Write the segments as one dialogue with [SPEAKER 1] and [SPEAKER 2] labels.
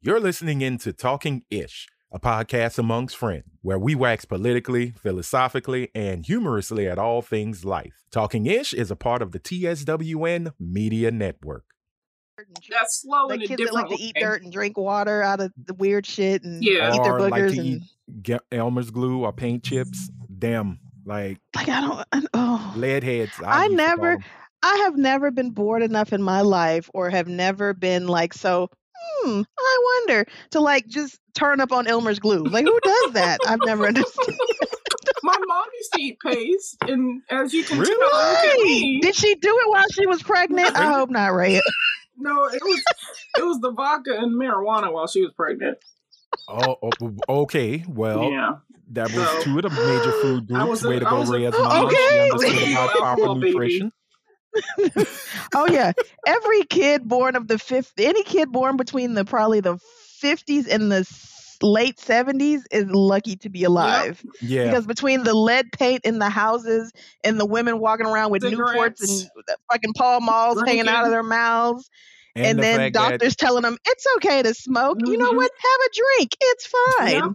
[SPEAKER 1] You're listening in to Talking Ish, a podcast amongst friends where we wax politically, philosophically, and humorously at all things life. Talking Ish is a part of the TSWN Media Network.
[SPEAKER 2] That's slow
[SPEAKER 3] the
[SPEAKER 2] in a
[SPEAKER 3] kids that
[SPEAKER 2] different
[SPEAKER 3] like to
[SPEAKER 2] way.
[SPEAKER 3] eat dirt and drink water out of the weird shit and
[SPEAKER 2] Yeah.
[SPEAKER 3] eat their
[SPEAKER 1] Or
[SPEAKER 3] boogers
[SPEAKER 1] like to
[SPEAKER 3] and
[SPEAKER 1] eat- Get Elmer's glue or paint chips. Damn, like
[SPEAKER 3] like I don't. I, oh,
[SPEAKER 1] lead heads. used
[SPEAKER 3] I
[SPEAKER 1] to call
[SPEAKER 3] never-
[SPEAKER 1] them.
[SPEAKER 3] I have never been bored enough in my life, or have never been like so. Hmm, I wonder to like just turn up on Elmer's glue. Like who does that? I've never understood.
[SPEAKER 2] My mom used to eat paste, and as you can
[SPEAKER 1] Really?
[SPEAKER 2] tell, look at
[SPEAKER 3] Why?
[SPEAKER 2] me.
[SPEAKER 3] Did she do it while she was pregnant? I hope not, Ray.
[SPEAKER 2] no, it was it was the vodka and marijuana while she was pregnant.
[SPEAKER 1] Oh, oh, oh, okay. Well,
[SPEAKER 2] yeah,
[SPEAKER 1] that was
[SPEAKER 2] So-
[SPEAKER 1] two of the major food
[SPEAKER 2] I
[SPEAKER 1] groups.
[SPEAKER 2] was a-
[SPEAKER 1] Way to
[SPEAKER 2] I
[SPEAKER 1] go,
[SPEAKER 2] was a-
[SPEAKER 1] Reyes. Mom. She
[SPEAKER 3] Okay.
[SPEAKER 1] understood about proper
[SPEAKER 2] Well, baby.
[SPEAKER 1] nutrition.
[SPEAKER 3] Oh yeah, every kid born of the fifth, any kid born between the probably the fifties and the s- late seventies is lucky to be alive.
[SPEAKER 1] Yeah.
[SPEAKER 3] Because between the lead paint in the houses and the women walking around with Newports
[SPEAKER 2] Cigarettes.
[SPEAKER 3] and fucking Paul Malls hanging out
[SPEAKER 2] Drinking.
[SPEAKER 3] of their mouths, and,
[SPEAKER 1] the
[SPEAKER 3] then
[SPEAKER 1] fact that- Mm-hmm.
[SPEAKER 3] doctors telling them it's okay to smoke. You know
[SPEAKER 2] Mhm.
[SPEAKER 3] what? Have a drink. It's fine.
[SPEAKER 2] Yeah.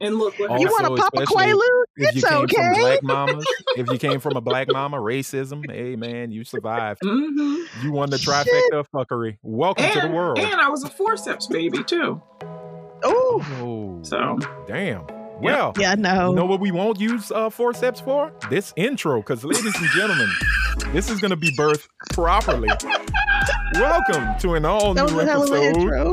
[SPEAKER 2] And look, what
[SPEAKER 1] Oh,
[SPEAKER 3] You
[SPEAKER 2] happened.
[SPEAKER 3] want to
[SPEAKER 1] Also,
[SPEAKER 3] pop a
[SPEAKER 1] especially
[SPEAKER 3] Quaalude?
[SPEAKER 1] if you
[SPEAKER 3] It's
[SPEAKER 1] came from
[SPEAKER 3] okay.
[SPEAKER 1] black mamas, if you came from a black mama, racism, hey man, you survived.
[SPEAKER 2] Mhm.
[SPEAKER 1] You won the
[SPEAKER 3] Shit.
[SPEAKER 1] trifecta of fuckery. Welcome to the world.
[SPEAKER 2] And, and I was a forceps baby too.
[SPEAKER 3] Oh,
[SPEAKER 1] oh,
[SPEAKER 2] So
[SPEAKER 1] damn. Well,
[SPEAKER 3] yeah, no.
[SPEAKER 1] you know what we won't use uh, forceps for? This intro, because ladies and gentlemen, this is going to be birthed properly. Welcome to an all
[SPEAKER 3] that was
[SPEAKER 1] new
[SPEAKER 3] a hell of an
[SPEAKER 1] episode,
[SPEAKER 3] intro.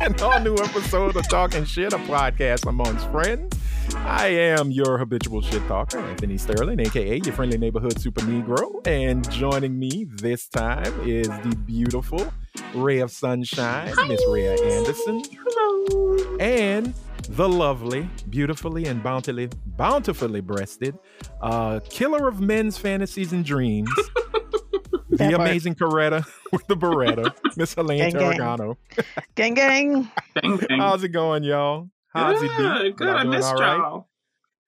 [SPEAKER 1] an all new episode of Talking Shit, a podcast amongst friends. I am your habitual shit talker, Anthony Sterling, aka your friendly neighborhood super Negro, and joining me this time is the beautiful ray of sunshine, Miss Rhea Anderson,
[SPEAKER 2] hello.
[SPEAKER 1] and the lovely, beautifully and bountifully, bountifully breasted, uh, killer of men's fantasies and dreams,
[SPEAKER 3] That
[SPEAKER 1] the
[SPEAKER 3] part.
[SPEAKER 1] amazing Coretta with the Beretta, Miss Helene
[SPEAKER 3] Gang, gang.
[SPEAKER 1] Tarragano.
[SPEAKER 3] Gang, gang.
[SPEAKER 2] Bang, bang.
[SPEAKER 1] How's it going, y'all? How's
[SPEAKER 2] good,
[SPEAKER 1] it be?
[SPEAKER 2] good.
[SPEAKER 1] Y'all
[SPEAKER 2] I
[SPEAKER 1] doing
[SPEAKER 2] missed
[SPEAKER 1] all right?
[SPEAKER 2] y'all.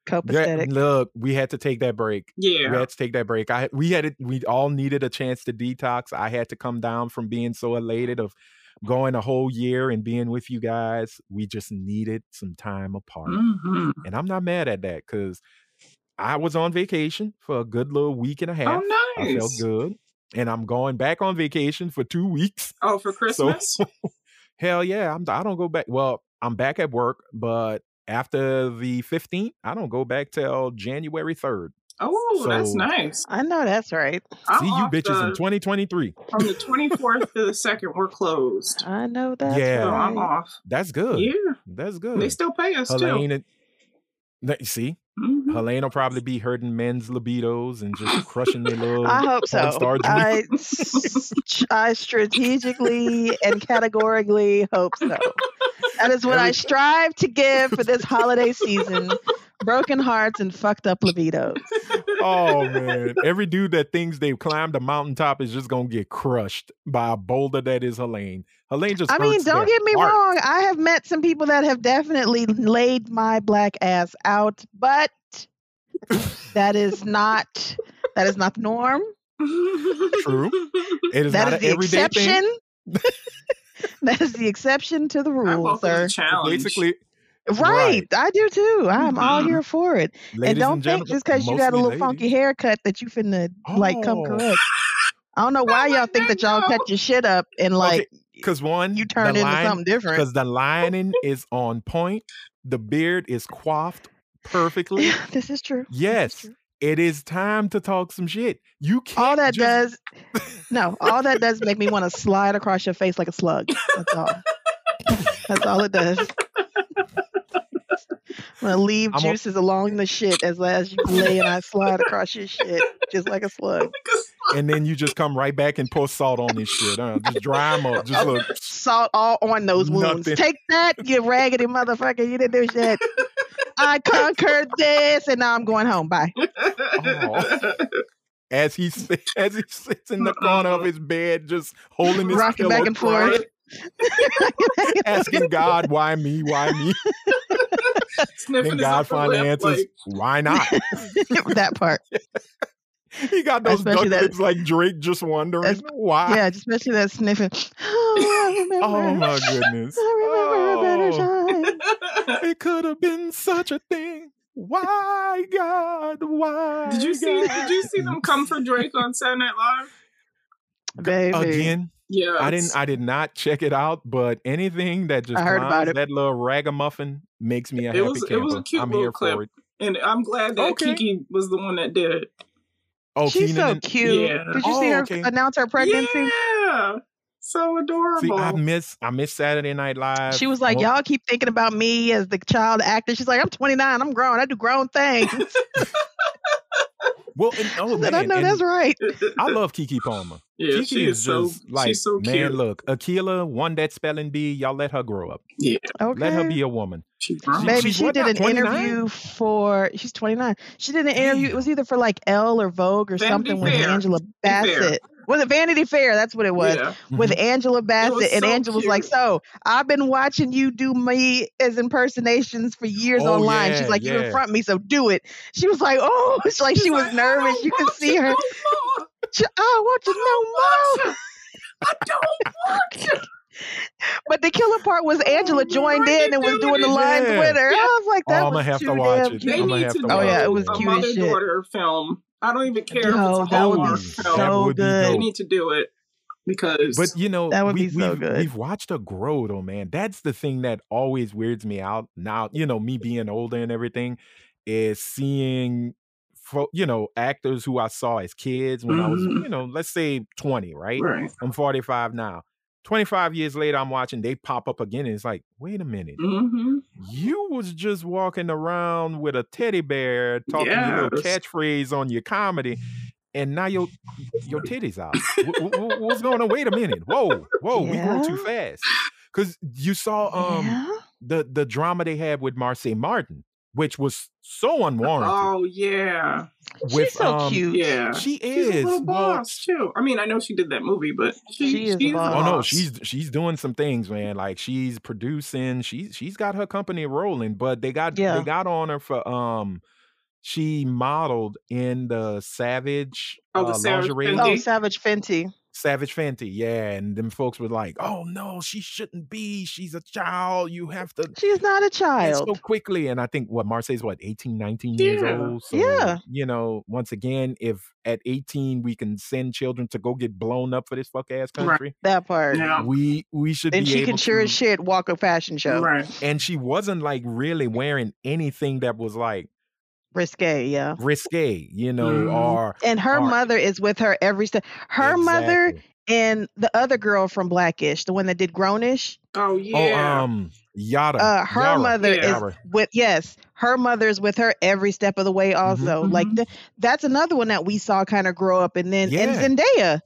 [SPEAKER 1] Yeah,
[SPEAKER 3] Copacetic.
[SPEAKER 1] look, we had to take that break. We
[SPEAKER 2] Yeah.
[SPEAKER 1] had to take that break. I we had it. We all needed a chance to detox. I had to come down from being so elated of going a whole year and being with you guys. We just needed some time apart,
[SPEAKER 2] Mhm.
[SPEAKER 1] and I'm not mad at that because I was on vacation for a good little week and a half.
[SPEAKER 2] Oh,
[SPEAKER 1] I felt
[SPEAKER 2] nice.
[SPEAKER 1] good, and I'm going back on vacation for two weeks.
[SPEAKER 2] Oh, for Christmas.
[SPEAKER 1] Hell yeah, I'm. I don't go back. Well, I'm back at work, but after the 15th, I don't go back till January 3rd.
[SPEAKER 2] Oh, that's
[SPEAKER 1] So-
[SPEAKER 2] nice.
[SPEAKER 3] I know that's right.
[SPEAKER 2] I'm
[SPEAKER 1] See you
[SPEAKER 2] off
[SPEAKER 1] bitches in
[SPEAKER 2] the-
[SPEAKER 1] 2023.
[SPEAKER 2] from the 24th to the 2nd, we're closed.
[SPEAKER 3] I know that's
[SPEAKER 1] Yeah.
[SPEAKER 2] So I'm
[SPEAKER 3] right.
[SPEAKER 2] off.
[SPEAKER 1] That's good.
[SPEAKER 2] Yeah.
[SPEAKER 1] That's
[SPEAKER 2] They
[SPEAKER 1] good.
[SPEAKER 2] still pay us, too.
[SPEAKER 1] Helene, and- Th- see,
[SPEAKER 3] Mm.
[SPEAKER 2] Mhm.
[SPEAKER 1] Helene will probably be hurting men's libidos and just crushing their little.
[SPEAKER 3] I hope
[SPEAKER 1] porn
[SPEAKER 3] so.
[SPEAKER 1] star
[SPEAKER 3] I, I strategically and categorically hope so. That is what I
[SPEAKER 1] Every-
[SPEAKER 3] strive to give for this holiday season. Broken hearts and fucked up libidos.
[SPEAKER 1] oh man, every dude that thinks they've climbed a mountaintop is just gonna get crushed by a boulder that is Helene. Helene just.
[SPEAKER 3] I mean,
[SPEAKER 1] hurts
[SPEAKER 3] don't
[SPEAKER 1] their
[SPEAKER 3] get me
[SPEAKER 1] heart.
[SPEAKER 3] wrong. I have met some people that have definitely laid my black ass out, but that is not that is not the norm.
[SPEAKER 1] True. It is
[SPEAKER 3] That
[SPEAKER 1] not
[SPEAKER 3] is
[SPEAKER 1] an
[SPEAKER 3] the
[SPEAKER 1] everyday thing.
[SPEAKER 3] exception. that is the exception to the
[SPEAKER 2] I
[SPEAKER 3] rule,
[SPEAKER 2] welcome
[SPEAKER 3] sir.
[SPEAKER 2] the challenge.
[SPEAKER 1] Basically,
[SPEAKER 3] Right. I do too. I'm all
[SPEAKER 2] Mhm.
[SPEAKER 3] here for it.
[SPEAKER 1] Mm-hmm. ladies and,
[SPEAKER 3] and don't think
[SPEAKER 1] gentlemen,
[SPEAKER 3] just because you got a
[SPEAKER 1] mostly
[SPEAKER 3] little
[SPEAKER 1] ladies,
[SPEAKER 3] funky haircut that you finna like come
[SPEAKER 1] Oh.
[SPEAKER 3] correct. I don't know why y'all
[SPEAKER 2] like
[SPEAKER 3] think that
[SPEAKER 2] that,
[SPEAKER 3] y'all
[SPEAKER 2] though.
[SPEAKER 3] cut your shit up and like
[SPEAKER 1] Because one,
[SPEAKER 3] you
[SPEAKER 1] the
[SPEAKER 3] turn into
[SPEAKER 1] line-
[SPEAKER 3] something different.
[SPEAKER 1] because the lining is on point. The beard is coiffed perfectly.
[SPEAKER 3] this is true. This is
[SPEAKER 1] Yes,
[SPEAKER 3] true.
[SPEAKER 1] it is time to talk some shit. You can't.
[SPEAKER 3] All that
[SPEAKER 1] just-
[SPEAKER 3] does no, all that does make me want to slide across your face like a slug. That's all. That's all it does. I'm gonna leave
[SPEAKER 1] I'm a-
[SPEAKER 3] juices along the shit as as you lay and I slide across your shit just like a slug.
[SPEAKER 1] And then you just come right back and pour salt on this shit. Huh? Just dry them up. Just look.
[SPEAKER 3] salt all on those wounds.
[SPEAKER 1] Nothing.
[SPEAKER 3] Take that, you raggedy motherfucker. You didn't do shit. I conquered this, and now I'm going home. Bye.
[SPEAKER 1] oh. As he sit- as he sits in the corner of his bed, just holding his
[SPEAKER 3] Rocking
[SPEAKER 1] pillow,
[SPEAKER 3] back and forth.
[SPEAKER 1] crying, asking God, "Why me? Why me?"
[SPEAKER 2] Sniffing
[SPEAKER 1] Then
[SPEAKER 2] his
[SPEAKER 1] God
[SPEAKER 2] upper
[SPEAKER 1] finally
[SPEAKER 2] lip,
[SPEAKER 1] answers,
[SPEAKER 2] like,
[SPEAKER 1] "Why not?"
[SPEAKER 3] that part.
[SPEAKER 1] He got those duck
[SPEAKER 3] Especially that-
[SPEAKER 1] lips like Drake just wondering
[SPEAKER 3] Espe-
[SPEAKER 1] why.
[SPEAKER 3] Yeah, especially that sniffing. Oh, I remember.
[SPEAKER 1] Oh my goodness.
[SPEAKER 3] I
[SPEAKER 1] Oh.
[SPEAKER 3] remember a better time.
[SPEAKER 1] It could have been such a thing. Why, God? Why?
[SPEAKER 2] Did you see?
[SPEAKER 1] God?
[SPEAKER 2] Did you see them come for Drake on Saturday Night Live?
[SPEAKER 3] Baby.
[SPEAKER 1] Again,
[SPEAKER 2] Yeah,
[SPEAKER 1] I didn't. I did not check it out, but anything that just
[SPEAKER 3] I heard about
[SPEAKER 1] climbs
[SPEAKER 3] it.
[SPEAKER 1] that little ragamuffin makes me a
[SPEAKER 2] It
[SPEAKER 1] happy
[SPEAKER 2] was-
[SPEAKER 1] camper.
[SPEAKER 2] it was a cute
[SPEAKER 1] I'm
[SPEAKER 2] little
[SPEAKER 1] here
[SPEAKER 2] clip.
[SPEAKER 1] for it.
[SPEAKER 2] and I'm glad that
[SPEAKER 1] Okay.
[SPEAKER 2] Kiki was the one that did it.
[SPEAKER 1] Oh,
[SPEAKER 3] She's
[SPEAKER 1] Keenan
[SPEAKER 3] so
[SPEAKER 1] and-
[SPEAKER 3] cute.
[SPEAKER 2] Yeah.
[SPEAKER 3] Did you see
[SPEAKER 1] Oh,
[SPEAKER 3] her
[SPEAKER 1] okay.
[SPEAKER 3] announce her pregnancy?
[SPEAKER 2] Yeah, so adorable.
[SPEAKER 1] see, I miss. I miss Saturday Night Live.
[SPEAKER 3] She was like,
[SPEAKER 1] Well,
[SPEAKER 3] "Y'all keep thinking about me as the child actor." She's like, "I'm 29. I'm grown. I do grown things." I
[SPEAKER 1] Well, and, oh
[SPEAKER 3] said,
[SPEAKER 1] man,
[SPEAKER 3] "I know
[SPEAKER 1] and
[SPEAKER 3] that's right."
[SPEAKER 1] I love Kiki Palmer.
[SPEAKER 2] yeah,
[SPEAKER 1] Kiki
[SPEAKER 2] she is so
[SPEAKER 1] just like,
[SPEAKER 2] she's so cute.
[SPEAKER 1] man, look, Akila won that spelling bee. Y'all let her grow up.
[SPEAKER 3] Okay.
[SPEAKER 1] Let her be a woman.
[SPEAKER 2] she's grown.
[SPEAKER 1] Maybe-
[SPEAKER 3] Baby,
[SPEAKER 1] she's
[SPEAKER 3] she
[SPEAKER 1] what
[SPEAKER 3] did
[SPEAKER 1] now,
[SPEAKER 3] an
[SPEAKER 1] 29?
[SPEAKER 3] interview for. She's 29. She did an interview. It
[SPEAKER 1] Damn.
[SPEAKER 3] was either for like Elle or Vogue or
[SPEAKER 2] Vanity
[SPEAKER 3] something with
[SPEAKER 2] Fair.
[SPEAKER 3] Angela
[SPEAKER 2] Vanity Fair.
[SPEAKER 3] Bassett. Was it Vanity Fair? That's what it was.
[SPEAKER 2] Yeah. Mm-hmm.
[SPEAKER 3] With Angela Bassett, and
[SPEAKER 2] so
[SPEAKER 3] Angela was like,
[SPEAKER 2] cute.
[SPEAKER 3] "So I've been watching you do me as impersonations for years
[SPEAKER 1] Oh,
[SPEAKER 3] online."
[SPEAKER 1] yeah,
[SPEAKER 3] She's like, "You
[SPEAKER 1] yeah.
[SPEAKER 3] confront me, so do it." She was like, "Oh," she like
[SPEAKER 2] She's
[SPEAKER 3] she was
[SPEAKER 2] like, I
[SPEAKER 3] nervous.
[SPEAKER 2] don't
[SPEAKER 3] You could
[SPEAKER 2] want
[SPEAKER 3] see
[SPEAKER 2] you
[SPEAKER 3] her.
[SPEAKER 2] no more.
[SPEAKER 3] Ch- I want
[SPEAKER 2] I
[SPEAKER 3] you no more.
[SPEAKER 2] don't want you. I don't want you. Oh,
[SPEAKER 3] But the killer part was Angela
[SPEAKER 2] you
[SPEAKER 3] joined
[SPEAKER 2] already
[SPEAKER 3] in and was
[SPEAKER 2] doing
[SPEAKER 3] doing the
[SPEAKER 1] it.
[SPEAKER 3] lines
[SPEAKER 1] Yeah.
[SPEAKER 3] with her.
[SPEAKER 2] Yeah.
[SPEAKER 3] I was like,
[SPEAKER 1] Oh,
[SPEAKER 3] that
[SPEAKER 1] I'm
[SPEAKER 3] was
[SPEAKER 1] gonna have
[SPEAKER 3] too
[SPEAKER 1] to watch
[SPEAKER 3] damn
[SPEAKER 1] it.
[SPEAKER 2] They
[SPEAKER 3] cute.
[SPEAKER 1] I'ma
[SPEAKER 2] need
[SPEAKER 1] have
[SPEAKER 2] to
[SPEAKER 1] to
[SPEAKER 2] do
[SPEAKER 1] watch
[SPEAKER 3] Oh, yeah, it was
[SPEAKER 2] a
[SPEAKER 3] cute as
[SPEAKER 2] mother
[SPEAKER 3] shit.
[SPEAKER 2] daughter film. I don't even
[SPEAKER 3] Yo,
[SPEAKER 2] care if it's a
[SPEAKER 3] that would be
[SPEAKER 2] Hallmark
[SPEAKER 3] so
[SPEAKER 2] film.
[SPEAKER 3] good.
[SPEAKER 2] They
[SPEAKER 1] dope.
[SPEAKER 2] need to do it because
[SPEAKER 1] But you know,
[SPEAKER 3] That would
[SPEAKER 1] we,
[SPEAKER 3] be so
[SPEAKER 1] we've,
[SPEAKER 3] good.
[SPEAKER 1] we've watched her grow, though, man. That's the thing that always weirds me out. Now, you know, me being older and everything is seeing, fo- you know, actors who I saw as kids when I was,
[SPEAKER 2] Mhm.
[SPEAKER 1] you know, let's say twenty, right?
[SPEAKER 2] right.
[SPEAKER 1] I'm forty five now. Twenty five years later, I'm watching they pop up again, and it's like, wait a minute,
[SPEAKER 2] hmm
[SPEAKER 1] you was just walking around with a teddy bear, talking your little
[SPEAKER 2] Yes.
[SPEAKER 1] catchphrase on your comedy, and now your your titties out. Wh- wh- wh- what's going on? Wait a minute. Whoa, whoa, we grow too
[SPEAKER 3] Yeah.
[SPEAKER 1] fast. Cause you saw um
[SPEAKER 3] yeah.
[SPEAKER 1] the the drama they had with Marseille Martin, which was so unwarranted.
[SPEAKER 2] Oh yeah,
[SPEAKER 1] with,
[SPEAKER 3] She's so
[SPEAKER 1] um,
[SPEAKER 3] cute.
[SPEAKER 2] yeah.
[SPEAKER 1] She
[SPEAKER 2] She's a
[SPEAKER 1] is.
[SPEAKER 2] little
[SPEAKER 1] well,
[SPEAKER 2] boss too. I mean, I know she did that movie, but she,
[SPEAKER 3] She is a
[SPEAKER 2] she's
[SPEAKER 3] boss.
[SPEAKER 1] Oh no, she's she's doing some things, man. Like she's producing, she's she's got her company rolling, but they got
[SPEAKER 3] Yeah.
[SPEAKER 1] they got on her for um she modeled in the Savage
[SPEAKER 2] Oh, the
[SPEAKER 1] uh,
[SPEAKER 2] Savage
[SPEAKER 1] lingerie.
[SPEAKER 2] Fenty.
[SPEAKER 3] Oh, Savage Fenty.
[SPEAKER 1] Savage Fenty, yeah. And them folks were like, Oh no, she shouldn't be. She's a child. You have to
[SPEAKER 3] She's not a
[SPEAKER 1] and
[SPEAKER 3] child.
[SPEAKER 1] so quickly. And I think what Marseille's what 18, 19 years
[SPEAKER 2] Yeah.
[SPEAKER 1] old. So
[SPEAKER 3] Yeah.
[SPEAKER 1] you know, once again, if at 18 we can send children to go get blown up for this fuck ass
[SPEAKER 2] Right.
[SPEAKER 1] country.
[SPEAKER 3] that part.
[SPEAKER 2] yeah.
[SPEAKER 1] We we should
[SPEAKER 3] And
[SPEAKER 1] be
[SPEAKER 3] she
[SPEAKER 1] able
[SPEAKER 3] can sure
[SPEAKER 1] to,
[SPEAKER 3] as shit walk a fashion show.
[SPEAKER 2] Right.
[SPEAKER 1] and she wasn't like really wearing anything that was like
[SPEAKER 3] Risque, yeah.
[SPEAKER 1] risque, you know,
[SPEAKER 2] Mhm.
[SPEAKER 1] or
[SPEAKER 3] And her
[SPEAKER 1] Art.
[SPEAKER 3] mother is with her every step. Mm-hmm. Her mother
[SPEAKER 1] Exactly.
[SPEAKER 3] and the other girl from Blackish, the one that did Grownish,
[SPEAKER 2] Oh
[SPEAKER 1] Oh,
[SPEAKER 2] yeah.
[SPEAKER 1] um, Yada.
[SPEAKER 3] uh, her
[SPEAKER 1] Yara,
[SPEAKER 3] mother
[SPEAKER 2] Yeah.
[SPEAKER 3] is
[SPEAKER 1] Yara.
[SPEAKER 3] with yes her mother's with her every step of the way
[SPEAKER 1] Mm-hmm,
[SPEAKER 3] also like
[SPEAKER 2] Mhm.
[SPEAKER 3] th- that's another one that we saw kind of grow up and then
[SPEAKER 1] Yeah.
[SPEAKER 3] and zendaya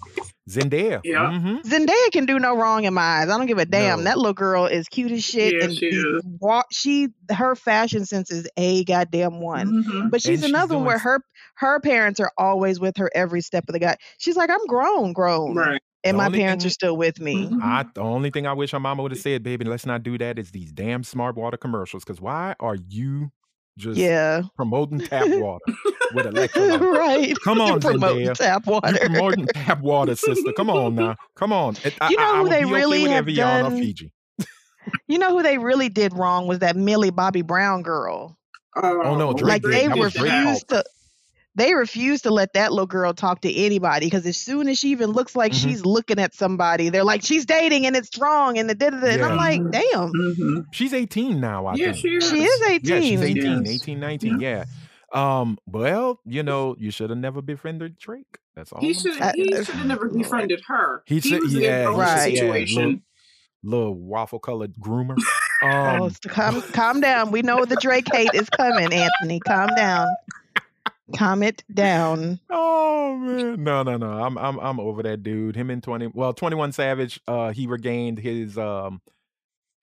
[SPEAKER 1] Zendaya.
[SPEAKER 2] Yeah.
[SPEAKER 1] Mhm.
[SPEAKER 3] zendaya can do no wrong in my eyes i don't give a damn
[SPEAKER 1] No.
[SPEAKER 3] that little girl is cute as shit
[SPEAKER 2] Yeah,
[SPEAKER 3] and
[SPEAKER 2] she is.
[SPEAKER 3] wa- she her fashion sense is a goddamn one
[SPEAKER 2] Mhm.
[SPEAKER 3] But
[SPEAKER 1] And
[SPEAKER 3] she's
[SPEAKER 1] she's
[SPEAKER 3] another one
[SPEAKER 1] doing
[SPEAKER 3] where
[SPEAKER 1] s-
[SPEAKER 3] her her parents are always with her every step of the guy. She's like, I'm grown, grown,
[SPEAKER 2] Right.
[SPEAKER 1] The
[SPEAKER 3] and my
[SPEAKER 1] only thing Mm-hmm.
[SPEAKER 3] parents
[SPEAKER 1] that-
[SPEAKER 3] are still with me.
[SPEAKER 2] Mhm.
[SPEAKER 1] I the only thing I wish her mama would have said, baby, let's not do that. Is these damn smart water commercials? Because why are you just
[SPEAKER 3] Yeah,
[SPEAKER 1] promoting tap water with electrolytes?
[SPEAKER 3] right.
[SPEAKER 1] Come on,
[SPEAKER 3] promoting
[SPEAKER 1] Zendaya.
[SPEAKER 3] tap water.
[SPEAKER 1] You promoting tap water, sister? Come on now, come on. I- I,
[SPEAKER 3] You know
[SPEAKER 1] I, I
[SPEAKER 3] who
[SPEAKER 1] would
[SPEAKER 3] they
[SPEAKER 1] be okay
[SPEAKER 3] really
[SPEAKER 1] with
[SPEAKER 3] have
[SPEAKER 1] Evian or
[SPEAKER 3] done-
[SPEAKER 1] Fiji.
[SPEAKER 3] You know who they really did wrong was that Millie Bobby Brown girl.
[SPEAKER 1] Oh, no, Drake
[SPEAKER 3] like
[SPEAKER 1] did.
[SPEAKER 3] they
[SPEAKER 1] That was Drake
[SPEAKER 3] refused
[SPEAKER 1] fault.
[SPEAKER 3] to they refused to let that little girl talk to anybody because as soon as she even looks like
[SPEAKER 1] Mhm.
[SPEAKER 3] she's looking at somebody, they're like, she's dating and it's wrong and the da da da. And I'm
[SPEAKER 1] Yeah.
[SPEAKER 3] like,
[SPEAKER 2] Mhm.
[SPEAKER 3] damn,
[SPEAKER 2] hmm
[SPEAKER 1] She's 18 now. I
[SPEAKER 2] Yeah,
[SPEAKER 1] think.
[SPEAKER 2] she is.
[SPEAKER 3] she is 18.
[SPEAKER 1] Yeah, she's 18,
[SPEAKER 2] Yes.
[SPEAKER 1] 18, 19. Yeah. Um, well, you know, you should have never befriended Drake. That's all.
[SPEAKER 2] He
[SPEAKER 1] I'm
[SPEAKER 2] should.
[SPEAKER 1] saying.
[SPEAKER 2] He should have never befriended her.
[SPEAKER 1] He
[SPEAKER 2] He,
[SPEAKER 1] should-
[SPEAKER 2] was
[SPEAKER 1] yeah,
[SPEAKER 2] in a
[SPEAKER 3] Right.
[SPEAKER 1] yeah,
[SPEAKER 2] situation.
[SPEAKER 1] Little waffle colored groomer.
[SPEAKER 3] oh,
[SPEAKER 1] Um,
[SPEAKER 3] so calm, calm down. We know the Drake hate is coming, Anthony. Calm down. Calm it down.
[SPEAKER 1] oh man, no, no, no. I'm, I'm, I'm over that dude. Him and 20. Well, 21 Savage. Uh, he regained his um,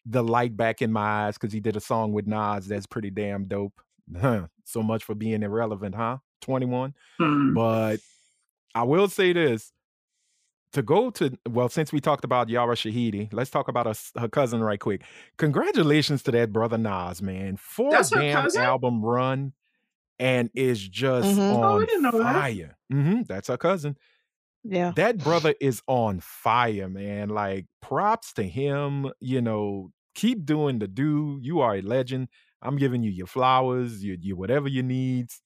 [SPEAKER 1] the light back in my eyes because he did a song with Nas that's pretty damn dope. Huh. So much for being irrelevant, huh? 21.
[SPEAKER 2] Hmm.
[SPEAKER 1] But I will say this to go to well, since we talked about Yara Shahidi, let's talk about her, s- her cousin right quick. Congratulations to that brother Nas, man. Four
[SPEAKER 2] That's her
[SPEAKER 1] damn
[SPEAKER 2] cousin?
[SPEAKER 1] album run. and is just
[SPEAKER 3] Mhm.
[SPEAKER 1] on
[SPEAKER 2] Oh, I didn't know that.
[SPEAKER 1] fire. hmm that's her cousin.
[SPEAKER 3] Yeah.
[SPEAKER 1] That brother is on fire, man. Like props to him. You know, keep doing the do. You are a legend. I'm giving you your flowers, your, your whatever you needs.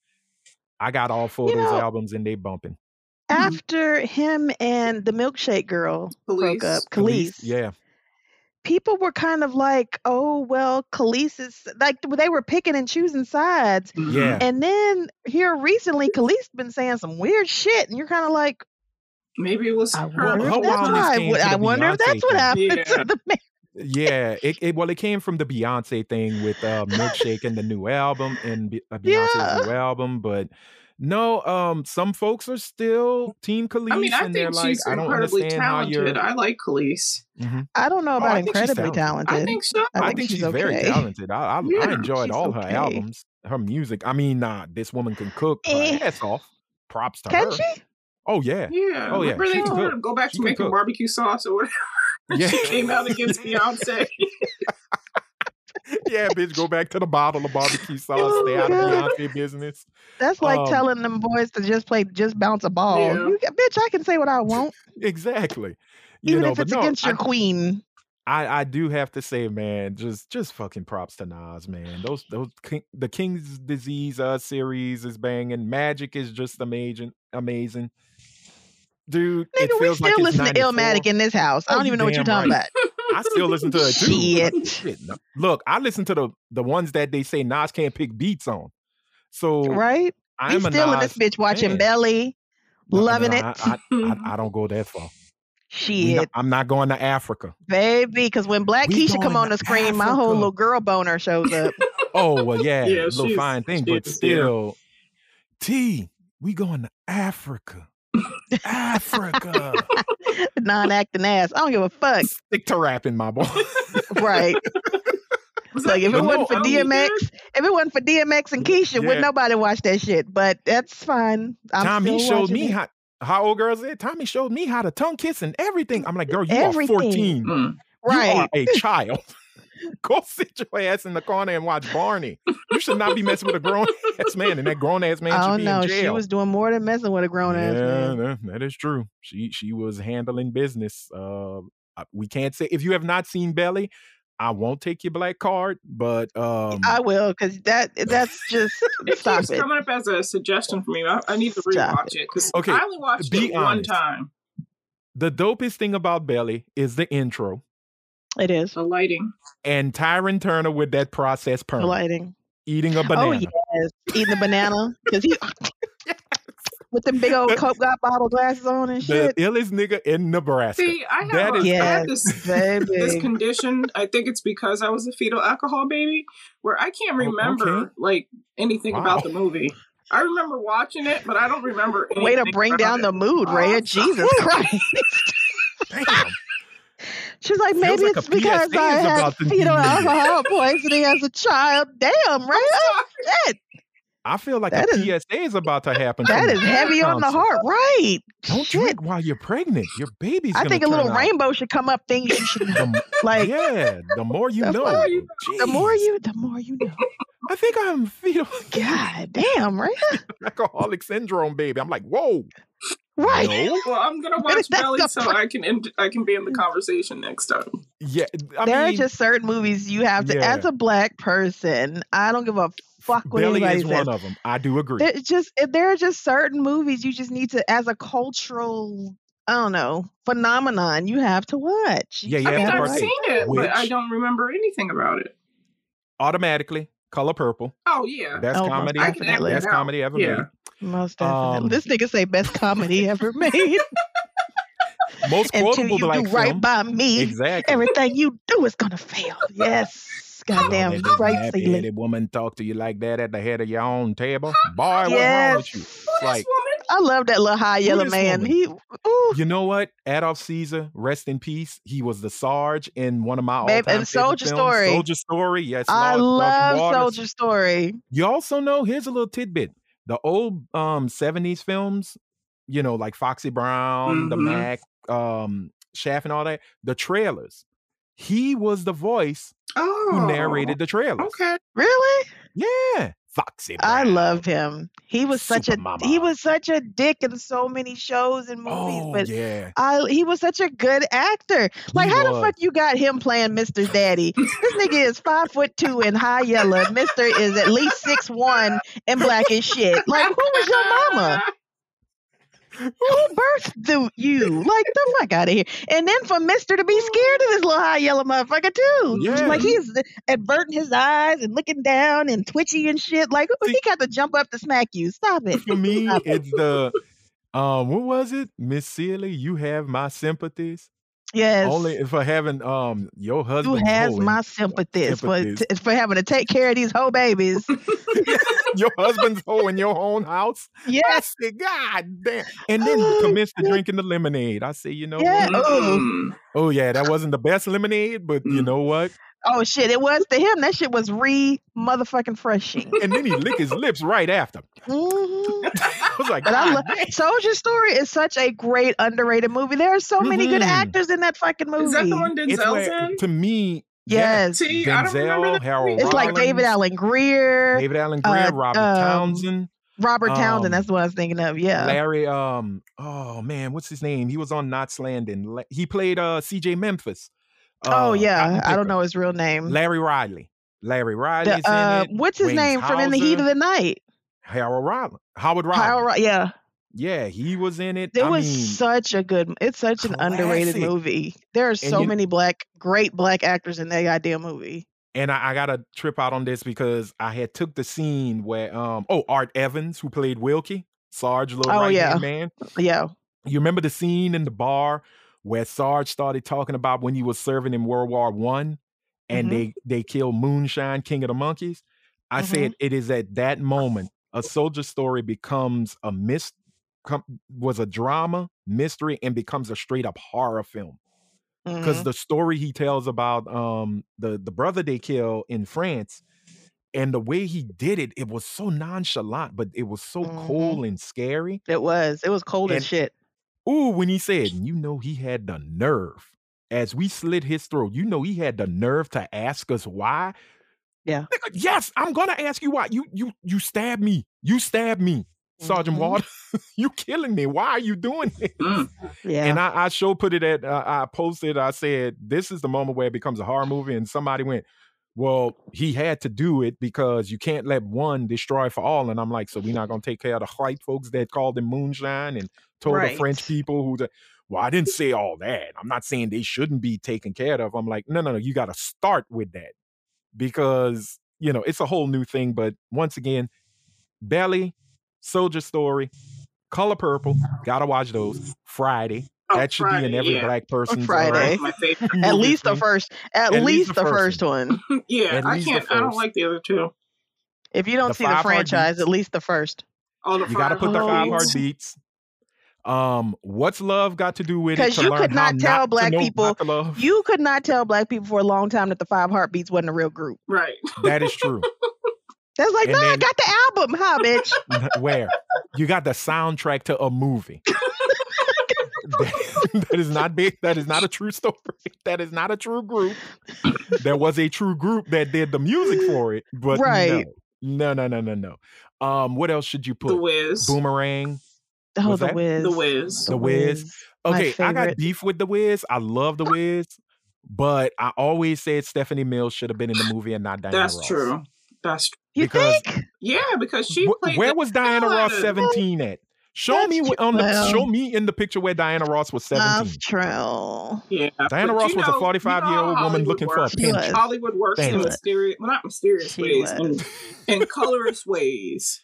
[SPEAKER 1] I got all four
[SPEAKER 3] You
[SPEAKER 1] of those
[SPEAKER 3] know-
[SPEAKER 1] albums and they bumping. Mm-hmm.
[SPEAKER 2] Mhm.
[SPEAKER 3] After him and the milkshake girl
[SPEAKER 2] Police.
[SPEAKER 3] broke up,
[SPEAKER 1] Khalees,
[SPEAKER 3] Khalees,
[SPEAKER 1] Yeah.
[SPEAKER 3] people were kind of like, "Oh well, Khalees is like they were picking and choosing sides."
[SPEAKER 1] Yeah.
[SPEAKER 3] And then here recently, Khalees been saying some weird shit, and you're kind of like,
[SPEAKER 2] Maybe it was
[SPEAKER 3] I
[SPEAKER 2] her.
[SPEAKER 3] wonder
[SPEAKER 1] her
[SPEAKER 3] if that's
[SPEAKER 1] wildest came
[SPEAKER 3] why.
[SPEAKER 1] to
[SPEAKER 3] I
[SPEAKER 1] the
[SPEAKER 3] wonder if
[SPEAKER 1] Beyonce
[SPEAKER 3] that's what
[SPEAKER 1] thing.
[SPEAKER 3] happened
[SPEAKER 2] Yeah.
[SPEAKER 3] to the man.
[SPEAKER 1] Yeah, it, it well, it came from the Beyonce thing with uh, milkshake and the new album and Be- uh, Beyonce's
[SPEAKER 3] Yeah.
[SPEAKER 1] new album, but no, um, some folks are still Team Khalees,
[SPEAKER 2] I mean, I
[SPEAKER 1] and they're
[SPEAKER 2] think
[SPEAKER 1] like,
[SPEAKER 2] she's
[SPEAKER 1] I don't
[SPEAKER 2] incredibly
[SPEAKER 1] understand how
[SPEAKER 2] talented.
[SPEAKER 1] you're.
[SPEAKER 2] I like Khalees.
[SPEAKER 1] Mhm.
[SPEAKER 3] I don't know
[SPEAKER 1] Oh,
[SPEAKER 3] about
[SPEAKER 1] I think she's
[SPEAKER 3] incredibly
[SPEAKER 1] talented.
[SPEAKER 3] talented.
[SPEAKER 2] I think so.
[SPEAKER 3] I
[SPEAKER 1] I,
[SPEAKER 3] think
[SPEAKER 1] think she's,
[SPEAKER 3] she's
[SPEAKER 1] very
[SPEAKER 3] okay.
[SPEAKER 1] talented. I I, I
[SPEAKER 2] Yeah,
[SPEAKER 1] enjoyed
[SPEAKER 3] she's
[SPEAKER 1] all her
[SPEAKER 3] okay.
[SPEAKER 1] albums, her music. I mean, nah, this woman can cook her
[SPEAKER 3] Eh.
[SPEAKER 1] ass off. Props to
[SPEAKER 3] Can
[SPEAKER 1] her.
[SPEAKER 3] she?
[SPEAKER 1] Oh yeah,
[SPEAKER 2] Yeah.
[SPEAKER 1] Oh, yeah,
[SPEAKER 2] Remember
[SPEAKER 1] she
[SPEAKER 2] they
[SPEAKER 1] can
[SPEAKER 2] told her
[SPEAKER 1] cook.
[SPEAKER 2] to go back
[SPEAKER 1] She
[SPEAKER 2] to
[SPEAKER 1] can
[SPEAKER 2] making
[SPEAKER 1] cook.
[SPEAKER 2] barbecue sauce or whatever.
[SPEAKER 1] yeah,
[SPEAKER 2] she came out against Beyonce.
[SPEAKER 1] yeah, bitch. Go back to the bottle of barbecue sauce.
[SPEAKER 3] Oh,
[SPEAKER 1] stay out of
[SPEAKER 3] God.
[SPEAKER 1] Beyonce business.
[SPEAKER 3] That's like
[SPEAKER 1] Um,
[SPEAKER 3] telling them boys to just play, just bounce a ball.
[SPEAKER 2] Yeah.
[SPEAKER 3] You ca- bitch, I can say what I want,
[SPEAKER 1] Exactly. You
[SPEAKER 3] even
[SPEAKER 1] know,
[SPEAKER 3] if
[SPEAKER 1] but
[SPEAKER 3] it's
[SPEAKER 1] no,
[SPEAKER 3] against
[SPEAKER 1] I-
[SPEAKER 3] your queen.
[SPEAKER 1] I, I do have to say, man, just just fucking props to Nas, man. Those those King, the King's Disease uh series is banging. Magic is just amazing, amazing, dude. it
[SPEAKER 3] Nigga, we
[SPEAKER 1] feels
[SPEAKER 3] still
[SPEAKER 1] like it's
[SPEAKER 3] listen to
[SPEAKER 1] 94.
[SPEAKER 3] Illmatic in this house.
[SPEAKER 1] Oh,
[SPEAKER 3] I don't
[SPEAKER 1] you
[SPEAKER 3] even know what you're
[SPEAKER 1] damn
[SPEAKER 3] talking
[SPEAKER 1] right. I still listen to it too.
[SPEAKER 3] Shit.
[SPEAKER 1] Shit, no- Look, I listen to the the ones that they say Nas can't pick beats on. So
[SPEAKER 3] about, right?
[SPEAKER 1] I'm
[SPEAKER 3] We
[SPEAKER 1] a
[SPEAKER 3] still in
[SPEAKER 1] Nas
[SPEAKER 3] this bitch watching
[SPEAKER 1] fan.
[SPEAKER 3] Belly,
[SPEAKER 1] No, no,
[SPEAKER 3] loving
[SPEAKER 1] no,
[SPEAKER 3] it.
[SPEAKER 1] I, I, I, I don't go that far. We
[SPEAKER 3] Shit,
[SPEAKER 1] not- I'm not going to Africa.
[SPEAKER 3] baby, because when Black
[SPEAKER 1] We
[SPEAKER 3] Keisha come
[SPEAKER 1] going
[SPEAKER 3] on
[SPEAKER 1] to
[SPEAKER 3] the screen, my whole
[SPEAKER 1] Africa.
[SPEAKER 3] little girl boner shows up.
[SPEAKER 1] Oh well, yeah,
[SPEAKER 2] Yeah,
[SPEAKER 1] little
[SPEAKER 2] she's-
[SPEAKER 1] fine thing, but
[SPEAKER 2] she's- yeah.
[SPEAKER 1] still, T, we going to Africa, Africa.
[SPEAKER 3] Non-acting ass. I don't give a fuck.
[SPEAKER 1] Stick to rapping, my boy.
[SPEAKER 3] Right.
[SPEAKER 2] Was
[SPEAKER 3] Like if
[SPEAKER 1] But
[SPEAKER 3] it
[SPEAKER 1] no,
[SPEAKER 3] wasn't for
[SPEAKER 1] I
[SPEAKER 2] mean,
[SPEAKER 3] DMX, if it wasn't for DMX and Keisha,
[SPEAKER 1] Yeah.
[SPEAKER 3] would nobody watch that shit? But that's fine. I'm
[SPEAKER 1] Tommy
[SPEAKER 3] still
[SPEAKER 1] showed
[SPEAKER 3] watching
[SPEAKER 1] me
[SPEAKER 3] it.
[SPEAKER 1] how how old girls is. Tommy showed me how to tongue kiss and everything. I'm like, girl, you
[SPEAKER 3] Everything.
[SPEAKER 1] are 14.
[SPEAKER 2] Mm.
[SPEAKER 1] You are
[SPEAKER 3] right.
[SPEAKER 1] a child. Go sit your ass in the corner and watch Barney. You should not be messing with a grown ass man, and that grown ass man
[SPEAKER 3] oh
[SPEAKER 1] should be
[SPEAKER 3] no,
[SPEAKER 1] in jail.
[SPEAKER 3] she was doing more than messing with a grown ass
[SPEAKER 1] yeah,
[SPEAKER 3] man.
[SPEAKER 1] no, that is true. She she was handling business. Uh, I- we can't say if you have not seen Belly, I won't take your black card. But um,
[SPEAKER 3] I will, cause that that's just
[SPEAKER 2] It
[SPEAKER 3] stop
[SPEAKER 2] keeps
[SPEAKER 3] it.
[SPEAKER 2] coming up as a suggestion for me. I, I need to
[SPEAKER 3] Stop
[SPEAKER 2] rewatch it because
[SPEAKER 1] Okay,
[SPEAKER 2] I only watched
[SPEAKER 1] be
[SPEAKER 2] it
[SPEAKER 1] honest.
[SPEAKER 2] one time.
[SPEAKER 1] the dopest thing about Belly is the intro
[SPEAKER 3] It is
[SPEAKER 2] The lighting.
[SPEAKER 1] and Tyron Turner with that processed perm
[SPEAKER 3] the lighting.
[SPEAKER 1] eating a banana.
[SPEAKER 3] Oh yes, eating the banana because he with them big old Coke got bottle glasses on and
[SPEAKER 1] The
[SPEAKER 3] shit.
[SPEAKER 1] illest nigga in Nebraska.
[SPEAKER 2] See, I have,
[SPEAKER 1] That
[SPEAKER 2] a-
[SPEAKER 1] is-
[SPEAKER 2] I have
[SPEAKER 3] Yes.
[SPEAKER 2] this this
[SPEAKER 3] Baby,
[SPEAKER 2] condition. I think it's because I was a fetal alcohol baby, where I can't
[SPEAKER 1] Oh, okay.
[SPEAKER 2] remember like anything
[SPEAKER 1] Wow.
[SPEAKER 2] about the movie. I remember watching it, but I don't remember.
[SPEAKER 3] way to
[SPEAKER 2] anything
[SPEAKER 3] bring down
[SPEAKER 2] about it.
[SPEAKER 3] the mood, Raya.
[SPEAKER 2] Oh,
[SPEAKER 3] Jesus Christ.
[SPEAKER 1] Damn.
[SPEAKER 3] She's like,
[SPEAKER 1] Feels
[SPEAKER 3] maybe
[SPEAKER 1] like a
[SPEAKER 3] it's because
[SPEAKER 1] PSA
[SPEAKER 3] I
[SPEAKER 1] is
[SPEAKER 3] had
[SPEAKER 1] about to be
[SPEAKER 3] fetal
[SPEAKER 1] made.
[SPEAKER 3] alcohol poisoning as a child. Damn, right? Oh, shit.
[SPEAKER 1] I feel like
[SPEAKER 3] That
[SPEAKER 1] a
[SPEAKER 3] is-
[SPEAKER 1] PSA is about to happen.
[SPEAKER 3] That
[SPEAKER 1] from
[SPEAKER 3] is
[SPEAKER 1] the
[SPEAKER 3] heavy on the
[SPEAKER 1] council.
[SPEAKER 3] heart, right?
[SPEAKER 1] Don't
[SPEAKER 3] shit.
[SPEAKER 1] drink while you're pregnant. Your baby's.
[SPEAKER 3] I
[SPEAKER 1] gonna
[SPEAKER 3] think a little
[SPEAKER 1] turn out
[SPEAKER 3] rainbow should come up. Things you should know.
[SPEAKER 1] the
[SPEAKER 3] like.
[SPEAKER 1] yeah, the more you
[SPEAKER 3] The
[SPEAKER 1] know.
[SPEAKER 3] more
[SPEAKER 2] you
[SPEAKER 3] The more
[SPEAKER 1] Jeez.
[SPEAKER 3] you, the more you know.
[SPEAKER 1] I think I'm fetal
[SPEAKER 3] God damn, right?
[SPEAKER 1] alcoholic syndrome, baby. I'm like, whoa.
[SPEAKER 3] Right.
[SPEAKER 1] No.
[SPEAKER 2] Well, I'm gonna
[SPEAKER 3] Where
[SPEAKER 2] watch
[SPEAKER 3] did that
[SPEAKER 2] Belly
[SPEAKER 3] come
[SPEAKER 2] so
[SPEAKER 3] from?
[SPEAKER 2] I can end, I can be in the conversation next time.
[SPEAKER 1] Yeah. I
[SPEAKER 3] there
[SPEAKER 1] mean,
[SPEAKER 3] are just certain movies you have to,
[SPEAKER 1] yeah.
[SPEAKER 3] as a black person, I don't give a fuck what
[SPEAKER 1] Belly
[SPEAKER 3] anybody
[SPEAKER 1] is
[SPEAKER 3] says.
[SPEAKER 1] one of them. I do agree.
[SPEAKER 3] There- it's just if there are just certain movies you just need to, as a cultural, I don't know, phenomenon, you have to watch.
[SPEAKER 1] Yeah, you
[SPEAKER 2] I
[SPEAKER 1] have
[SPEAKER 2] mean,
[SPEAKER 1] to
[SPEAKER 2] I've
[SPEAKER 1] partake.
[SPEAKER 2] seen it, but I
[SPEAKER 1] Which-
[SPEAKER 2] don't remember anything about it.
[SPEAKER 1] Automatically, color purple.
[SPEAKER 2] Oh yeah,
[SPEAKER 1] Best
[SPEAKER 3] Oh, most
[SPEAKER 1] comedy.
[SPEAKER 2] I can act
[SPEAKER 3] definitely.
[SPEAKER 2] it
[SPEAKER 1] Best
[SPEAKER 2] out.
[SPEAKER 1] comedy ever
[SPEAKER 2] Yeah.
[SPEAKER 1] made.
[SPEAKER 3] Most definitely.
[SPEAKER 1] Um,
[SPEAKER 3] this nigga say best comedy ever made.
[SPEAKER 1] Most
[SPEAKER 3] Until
[SPEAKER 1] quotable
[SPEAKER 3] you
[SPEAKER 1] black
[SPEAKER 3] do right
[SPEAKER 1] film.
[SPEAKER 3] by me,
[SPEAKER 1] Exactly.
[SPEAKER 3] everything you do is gonna fail. Yes.
[SPEAKER 1] Oh,
[SPEAKER 3] Goddamn
[SPEAKER 1] that
[SPEAKER 3] right, Seeley.
[SPEAKER 1] headed woman talk to you like that at the head of your own table. Boy, what's wrong with you?
[SPEAKER 3] Yes.
[SPEAKER 1] It's like,
[SPEAKER 2] This woman,
[SPEAKER 3] I love that little high yellow
[SPEAKER 1] this
[SPEAKER 3] man.
[SPEAKER 1] woman?
[SPEAKER 3] He ooh,
[SPEAKER 1] you know what? Adolf Caesar, rest in peace. He was the Sarge in one of my all-time
[SPEAKER 3] Babe,
[SPEAKER 1] favorite
[SPEAKER 3] and Soldier
[SPEAKER 1] films,
[SPEAKER 3] Story.
[SPEAKER 1] Soldier Story, yes.
[SPEAKER 3] I
[SPEAKER 1] Lord, Sergeant
[SPEAKER 3] love
[SPEAKER 1] Waters.
[SPEAKER 3] Soldier Story.
[SPEAKER 1] You also know here's a little tidbit: the old um '70s films, you know, like Foxy Brown, The
[SPEAKER 3] Mm-hmm.
[SPEAKER 2] Mhm.
[SPEAKER 1] Mac, um, Shaft, and all that. The trailers. He was the voice
[SPEAKER 2] oh,
[SPEAKER 1] who narrated the trailers.
[SPEAKER 2] Okay,
[SPEAKER 3] Really?
[SPEAKER 1] Yeah, Foxy.
[SPEAKER 3] I
[SPEAKER 1] Brown.
[SPEAKER 3] loved him. He was such a
[SPEAKER 1] Supermama.
[SPEAKER 3] he was such a dick in so many shows and movies,
[SPEAKER 1] Oh
[SPEAKER 3] but
[SPEAKER 1] yeah,
[SPEAKER 3] I he was such a good actor. Like how the
[SPEAKER 1] was.
[SPEAKER 3] fuck you got him playing Mr. Daddy? this nigga is five foot two and high yellow. Mr. is at least six one and black as shit. Like who was your mama? Who birthed the, you? Like the fuck out of here. And then for Mister to be scared of this little high yellow motherfucker too.
[SPEAKER 1] Yeah.
[SPEAKER 3] Like he's averting his eyes and looking down and twitchy and shit. Like ooh, he got to jump up to smack you. Stop it.
[SPEAKER 1] for me, it's the um, what was it, Miss Seeley? You have my sympathies.
[SPEAKER 3] Yes.
[SPEAKER 1] Only for having um your
[SPEAKER 3] who
[SPEAKER 1] husband.
[SPEAKER 3] has
[SPEAKER 1] hoeing-
[SPEAKER 3] my sympathies, For,
[SPEAKER 1] sympathies.
[SPEAKER 3] t- for having to take care of these whole babies.
[SPEAKER 1] your husband's hoe in your own house?
[SPEAKER 3] Yes.
[SPEAKER 1] I said, God damn! And then he
[SPEAKER 3] Oh,
[SPEAKER 1] commenced to
[SPEAKER 3] shit.
[SPEAKER 1] drinking the lemonade. I say, you know,
[SPEAKER 3] Yeah.
[SPEAKER 1] what?
[SPEAKER 2] Mm.
[SPEAKER 1] oh yeah, that wasn't the best lemonade, but you
[SPEAKER 2] Mm.
[SPEAKER 1] know what?
[SPEAKER 3] Oh shit! It was to him. That shit was re motherfucking freshing.
[SPEAKER 1] And then he licked his lips right after.
[SPEAKER 3] Mhm.
[SPEAKER 1] I was like,
[SPEAKER 3] But I
[SPEAKER 1] God
[SPEAKER 3] love Soldier Story is such a great underrated movie. There are so many good
[SPEAKER 1] Mhm.
[SPEAKER 3] actors in that fucking movie.
[SPEAKER 2] Is that the one
[SPEAKER 1] it's
[SPEAKER 2] Denzel's
[SPEAKER 1] where,
[SPEAKER 2] in?
[SPEAKER 1] to me, yeah,
[SPEAKER 3] Yes.
[SPEAKER 2] See, I don't remember
[SPEAKER 1] Denzel,
[SPEAKER 2] that
[SPEAKER 1] Harold
[SPEAKER 2] movie.
[SPEAKER 3] It's like David
[SPEAKER 1] Rollins,
[SPEAKER 3] Allen Greer,
[SPEAKER 1] David Allen Greer,
[SPEAKER 3] uh,
[SPEAKER 1] Robert
[SPEAKER 3] um,
[SPEAKER 1] Townsend,
[SPEAKER 3] Robert Townsend.
[SPEAKER 1] um,
[SPEAKER 3] That's what I was thinking of. Yeah.
[SPEAKER 1] Larry. Um, oh man, what's his name? He was on Knots Landing. La- He played uh C.J. Memphis.
[SPEAKER 3] oh
[SPEAKER 1] uh,
[SPEAKER 3] yeah.
[SPEAKER 1] Cotton
[SPEAKER 3] I don't
[SPEAKER 1] Picker.
[SPEAKER 3] know his real name.
[SPEAKER 1] Larry Riley. Larry
[SPEAKER 3] The,
[SPEAKER 1] Riley's
[SPEAKER 3] uh,
[SPEAKER 1] in it.
[SPEAKER 3] what's his name from In the Heat of
[SPEAKER 1] Weyshauser.
[SPEAKER 3] the Night?
[SPEAKER 1] Harold Rollins. Howard Rollins.
[SPEAKER 3] Kyle Ro- yeah.
[SPEAKER 1] Yeah, he was in it.
[SPEAKER 3] It
[SPEAKER 1] I
[SPEAKER 3] was
[SPEAKER 1] mean,
[SPEAKER 3] such a good it's such an underrated
[SPEAKER 1] classic.
[SPEAKER 3] movie. There are so
[SPEAKER 1] you-
[SPEAKER 3] many black great black actors in that goddamn movie.
[SPEAKER 1] and I, I got to trip out on this because I had took the scene where um oh Art Evans who played Wilkie Sarge little
[SPEAKER 3] Oh,
[SPEAKER 1] right hand
[SPEAKER 3] yeah.
[SPEAKER 1] man.
[SPEAKER 3] Yeah.
[SPEAKER 1] You remember the scene in the bar where Sarge started talking about when he was serving in World War One, and
[SPEAKER 3] Mhm.
[SPEAKER 1] they they killed Moonshine King of the Monkeys. I
[SPEAKER 3] Mhm.
[SPEAKER 1] said it is at that moment a soldier story becomes a mis com- was a drama mystery and becomes a straight up horror film because
[SPEAKER 3] Mhm.
[SPEAKER 1] the story he tells about um the the brother they kill in France and the way he did it, it was so nonchalant, but it was so
[SPEAKER 3] Mhm.
[SPEAKER 1] cold and scary.
[SPEAKER 3] It was. It was cold
[SPEAKER 1] and-
[SPEAKER 3] as shit.
[SPEAKER 1] Ooh, when he said, "You know, he had the nerve." As we slit his throat, you know, he had the nerve to ask us why.
[SPEAKER 3] Yeah.
[SPEAKER 1] Nigga, yes, I'm gonna ask you why. You you you stabbed me. You stabbed me, Sergeant
[SPEAKER 3] Mhm.
[SPEAKER 1] Water. you killing me. Why are you doing this?
[SPEAKER 2] Mm.
[SPEAKER 3] Yeah.
[SPEAKER 1] And I, I show put it at, uh, I posted, I said, this is the moment where it becomes a horror movie. And somebody went, well, he had to do it because you can't let one destroy for all. And I'm like, so we're not going to take care of the white folks that called them moonshine and told the French
[SPEAKER 3] Right.
[SPEAKER 1] people who, the, well, I didn't say all that. I'm not saying they shouldn't be taken care of. I'm like, no, no, no, you got to start with that because, you know, it's a whole new thing. But once again, Belly, Soldier Story, Color Purple, got to watch those. Friday,
[SPEAKER 2] Oh,
[SPEAKER 1] that should be in
[SPEAKER 2] Friday,
[SPEAKER 1] every
[SPEAKER 2] yeah.
[SPEAKER 1] black person's
[SPEAKER 3] Friday.
[SPEAKER 1] uh,
[SPEAKER 2] That's my favorite.
[SPEAKER 1] movie
[SPEAKER 3] at least the
[SPEAKER 1] thing.
[SPEAKER 3] first at, least, the first one.
[SPEAKER 2] Yeah,
[SPEAKER 1] At
[SPEAKER 2] I
[SPEAKER 1] least the
[SPEAKER 2] can't. I don't
[SPEAKER 1] first.
[SPEAKER 2] like the other two.
[SPEAKER 3] If you don't
[SPEAKER 1] The
[SPEAKER 3] see the
[SPEAKER 1] five
[SPEAKER 3] franchise,
[SPEAKER 1] heartbeats.
[SPEAKER 3] at least the first.
[SPEAKER 2] All the
[SPEAKER 1] You got to
[SPEAKER 2] five
[SPEAKER 1] put the five
[SPEAKER 2] heartbeats.
[SPEAKER 1] heartbeats. Um, what's love got to do with it?
[SPEAKER 3] 'Cause
[SPEAKER 1] To
[SPEAKER 3] you
[SPEAKER 1] learn
[SPEAKER 3] could
[SPEAKER 1] how
[SPEAKER 3] not tell
[SPEAKER 1] to
[SPEAKER 3] black
[SPEAKER 1] know
[SPEAKER 3] people-
[SPEAKER 1] not to love.
[SPEAKER 3] You could not tell black people for a long time that the Five Heartbeats wasn't a real group.
[SPEAKER 2] Right.
[SPEAKER 1] That is true.
[SPEAKER 3] That's like,
[SPEAKER 1] And
[SPEAKER 3] no, I
[SPEAKER 1] then-
[SPEAKER 3] got the album, huh, bitch?
[SPEAKER 1] Where you got the soundtrack to a movie. That- that is not big. That is not a true story. That is not a true group. There was a true group that did the music for it, but
[SPEAKER 3] Right.
[SPEAKER 1] no, no, no, no, no, no. Um, what else should you put?
[SPEAKER 2] The Wiz.
[SPEAKER 1] Boomerang.
[SPEAKER 3] Oh,
[SPEAKER 1] Was
[SPEAKER 3] the
[SPEAKER 1] that-
[SPEAKER 3] Wiz.
[SPEAKER 2] The Wiz.
[SPEAKER 1] The Wiz.
[SPEAKER 3] My
[SPEAKER 1] Okay, I got
[SPEAKER 3] favorite.
[SPEAKER 1] beef with the Wiz. I love the Wiz, but I always said Stephanie Mills should have been in the movie and not Diana
[SPEAKER 2] That's
[SPEAKER 1] Ross.
[SPEAKER 2] true. That's true.
[SPEAKER 3] You
[SPEAKER 1] Because-
[SPEAKER 3] think?
[SPEAKER 2] Yeah, because she
[SPEAKER 1] Wh-
[SPEAKER 2] played.
[SPEAKER 1] where
[SPEAKER 2] the-
[SPEAKER 1] was Diana Ross
[SPEAKER 2] villain.
[SPEAKER 1] seventeen at? Show
[SPEAKER 3] That's
[SPEAKER 1] me
[SPEAKER 3] true.
[SPEAKER 1] wh- on the
[SPEAKER 3] Well-
[SPEAKER 1] show me in the picture where Diana Ross was seventeen.
[SPEAKER 3] That's true.
[SPEAKER 2] yeah,
[SPEAKER 1] Diana
[SPEAKER 2] but
[SPEAKER 1] Ross
[SPEAKER 2] you
[SPEAKER 1] was a
[SPEAKER 2] know-
[SPEAKER 1] 45-year-old
[SPEAKER 2] you know
[SPEAKER 1] woman
[SPEAKER 2] how Hollywood
[SPEAKER 1] looking for a
[SPEAKER 2] works.
[SPEAKER 3] She
[SPEAKER 1] pinch.
[SPEAKER 3] was.
[SPEAKER 2] Hollywood works
[SPEAKER 1] Thank
[SPEAKER 2] in
[SPEAKER 1] you.
[SPEAKER 2] mysterious, well, not mysterious
[SPEAKER 3] She
[SPEAKER 2] ways, in,
[SPEAKER 3] was.
[SPEAKER 2] in colorous ways.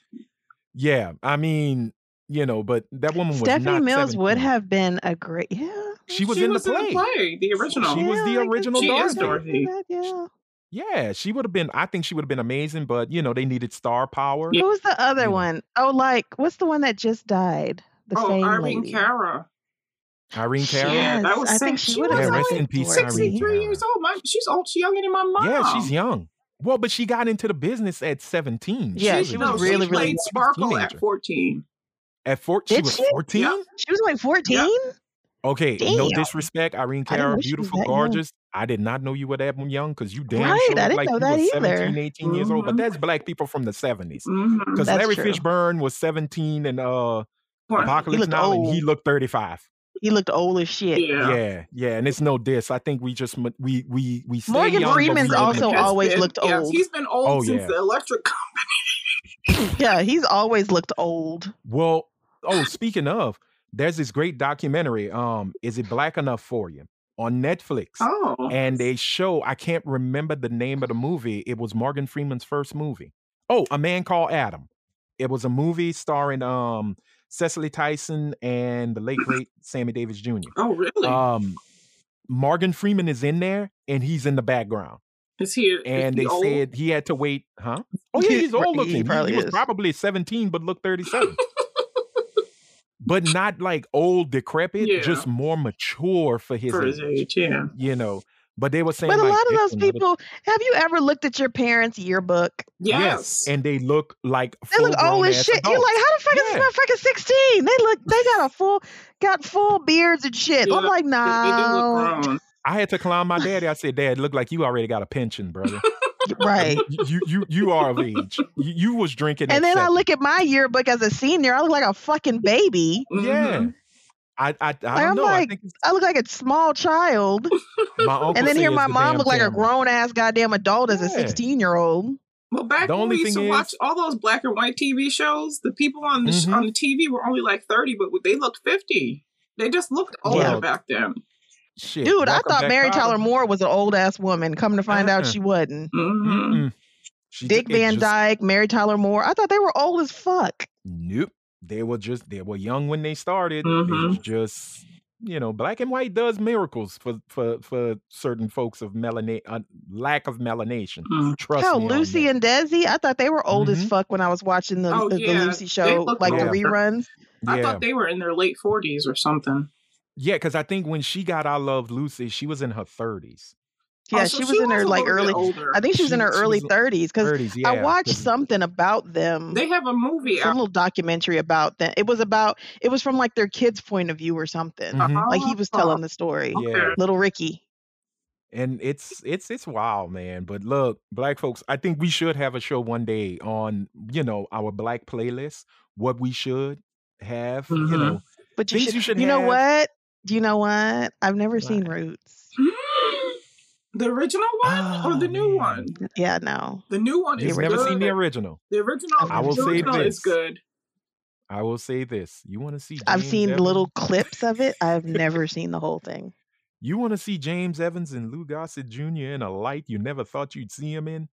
[SPEAKER 1] Yeah, I mean, you know, but that woman was
[SPEAKER 3] Stephanie
[SPEAKER 1] not
[SPEAKER 3] Mills would
[SPEAKER 1] 17.
[SPEAKER 3] have been a great. Yeah.
[SPEAKER 1] She was
[SPEAKER 2] she
[SPEAKER 1] in
[SPEAKER 2] was
[SPEAKER 1] the play.
[SPEAKER 2] in the play, the original.
[SPEAKER 1] She was the
[SPEAKER 3] Yeah, I guess
[SPEAKER 1] original
[SPEAKER 3] she is
[SPEAKER 2] Dorothy.
[SPEAKER 3] Dorothy. Yeah.
[SPEAKER 1] Yeah, she would have been. I think she would have been amazing, but you know, they needed star power.
[SPEAKER 2] Yeah.
[SPEAKER 3] Who was the
[SPEAKER 1] You
[SPEAKER 3] other
[SPEAKER 1] know.
[SPEAKER 3] one? Oh, like what's the one that just died? The
[SPEAKER 2] oh,
[SPEAKER 3] fame
[SPEAKER 2] Irene
[SPEAKER 3] lady.
[SPEAKER 2] Cara.
[SPEAKER 1] Irene Carroll.
[SPEAKER 2] Yeah, that
[SPEAKER 3] Yes,
[SPEAKER 2] was
[SPEAKER 3] I think
[SPEAKER 2] sick.
[SPEAKER 3] she
[SPEAKER 2] She
[SPEAKER 3] would
[SPEAKER 2] was
[SPEAKER 3] have
[SPEAKER 1] Yeah,
[SPEAKER 3] been
[SPEAKER 1] rest
[SPEAKER 3] like
[SPEAKER 1] in peace,
[SPEAKER 3] Dorothy.
[SPEAKER 1] Irene.
[SPEAKER 2] 63 years old. My, she's old. She's younger than my mom.
[SPEAKER 1] Yeah, she's young. Well, but she got into the business at 17.
[SPEAKER 3] Yeah,
[SPEAKER 1] was
[SPEAKER 3] she
[SPEAKER 1] young.
[SPEAKER 3] was
[SPEAKER 2] no,
[SPEAKER 3] really,
[SPEAKER 2] she
[SPEAKER 3] really
[SPEAKER 2] played
[SPEAKER 3] young.
[SPEAKER 1] She was a
[SPEAKER 2] Sparkle
[SPEAKER 1] teenager.
[SPEAKER 2] at 14.
[SPEAKER 1] At 14, she
[SPEAKER 3] Did
[SPEAKER 1] was
[SPEAKER 3] she?
[SPEAKER 1] 14?
[SPEAKER 2] Yeah.
[SPEAKER 3] She was only 14?
[SPEAKER 1] Okay, no
[SPEAKER 3] Damn.
[SPEAKER 1] disrespect, Irene
[SPEAKER 3] I didn't
[SPEAKER 1] Cara,
[SPEAKER 3] know she was
[SPEAKER 1] beautiful,
[SPEAKER 3] that young.
[SPEAKER 1] gorgeous. I did not know you were that young because you damn
[SPEAKER 3] Right,
[SPEAKER 1] sure look
[SPEAKER 3] I didn't
[SPEAKER 1] like
[SPEAKER 3] know
[SPEAKER 1] you
[SPEAKER 3] that
[SPEAKER 1] were
[SPEAKER 3] either. Mm-hmm. Mm,
[SPEAKER 1] 17, 18 years old. But
[SPEAKER 2] Mhm.
[SPEAKER 1] that's black people from the 70s.
[SPEAKER 2] Mhm.
[SPEAKER 1] Because
[SPEAKER 3] That's
[SPEAKER 1] Larry
[SPEAKER 3] true.
[SPEAKER 1] Fishburne was 17 and uh,
[SPEAKER 2] Right.
[SPEAKER 1] Apocalypse
[SPEAKER 3] looked
[SPEAKER 1] Now, and he
[SPEAKER 3] old.
[SPEAKER 1] looked 35.
[SPEAKER 3] He looked old as shit.
[SPEAKER 1] Yeah.
[SPEAKER 2] Yeah.
[SPEAKER 1] yeah, and it's no diss. I think we just ma- we we we stay
[SPEAKER 3] Morgan
[SPEAKER 1] young, but we
[SPEAKER 3] Freeman's
[SPEAKER 1] look
[SPEAKER 3] also
[SPEAKER 1] mature.
[SPEAKER 2] Has
[SPEAKER 3] always
[SPEAKER 2] been-
[SPEAKER 3] looked
[SPEAKER 2] yeah,
[SPEAKER 3] old.
[SPEAKER 2] He's been old
[SPEAKER 1] Oh,
[SPEAKER 2] since
[SPEAKER 1] yeah.
[SPEAKER 2] the electric.
[SPEAKER 3] Yeah, he's always looked old.
[SPEAKER 1] Well, oh, speaking of, there's this great documentary. Um, is it Black Enough for You on Netflix?
[SPEAKER 2] Oh.
[SPEAKER 1] And they show I can't remember the name of the movie. It was Morgan Freeman's first movie. Oh, A Man Called Adam. It was a movie starring um Cecily Tyson and the late great Sammy Davis Jr.
[SPEAKER 2] oh, really?
[SPEAKER 1] Um, Morgan Freeman is in there and he's in the background.
[SPEAKER 2] is he? is
[SPEAKER 1] and
[SPEAKER 2] he
[SPEAKER 1] they
[SPEAKER 2] old?
[SPEAKER 1] said he had to wait, huh? Oh yeah, he's
[SPEAKER 3] Right,
[SPEAKER 1] old looking.
[SPEAKER 3] He
[SPEAKER 1] He,
[SPEAKER 3] probably
[SPEAKER 1] he was
[SPEAKER 3] is.
[SPEAKER 1] probably seventeen, but looked thirty-seven. but not like old decrepit,
[SPEAKER 2] Yeah.
[SPEAKER 1] just more mature for his,
[SPEAKER 2] for his
[SPEAKER 1] age,
[SPEAKER 2] age. Yeah.
[SPEAKER 1] You know. But they were saying,
[SPEAKER 3] But a
[SPEAKER 1] like,
[SPEAKER 3] lot of
[SPEAKER 1] "This
[SPEAKER 3] those
[SPEAKER 1] another-"
[SPEAKER 3] people, have you ever looked at your parents' yearbook?
[SPEAKER 2] Yes.
[SPEAKER 1] and they look like
[SPEAKER 3] They look old as
[SPEAKER 1] full-grown-ass
[SPEAKER 3] shit. You're like,
[SPEAKER 1] adults.
[SPEAKER 3] how the fuck
[SPEAKER 1] Yeah.
[SPEAKER 3] is this motherfucker 16? They look, they got a full, got full beards and shit. I'm
[SPEAKER 2] Yeah,
[SPEAKER 3] like,
[SPEAKER 2] They- they do
[SPEAKER 3] nah,
[SPEAKER 2] look grown.
[SPEAKER 1] I had to clown my daddy. I said, "Dad, look like you already got a pension, brother.
[SPEAKER 3] right.
[SPEAKER 1] you, you, you, you are of age. You, you was drinking."
[SPEAKER 3] And
[SPEAKER 1] at
[SPEAKER 3] then I
[SPEAKER 1] 70.
[SPEAKER 3] look at my yearbook as a senior. I look like a fucking baby.
[SPEAKER 1] Yeah,
[SPEAKER 2] Mhm.
[SPEAKER 1] I, I, I don't
[SPEAKER 3] I'm
[SPEAKER 1] know. I
[SPEAKER 3] like,
[SPEAKER 1] think it's-
[SPEAKER 3] I look like a small child.
[SPEAKER 1] my uncle
[SPEAKER 3] and then here
[SPEAKER 1] says
[SPEAKER 3] my
[SPEAKER 1] the
[SPEAKER 3] mom
[SPEAKER 1] damn
[SPEAKER 3] looked like a
[SPEAKER 1] camera.
[SPEAKER 3] grown ass goddamn adult as a
[SPEAKER 1] Yeah.
[SPEAKER 3] 16 year old.
[SPEAKER 2] Well, back
[SPEAKER 1] The
[SPEAKER 2] when
[SPEAKER 1] only
[SPEAKER 2] we used
[SPEAKER 1] thing
[SPEAKER 2] to
[SPEAKER 1] is-
[SPEAKER 2] watch all those black and white TV shows, the people on the sh-
[SPEAKER 1] Mhm.
[SPEAKER 2] on the TV were only like thirty, but they looked fifty. They just looked older
[SPEAKER 1] Well,
[SPEAKER 2] back then.
[SPEAKER 1] Shit,
[SPEAKER 3] Dude, I
[SPEAKER 1] welcome
[SPEAKER 3] thought
[SPEAKER 1] back,
[SPEAKER 3] Mary
[SPEAKER 1] Tyler.
[SPEAKER 3] Tyler Moore was an old ass woman. Come to find out
[SPEAKER 1] Uh-uh.
[SPEAKER 3] she wasn't.
[SPEAKER 2] hmm
[SPEAKER 1] Mm-mm. She
[SPEAKER 3] Dick
[SPEAKER 1] ju- it
[SPEAKER 3] Van
[SPEAKER 1] just-
[SPEAKER 3] Dyke, Mary Tyler Moore. I thought they were old as fuck.
[SPEAKER 1] Nope. They were just they were young when they started. It
[SPEAKER 2] Mhm.
[SPEAKER 1] was just you know, black and white does miracles for for for certain folks of melanate uh, lack of melanation.
[SPEAKER 2] Mhm.
[SPEAKER 1] Trust
[SPEAKER 3] Hell,
[SPEAKER 1] me. on
[SPEAKER 3] Lucy
[SPEAKER 1] that.
[SPEAKER 3] and Desi, I thought they were old as
[SPEAKER 1] Mhm.
[SPEAKER 3] fuck when I was watching the,
[SPEAKER 2] Oh,
[SPEAKER 3] the, the
[SPEAKER 2] yeah.
[SPEAKER 3] Lucy
[SPEAKER 2] They
[SPEAKER 3] show,
[SPEAKER 2] look
[SPEAKER 3] like the
[SPEAKER 1] older.
[SPEAKER 3] reruns.
[SPEAKER 2] I
[SPEAKER 1] yeah,
[SPEAKER 2] thought they were in their late forties or something.
[SPEAKER 1] yeah, because I think when she got I Love Lucy, she was in her thirties.
[SPEAKER 3] Yeah,
[SPEAKER 2] Oh, so
[SPEAKER 3] she was in her
[SPEAKER 2] a
[SPEAKER 3] like
[SPEAKER 2] little bit
[SPEAKER 3] early.
[SPEAKER 2] Older.
[SPEAKER 3] I think she was in
[SPEAKER 1] She-
[SPEAKER 3] her
[SPEAKER 1] she was
[SPEAKER 3] early
[SPEAKER 1] l-
[SPEAKER 3] 30s because
[SPEAKER 1] Thirties, yeah.
[SPEAKER 3] I watched
[SPEAKER 1] 'cause-
[SPEAKER 3] something about them.
[SPEAKER 2] they have a movie.
[SPEAKER 3] some
[SPEAKER 2] out.
[SPEAKER 3] little documentary about them. It was about it was from like their kid's point of view or something.
[SPEAKER 2] uh-huh.
[SPEAKER 1] Mhm.
[SPEAKER 3] Like he was telling the story.
[SPEAKER 1] Yeah.
[SPEAKER 2] Okay.
[SPEAKER 3] Little Ricky.
[SPEAKER 1] and it's it's it's wild man but look black folks i think we should have a show one day on you know our black playlist what we should have you
[SPEAKER 2] Mhm.
[SPEAKER 1] know
[SPEAKER 3] But you
[SPEAKER 1] Things
[SPEAKER 3] should,
[SPEAKER 1] you should
[SPEAKER 3] know
[SPEAKER 1] have.
[SPEAKER 3] what? Do you know what? I've never seen Roots.
[SPEAKER 2] the original one or the
[SPEAKER 1] Oh,
[SPEAKER 2] new
[SPEAKER 1] man.
[SPEAKER 2] one?
[SPEAKER 3] Yeah, no.
[SPEAKER 2] The new one
[SPEAKER 1] you've
[SPEAKER 2] is
[SPEAKER 1] never
[SPEAKER 2] good.
[SPEAKER 1] seen the original
[SPEAKER 2] The original,
[SPEAKER 3] I will
[SPEAKER 2] the
[SPEAKER 3] say
[SPEAKER 2] original is
[SPEAKER 1] this.
[SPEAKER 2] good.
[SPEAKER 1] i will say this you want to see
[SPEAKER 3] I've
[SPEAKER 1] James
[SPEAKER 3] seen
[SPEAKER 1] Evans?
[SPEAKER 3] little clips of it. I've never seen the whole thing.
[SPEAKER 1] you want to see james evans and lou gossett jr in a light you never thought you'd see him in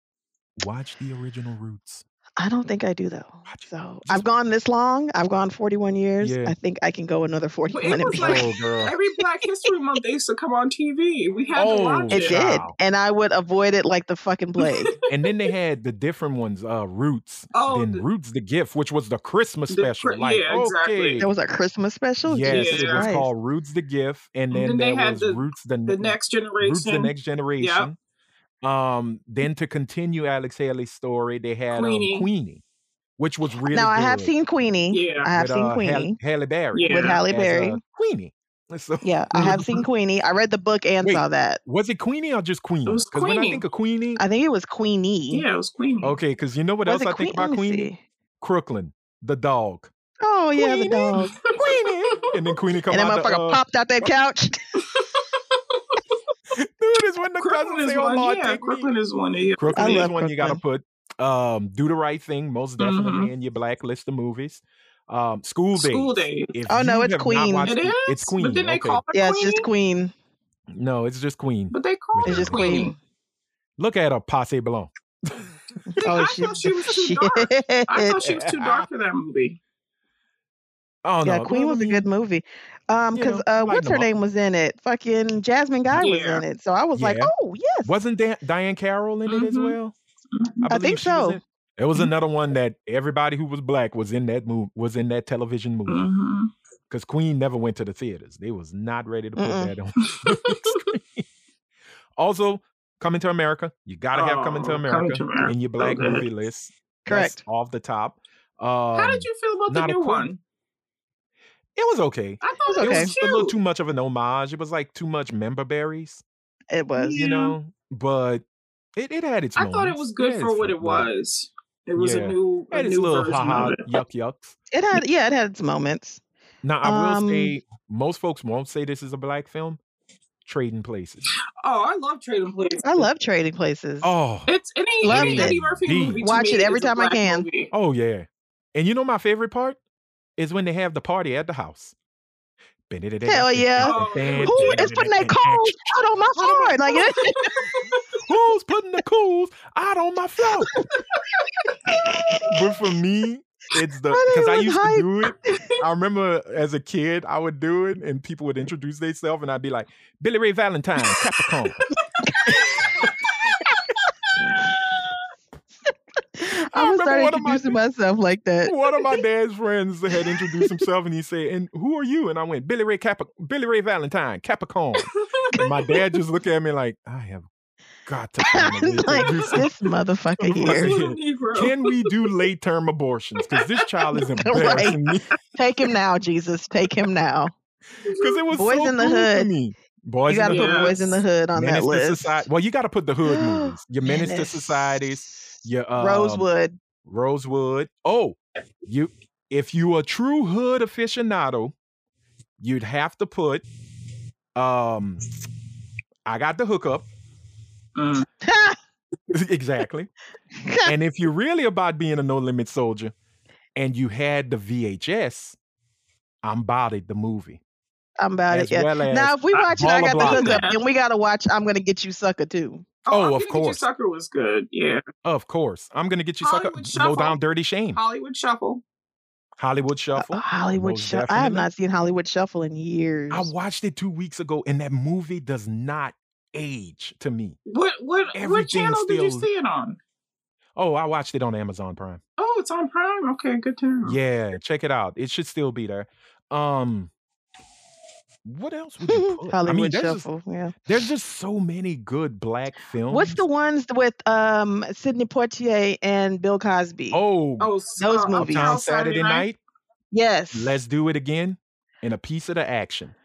[SPEAKER 1] watch the original roots
[SPEAKER 3] I don't think I do though.
[SPEAKER 1] Watch it.
[SPEAKER 3] So
[SPEAKER 1] Just-
[SPEAKER 3] I've gone this long. I've gone 41 years.
[SPEAKER 1] Yeah.
[SPEAKER 3] I think I can go another
[SPEAKER 2] Well,
[SPEAKER 3] 41
[SPEAKER 2] it
[SPEAKER 3] and
[SPEAKER 2] was
[SPEAKER 3] be
[SPEAKER 2] like
[SPEAKER 1] oh girl
[SPEAKER 2] Every Black History Month they used to come on TV. We had
[SPEAKER 1] Oh,
[SPEAKER 2] to watch
[SPEAKER 3] it
[SPEAKER 2] it.
[SPEAKER 3] did.
[SPEAKER 1] Wow.
[SPEAKER 3] And I would avoid it like the fucking plague.
[SPEAKER 1] and then they had the different ones uh roots
[SPEAKER 2] Oh,
[SPEAKER 1] then
[SPEAKER 2] the-
[SPEAKER 1] roots the gift which was the christmas
[SPEAKER 2] The
[SPEAKER 1] special
[SPEAKER 2] cri-
[SPEAKER 1] like
[SPEAKER 2] yeah, exactly.
[SPEAKER 1] okay
[SPEAKER 3] there was a Christmas special.
[SPEAKER 1] Yes,
[SPEAKER 3] Jesus
[SPEAKER 1] it was
[SPEAKER 3] Christ.
[SPEAKER 1] called Roots the Gift, and then,
[SPEAKER 2] Then they
[SPEAKER 1] there
[SPEAKER 2] had
[SPEAKER 1] was
[SPEAKER 2] the-
[SPEAKER 1] Roots the,
[SPEAKER 2] The
[SPEAKER 1] Ne-
[SPEAKER 2] next generation.
[SPEAKER 1] Roots the Next Generation. Um, then to continue Alex Haley's story, they had Queenie,
[SPEAKER 2] Queenie.
[SPEAKER 1] um, Queenie which was really
[SPEAKER 3] now
[SPEAKER 1] good
[SPEAKER 3] I have seen Queenie.
[SPEAKER 2] yeah.
[SPEAKER 3] I have
[SPEAKER 1] with,
[SPEAKER 3] seen
[SPEAKER 1] uh, Hall-
[SPEAKER 3] Queenie
[SPEAKER 1] Halle Berry
[SPEAKER 2] Yeah.
[SPEAKER 3] with Halle
[SPEAKER 1] as, uh,
[SPEAKER 3] Berry.
[SPEAKER 1] Queenie. So
[SPEAKER 3] yeah, I have seen Queenie. I read the book and
[SPEAKER 1] Wait.
[SPEAKER 3] saw that.
[SPEAKER 1] was it Queenie or just Queenie?
[SPEAKER 2] was
[SPEAKER 1] when I
[SPEAKER 2] Queenie.
[SPEAKER 1] think of Queenie,
[SPEAKER 3] I think it was Queenie.
[SPEAKER 2] Yeah, it was Queen.
[SPEAKER 1] okay, because you know what
[SPEAKER 3] Um, Was
[SPEAKER 1] else
[SPEAKER 3] it
[SPEAKER 1] I think
[SPEAKER 3] Queen-
[SPEAKER 1] about
[SPEAKER 3] let me
[SPEAKER 1] Queenie?
[SPEAKER 3] see.
[SPEAKER 1] Crooklyn, the dog,
[SPEAKER 3] Oh yeah,
[SPEAKER 1] Queenie.
[SPEAKER 3] the dog.
[SPEAKER 1] Queenie, and then Queenie come
[SPEAKER 3] and that
[SPEAKER 1] out. the,
[SPEAKER 3] motherfucker
[SPEAKER 1] uh,
[SPEAKER 3] popped out that couch.
[SPEAKER 1] Dude, is when the
[SPEAKER 2] Crooklyn
[SPEAKER 1] cousins
[SPEAKER 2] is
[SPEAKER 1] say, "Oh
[SPEAKER 2] one.
[SPEAKER 1] Lord,
[SPEAKER 2] yeah,
[SPEAKER 1] take me."
[SPEAKER 2] Crooklyn is one. Yeah.
[SPEAKER 1] Crooklyn
[SPEAKER 3] I
[SPEAKER 1] is
[SPEAKER 3] love
[SPEAKER 1] one you gotta put. Um, do the right thing, most definitely
[SPEAKER 2] Mhm.
[SPEAKER 1] in your black list of movies. Um, school days.
[SPEAKER 2] School Day.
[SPEAKER 1] If
[SPEAKER 3] Oh, no,
[SPEAKER 1] you
[SPEAKER 3] it's
[SPEAKER 1] have not
[SPEAKER 3] Queen.
[SPEAKER 1] watched
[SPEAKER 2] It is.
[SPEAKER 1] It's Queen.
[SPEAKER 2] But then they
[SPEAKER 1] okay.
[SPEAKER 2] call it
[SPEAKER 3] yeah,
[SPEAKER 2] Queen.
[SPEAKER 3] it's just Queen.
[SPEAKER 1] No, it's just Queen.
[SPEAKER 2] But they call
[SPEAKER 1] It's
[SPEAKER 2] it
[SPEAKER 1] just
[SPEAKER 2] Queen.
[SPEAKER 3] Queen.
[SPEAKER 1] Look at her passe blanc.
[SPEAKER 3] Oh
[SPEAKER 2] I
[SPEAKER 3] shit.
[SPEAKER 2] thought she was too dark. I thought she was too dark for that movie.
[SPEAKER 1] Oh no,
[SPEAKER 3] yeah, Queen
[SPEAKER 1] well, I
[SPEAKER 3] was a
[SPEAKER 1] mean,
[SPEAKER 3] good movie. Um,
[SPEAKER 1] you
[SPEAKER 3] because
[SPEAKER 1] know,
[SPEAKER 3] uh,
[SPEAKER 1] lighten
[SPEAKER 3] what's her
[SPEAKER 1] them up.
[SPEAKER 3] name was in it? Fucking Jasmine Guy was
[SPEAKER 2] Yeah.
[SPEAKER 3] in it. So I was like,
[SPEAKER 1] Yeah.
[SPEAKER 3] oh yes.
[SPEAKER 1] Wasn't Dan- Diane Carroll in it as
[SPEAKER 2] Mhm.
[SPEAKER 1] well? Mm-hmm.
[SPEAKER 3] I think
[SPEAKER 1] believe she was
[SPEAKER 3] so.
[SPEAKER 1] in- It was
[SPEAKER 2] Mhm.
[SPEAKER 1] another one that everybody who was black was in that movie was in that television movie
[SPEAKER 2] hmm
[SPEAKER 1] because Queen never went to the theaters. They was not ready to put
[SPEAKER 3] Mm-mm.
[SPEAKER 1] that on Also, Coming to America. You gotta have Coming to
[SPEAKER 2] Oh,
[SPEAKER 1] America,
[SPEAKER 2] Coming to America.
[SPEAKER 1] in your black
[SPEAKER 2] Okay.
[SPEAKER 1] movie list. That's
[SPEAKER 3] Correct.
[SPEAKER 1] off the top. Um,
[SPEAKER 2] How did you feel about
[SPEAKER 1] not a
[SPEAKER 2] the new
[SPEAKER 1] Queen.
[SPEAKER 2] one?
[SPEAKER 1] It was okay.
[SPEAKER 2] I thought
[SPEAKER 3] It's
[SPEAKER 2] it
[SPEAKER 1] It
[SPEAKER 3] okay.
[SPEAKER 1] was
[SPEAKER 2] was
[SPEAKER 1] a
[SPEAKER 2] cute.
[SPEAKER 1] little too much of an homage. It was like too much member berries,
[SPEAKER 3] It was.
[SPEAKER 1] you
[SPEAKER 2] Yeah.
[SPEAKER 1] know. But it, it had its.
[SPEAKER 2] I thought it
[SPEAKER 1] moments.
[SPEAKER 2] was good
[SPEAKER 1] had
[SPEAKER 2] for
[SPEAKER 1] its
[SPEAKER 2] what it
[SPEAKER 1] fun, but
[SPEAKER 2] was. It was
[SPEAKER 1] Yeah.
[SPEAKER 2] a new,
[SPEAKER 1] It
[SPEAKER 2] a
[SPEAKER 1] had its
[SPEAKER 2] new
[SPEAKER 1] little
[SPEAKER 2] version
[SPEAKER 1] haha
[SPEAKER 2] of it.
[SPEAKER 1] yuck yucks.
[SPEAKER 3] It had yeah, it had its moments.
[SPEAKER 1] Now I will
[SPEAKER 3] Um,
[SPEAKER 1] say most folks won't say this is a black film. Trading Places.
[SPEAKER 2] Oh, I love Trading Places.
[SPEAKER 3] I love trading places.
[SPEAKER 1] Oh,
[SPEAKER 2] It's it ain't
[SPEAKER 3] Loved
[SPEAKER 2] any
[SPEAKER 3] it.
[SPEAKER 2] Eddie Murphy
[SPEAKER 1] Indeed.
[SPEAKER 2] movie. to
[SPEAKER 3] Watch
[SPEAKER 2] me
[SPEAKER 3] it every
[SPEAKER 2] is a
[SPEAKER 3] time I
[SPEAKER 2] black
[SPEAKER 3] can.
[SPEAKER 2] movie.
[SPEAKER 1] oh yeah. And you know my favorite part is when they have the party at the house.
[SPEAKER 3] Hell yeah.
[SPEAKER 2] Oh, yeah.
[SPEAKER 3] Who is putting that cold out on my floor? Like it,
[SPEAKER 1] Who's putting the cools out on my floor? but for me, it's the
[SPEAKER 3] I
[SPEAKER 1] because I
[SPEAKER 3] was
[SPEAKER 1] used
[SPEAKER 3] hyped.
[SPEAKER 1] to do it. I remember as a kid, I would do it, and people would introduce themselves, and I'd be like, "Billy Ray Valentine, Capricorn."
[SPEAKER 3] I'm
[SPEAKER 1] remember
[SPEAKER 3] gonna start
[SPEAKER 1] one of my-
[SPEAKER 3] introducing myself like that.
[SPEAKER 1] One of my dad's friends had introduced himself, and he said, "And who are you?" And I went, "Billy Ray Cap, Billy Ray Valentine, Capricorn." And my dad just looked at me like, "I have got to find
[SPEAKER 3] I'm
[SPEAKER 1] a way to
[SPEAKER 3] like
[SPEAKER 1] do something."
[SPEAKER 3] this motherfucker
[SPEAKER 1] Right.
[SPEAKER 3] here.
[SPEAKER 2] Little Negro.
[SPEAKER 1] Can we do late term abortions? Because this child is
[SPEAKER 3] Right.
[SPEAKER 1] embarrassing me.
[SPEAKER 3] Take him now, Jesus. Take him now.
[SPEAKER 1] Because it was
[SPEAKER 3] Boys
[SPEAKER 1] so
[SPEAKER 3] in the
[SPEAKER 1] cool to
[SPEAKER 3] Hood.
[SPEAKER 1] me. Boys
[SPEAKER 3] You got to
[SPEAKER 1] in the
[SPEAKER 3] put
[SPEAKER 1] Hood.
[SPEAKER 3] Boys in the Hood on
[SPEAKER 1] Menace
[SPEAKER 3] that
[SPEAKER 1] to
[SPEAKER 3] list.
[SPEAKER 1] Society. Well, you got to put the Hood movies. Your Menace, to
[SPEAKER 3] Menace.
[SPEAKER 1] Societies. Your um,
[SPEAKER 3] Rosewood.
[SPEAKER 1] Rosewood. Oh, you. If you a true Hood aficionado, you'd have to put. Um, I got the hookup
[SPEAKER 2] Mm.
[SPEAKER 1] exactly. and if you're really about being a no limit soldier, and you had the VHS, I'm bodied the movie.
[SPEAKER 3] I'm about
[SPEAKER 1] as
[SPEAKER 3] it. Yeah.
[SPEAKER 1] well as
[SPEAKER 3] now, if we
[SPEAKER 2] I-
[SPEAKER 3] watch it,
[SPEAKER 1] Paula
[SPEAKER 3] I got the
[SPEAKER 1] Blocka.
[SPEAKER 3] hookup, and we gotta watch. I'm gonna get you, sucker, too.
[SPEAKER 1] Oh,
[SPEAKER 2] I'm
[SPEAKER 1] of
[SPEAKER 2] Gonna Get You
[SPEAKER 1] course.
[SPEAKER 2] Sucker was good. Yeah,
[SPEAKER 1] Of course, I'm gonna get you sucker.
[SPEAKER 2] Hollywood
[SPEAKER 1] Low down,
[SPEAKER 2] Shuffle.
[SPEAKER 1] dirty shame.
[SPEAKER 2] Hollywood Shuffle.
[SPEAKER 1] Hollywood
[SPEAKER 3] Uh,
[SPEAKER 1] Shuffle.
[SPEAKER 3] Hollywood
[SPEAKER 1] most
[SPEAKER 3] Shuffle. I have
[SPEAKER 1] definitely.
[SPEAKER 3] not seen Hollywood Shuffle in years.
[SPEAKER 1] I watched it two weeks ago, and that movie does not age to me.
[SPEAKER 2] What what what
[SPEAKER 1] Everything
[SPEAKER 2] channel did you
[SPEAKER 1] still-
[SPEAKER 2] see it on?
[SPEAKER 1] Oh, I watched it on Amazon Prime.
[SPEAKER 2] Oh, it's on Prime. Okay, good to know.
[SPEAKER 1] Yeah, check it out. It should still be there. Um, what else would you put? I
[SPEAKER 3] Hollywood
[SPEAKER 1] mean, there's just,
[SPEAKER 3] Shuffle. Yeah.
[SPEAKER 1] there's just so many good black films.
[SPEAKER 3] What's the ones with um Sidney Poitier and Bill Cosby?
[SPEAKER 1] oh
[SPEAKER 2] Oh,
[SPEAKER 3] Those
[SPEAKER 2] uh,
[SPEAKER 3] movies.
[SPEAKER 1] Uptown
[SPEAKER 2] Uptown
[SPEAKER 1] Saturday Night?
[SPEAKER 3] yes.
[SPEAKER 1] Let's do it again and a piece of the action.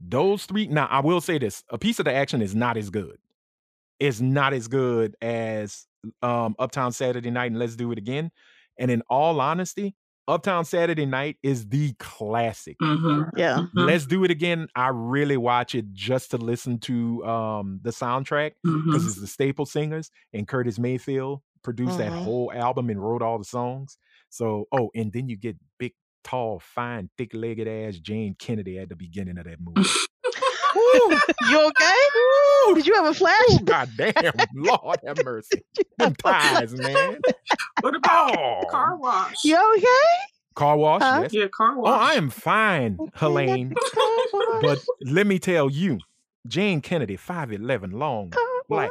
[SPEAKER 1] Those three. Now, I will say this: a piece of the action is not as good. It's not as good as um, Uptown Saturday Night and Let's Do It Again. And in all honesty, Uptown Saturday Night is the classic.
[SPEAKER 2] Mhm.
[SPEAKER 3] yeah.
[SPEAKER 2] Mhm.
[SPEAKER 1] Let's Do It Again. I really watch it just to listen to um, the soundtrack
[SPEAKER 2] Mhm.
[SPEAKER 1] because it's the staple singers and Curtis Mayfield produced that
[SPEAKER 3] Mhm.
[SPEAKER 1] whole album and wrote all the songs. So, oh, and then you get big, tall, fine, thick-legged ass Jane Kennedy at the beginning of that movie. Woo!
[SPEAKER 3] You okay? Did you have a flash?
[SPEAKER 1] Ooh, God damn, Oh, Lord have mercy. Them ties, man.
[SPEAKER 2] What about car
[SPEAKER 1] Oh,
[SPEAKER 2] wash?
[SPEAKER 3] You okay?
[SPEAKER 1] car wash,
[SPEAKER 3] Huh?
[SPEAKER 1] yes.
[SPEAKER 2] Yeah, car
[SPEAKER 1] Oh, I
[SPEAKER 2] wash.
[SPEAKER 1] am fine, Helene.
[SPEAKER 3] Oh,
[SPEAKER 1] But let me tell you, Jane Kennedy, 5'11 long. like,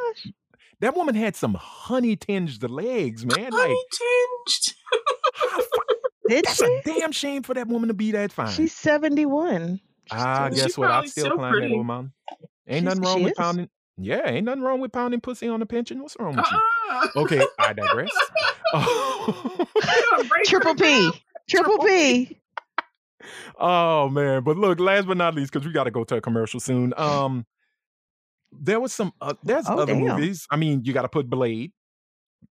[SPEAKER 1] That woman had some honey tinged legs, man. Like,
[SPEAKER 2] Honey tinged.
[SPEAKER 1] how
[SPEAKER 3] Did
[SPEAKER 1] That's
[SPEAKER 3] she?
[SPEAKER 1] a damn shame for that woman to be that fine.
[SPEAKER 3] She's 71.
[SPEAKER 1] Ah,
[SPEAKER 2] She's
[SPEAKER 1] guess what? I'd
[SPEAKER 2] probably
[SPEAKER 1] still
[SPEAKER 2] so
[SPEAKER 1] climb that
[SPEAKER 2] pretty.
[SPEAKER 1] old mountain. Ain't
[SPEAKER 3] She's-
[SPEAKER 1] nothing wrong
[SPEAKER 3] she
[SPEAKER 1] with
[SPEAKER 3] is.
[SPEAKER 1] pounding. Yeah, ain't nothing wrong with pounding pussy on a pension. What's wrong with you?
[SPEAKER 2] Uh-uh.
[SPEAKER 1] Okay, I digress. Oh,
[SPEAKER 2] You gonna break
[SPEAKER 3] Triple
[SPEAKER 2] her down?
[SPEAKER 3] P. Triple P.
[SPEAKER 1] oh, man, but look, last but not least, because we got to go to a commercial soon. Um, there was some. Uh, there's
[SPEAKER 3] Oh,
[SPEAKER 1] other
[SPEAKER 3] damn.
[SPEAKER 1] movies. I mean, you got to put Blade.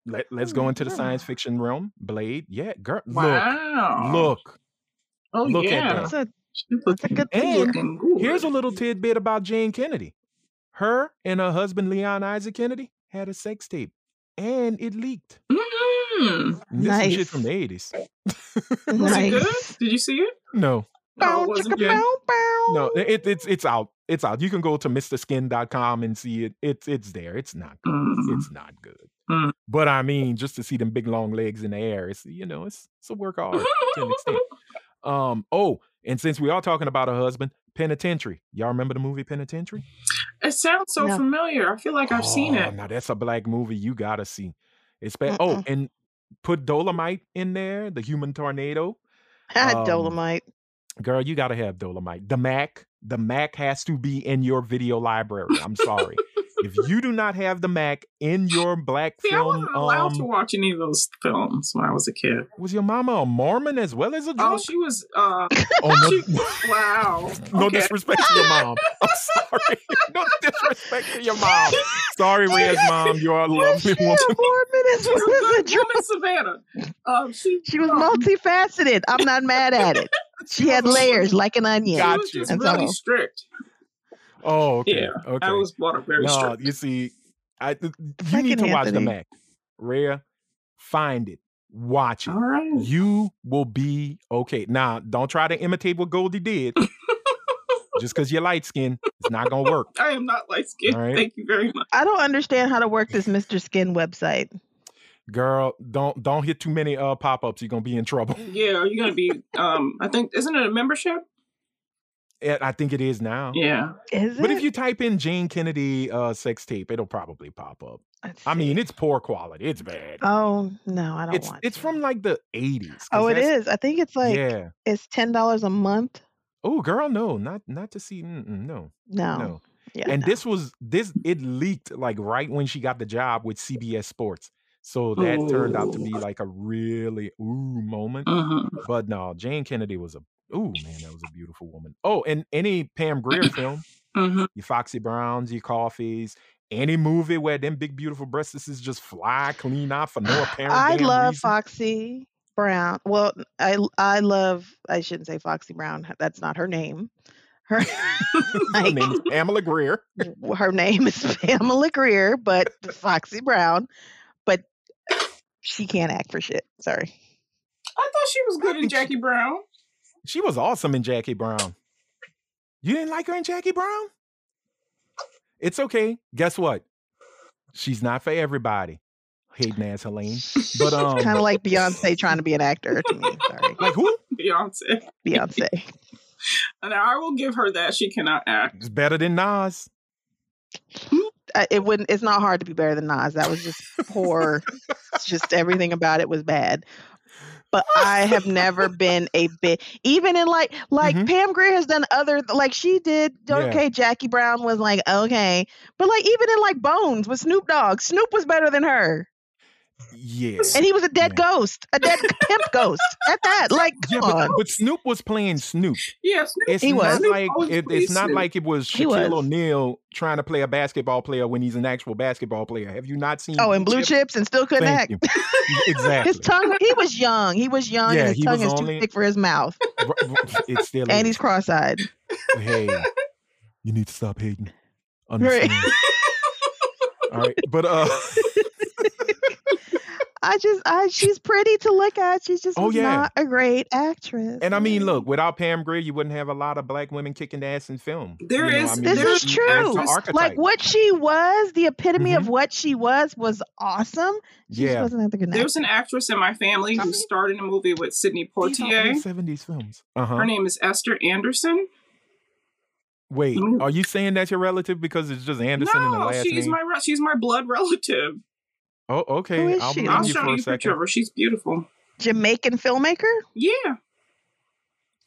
[SPEAKER 1] Let, let's go
[SPEAKER 3] Oh,
[SPEAKER 1] into the
[SPEAKER 3] yeah.
[SPEAKER 1] science fiction realm. Blade, yeah, girl,
[SPEAKER 2] Wow.
[SPEAKER 1] look, look.
[SPEAKER 2] Oh,
[SPEAKER 1] look at
[SPEAKER 2] yeah.
[SPEAKER 1] that.
[SPEAKER 3] That's a,
[SPEAKER 2] She's
[SPEAKER 3] that's a
[SPEAKER 2] looking
[SPEAKER 3] good
[SPEAKER 1] And-
[SPEAKER 3] thing.
[SPEAKER 2] looking good.
[SPEAKER 1] Here's a little tidbit about Jane Kennedy. Her and her husband Leon Isaac Kennedy had a sex tape, and it leaked.
[SPEAKER 2] Mm-mm.
[SPEAKER 1] And This is shit
[SPEAKER 3] Nice.
[SPEAKER 1] from the eighties.
[SPEAKER 2] Mm-hmm. Was
[SPEAKER 3] Nice.
[SPEAKER 2] it good? Did you see it?
[SPEAKER 1] No,
[SPEAKER 2] No,
[SPEAKER 3] Bow,
[SPEAKER 2] it wasn't
[SPEAKER 3] chicka,
[SPEAKER 2] good.
[SPEAKER 3] bow, bow.
[SPEAKER 1] no, it, it's it's out. It's out. You can go to MrSkin.com and see it. It's it's there. It's not.
[SPEAKER 2] Mm.
[SPEAKER 1] It's not good.
[SPEAKER 2] Mm.
[SPEAKER 1] But I mean, just to see them big long legs in the air, it's you know, it's it's a work of art to an extent. Um. Oh, and since we are talking about her husband, Penitentiary. Y'all remember the movie Penitentiary?
[SPEAKER 2] It sounds so
[SPEAKER 3] No.
[SPEAKER 2] familiar. I feel like I've seen
[SPEAKER 1] Oh,
[SPEAKER 2] it.
[SPEAKER 1] Now that's a black movie you gotta see. It's been, oh,
[SPEAKER 3] Mm-mm.
[SPEAKER 1] and put Dolomite in there, the human tornado.
[SPEAKER 3] Ah,
[SPEAKER 1] um,
[SPEAKER 3] Dolomite.
[SPEAKER 1] Girl, you gotta have Dolomite. The Mac. The Mac has to be in your video library. I'm sorry. if you do not have the Mac in your black
[SPEAKER 2] See, I
[SPEAKER 1] film,
[SPEAKER 2] wasn't allowed to
[SPEAKER 1] um,
[SPEAKER 2] watch any of those films when I was a kid.
[SPEAKER 1] was your mama a Mormon as well as a
[SPEAKER 2] Oh,
[SPEAKER 1] drunk?
[SPEAKER 2] she was. Uh,
[SPEAKER 1] Oh,
[SPEAKER 2] she,
[SPEAKER 1] no,
[SPEAKER 2] wow.
[SPEAKER 1] no
[SPEAKER 2] Okay.
[SPEAKER 1] disrespect to your mom. I'm sorry. No disrespect to your mom. Sorry, Red's mom. You are a
[SPEAKER 3] Was she
[SPEAKER 1] lovely
[SPEAKER 3] a
[SPEAKER 1] woman.
[SPEAKER 3] Mormon as
[SPEAKER 2] She was
[SPEAKER 3] well as a
[SPEAKER 2] a good
[SPEAKER 3] drunk?
[SPEAKER 2] woman, Savannah. Um, she
[SPEAKER 3] She was multifaceted. I'm not mad at it. She had
[SPEAKER 2] was-
[SPEAKER 3] layers like an onion.
[SPEAKER 1] God.
[SPEAKER 2] She was just
[SPEAKER 3] That's
[SPEAKER 2] really
[SPEAKER 3] all.
[SPEAKER 2] strict.
[SPEAKER 1] Oh, okay.
[SPEAKER 2] Yeah,
[SPEAKER 1] okay.
[SPEAKER 2] I was brought up very
[SPEAKER 1] no,
[SPEAKER 2] strict.
[SPEAKER 1] you see, I th- you
[SPEAKER 3] Fucking
[SPEAKER 1] need to watch the
[SPEAKER 3] Anthony.
[SPEAKER 1] Mac. Rare, find it, watch it.
[SPEAKER 3] Oh.
[SPEAKER 2] All right.
[SPEAKER 1] You will be okay. Now, don't try to imitate what Goldie did. Just because you're light skinned, it's not gonna work.
[SPEAKER 2] I am not light skinned.
[SPEAKER 1] All right.
[SPEAKER 2] Thank you very much.
[SPEAKER 3] I don't understand how to work this Mr. Skin website.
[SPEAKER 1] Girl, don't don't hit too many uh pop-ups, you're gonna be in trouble.
[SPEAKER 2] Yeah, you're gonna be. Um, I think isn't it a membership?
[SPEAKER 1] And I think it is now.
[SPEAKER 2] Yeah.
[SPEAKER 3] Is it?
[SPEAKER 1] But if you type in Jane Kennedy uh sex tape, it'll probably pop up.
[SPEAKER 3] Let's
[SPEAKER 1] I
[SPEAKER 3] see.
[SPEAKER 1] mean, it's poor quality. It's bad.
[SPEAKER 3] oh no, I don't
[SPEAKER 1] it's
[SPEAKER 3] want.
[SPEAKER 1] it's
[SPEAKER 3] to.
[SPEAKER 1] from like the 80s. 'cause
[SPEAKER 3] Oh, it
[SPEAKER 1] that's-
[SPEAKER 3] is. I think it's like
[SPEAKER 1] yeah.
[SPEAKER 3] it's ten dollars a month.
[SPEAKER 1] Oh, girl, no, not not to see. Mm-mm, no,
[SPEAKER 3] No,
[SPEAKER 1] no.
[SPEAKER 3] Oh, yeah,
[SPEAKER 1] And
[SPEAKER 3] no.
[SPEAKER 1] this was this it leaked like right when she got the job with CBS Sports, so that turned out to be like a really ooh moment.
[SPEAKER 2] Mhm.
[SPEAKER 3] Mm-hmm.
[SPEAKER 1] But no, Jane Kennedy was a ooh man, that was a beautiful woman. Oh, and any Pam Grier film,
[SPEAKER 2] Mhm.
[SPEAKER 1] your Foxy Browns, your Coffees. Any movie where them big beautiful breasts is just fly clean out for no apparent
[SPEAKER 3] I
[SPEAKER 1] damn
[SPEAKER 3] love
[SPEAKER 1] reason.
[SPEAKER 3] Foxy Brown. Well, I l- I love. I shouldn't say Foxy Brown. h- That's not her name. Her
[SPEAKER 1] Her
[SPEAKER 3] like,
[SPEAKER 1] name's Pamela Greer.
[SPEAKER 3] w- her name is Pamela Greer, but Foxy Brown. But she can't act for shit. Sorry.
[SPEAKER 2] I thought she was
[SPEAKER 1] I
[SPEAKER 2] good in
[SPEAKER 1] think she-
[SPEAKER 2] Jackie Brown.
[SPEAKER 1] She was awesome in Jackie Brown. You didn't like her in Jackie Brown? It's okay. Guess what? She's not for everybody. Hating ass Helene. But um
[SPEAKER 3] Kind of like Beyonce trying to be an actor to me. Sorry,
[SPEAKER 1] like who?
[SPEAKER 2] Beyonce.
[SPEAKER 3] Beyonce.
[SPEAKER 2] And I will give her that she cannot act.
[SPEAKER 1] It's better than Nas.
[SPEAKER 3] I, it wouldn't. It's not hard to be better than Nas. That was just poor. it's just everything about it was bad. But I have never been a bit, even in like like
[SPEAKER 1] Mhm.
[SPEAKER 3] Pam Grier has done other like she did.
[SPEAKER 1] Yeah.
[SPEAKER 3] Okay, Jackie Brown was like okay, but like even in like Bones with Snoop Dogg, Snoop was better than her,
[SPEAKER 1] Yeah.
[SPEAKER 3] and he was a dead
[SPEAKER 1] Yeah.
[SPEAKER 3] ghost, a dead pimp ghost at that. Like
[SPEAKER 1] Yeah,
[SPEAKER 3] come
[SPEAKER 1] but,
[SPEAKER 3] on,
[SPEAKER 1] but Snoop was playing Snoop.
[SPEAKER 2] Yes. Yeah,
[SPEAKER 1] It's
[SPEAKER 3] He
[SPEAKER 1] not
[SPEAKER 3] was.
[SPEAKER 1] like
[SPEAKER 2] Always
[SPEAKER 1] it,
[SPEAKER 2] played
[SPEAKER 1] it's not
[SPEAKER 2] Snoop.
[SPEAKER 1] like it was
[SPEAKER 3] He
[SPEAKER 1] Shaquille
[SPEAKER 3] was.
[SPEAKER 1] O'Neal trying to play a basketball player when he's an actual basketball player. Have you not seen
[SPEAKER 3] oh, and blue
[SPEAKER 1] Chip?
[SPEAKER 3] chips and still couldn't
[SPEAKER 1] Thank
[SPEAKER 3] act.
[SPEAKER 1] you. exactly.
[SPEAKER 3] His tongue, he was young. He was young,
[SPEAKER 1] Yeah,
[SPEAKER 3] and his
[SPEAKER 1] he
[SPEAKER 3] tongue
[SPEAKER 1] was
[SPEAKER 3] is
[SPEAKER 1] only-
[SPEAKER 3] too thick for his mouth,
[SPEAKER 1] it's still
[SPEAKER 3] and
[SPEAKER 1] is.
[SPEAKER 3] he's cross-eyed.
[SPEAKER 1] hey, you need to stop hating.
[SPEAKER 3] Right.
[SPEAKER 1] Understand. All right, but uh,
[SPEAKER 3] I just, I she's pretty to look at. She's just
[SPEAKER 1] Oh,
[SPEAKER 3] was
[SPEAKER 1] yeah.
[SPEAKER 3] not a great actress.
[SPEAKER 1] and I mean, look, without Pam Grier, you wouldn't have a lot of black women kicking ass in film.
[SPEAKER 2] There
[SPEAKER 1] There is
[SPEAKER 2] is-
[SPEAKER 3] this
[SPEAKER 2] there's
[SPEAKER 3] is true.
[SPEAKER 2] an
[SPEAKER 3] Like what she was, the epitome
[SPEAKER 1] Mhm.
[SPEAKER 3] of what she was was awesome. She just
[SPEAKER 1] yeah.
[SPEAKER 3] wasn't at the good night.
[SPEAKER 2] There's an actress in my family who starred in a movie with Sidney Poitier.
[SPEAKER 1] Seventies films. Uh huh.
[SPEAKER 2] Her name is Esther Anderson.
[SPEAKER 1] Wait,
[SPEAKER 2] Mm.
[SPEAKER 1] are you saying that's your relative because it's just Anderson in the
[SPEAKER 2] no,
[SPEAKER 1] last
[SPEAKER 2] she's
[SPEAKER 1] name?
[SPEAKER 2] my re- she's my blood relative.
[SPEAKER 1] oh,
[SPEAKER 3] Who
[SPEAKER 1] okay.
[SPEAKER 3] is
[SPEAKER 1] I'll
[SPEAKER 3] she?
[SPEAKER 1] believe
[SPEAKER 2] I'll
[SPEAKER 1] you
[SPEAKER 2] show
[SPEAKER 1] for
[SPEAKER 2] you
[SPEAKER 1] a
[SPEAKER 2] a picture of
[SPEAKER 1] second.
[SPEAKER 2] her. She's beautiful.
[SPEAKER 3] Jamaican filmmaker.
[SPEAKER 2] Yeah.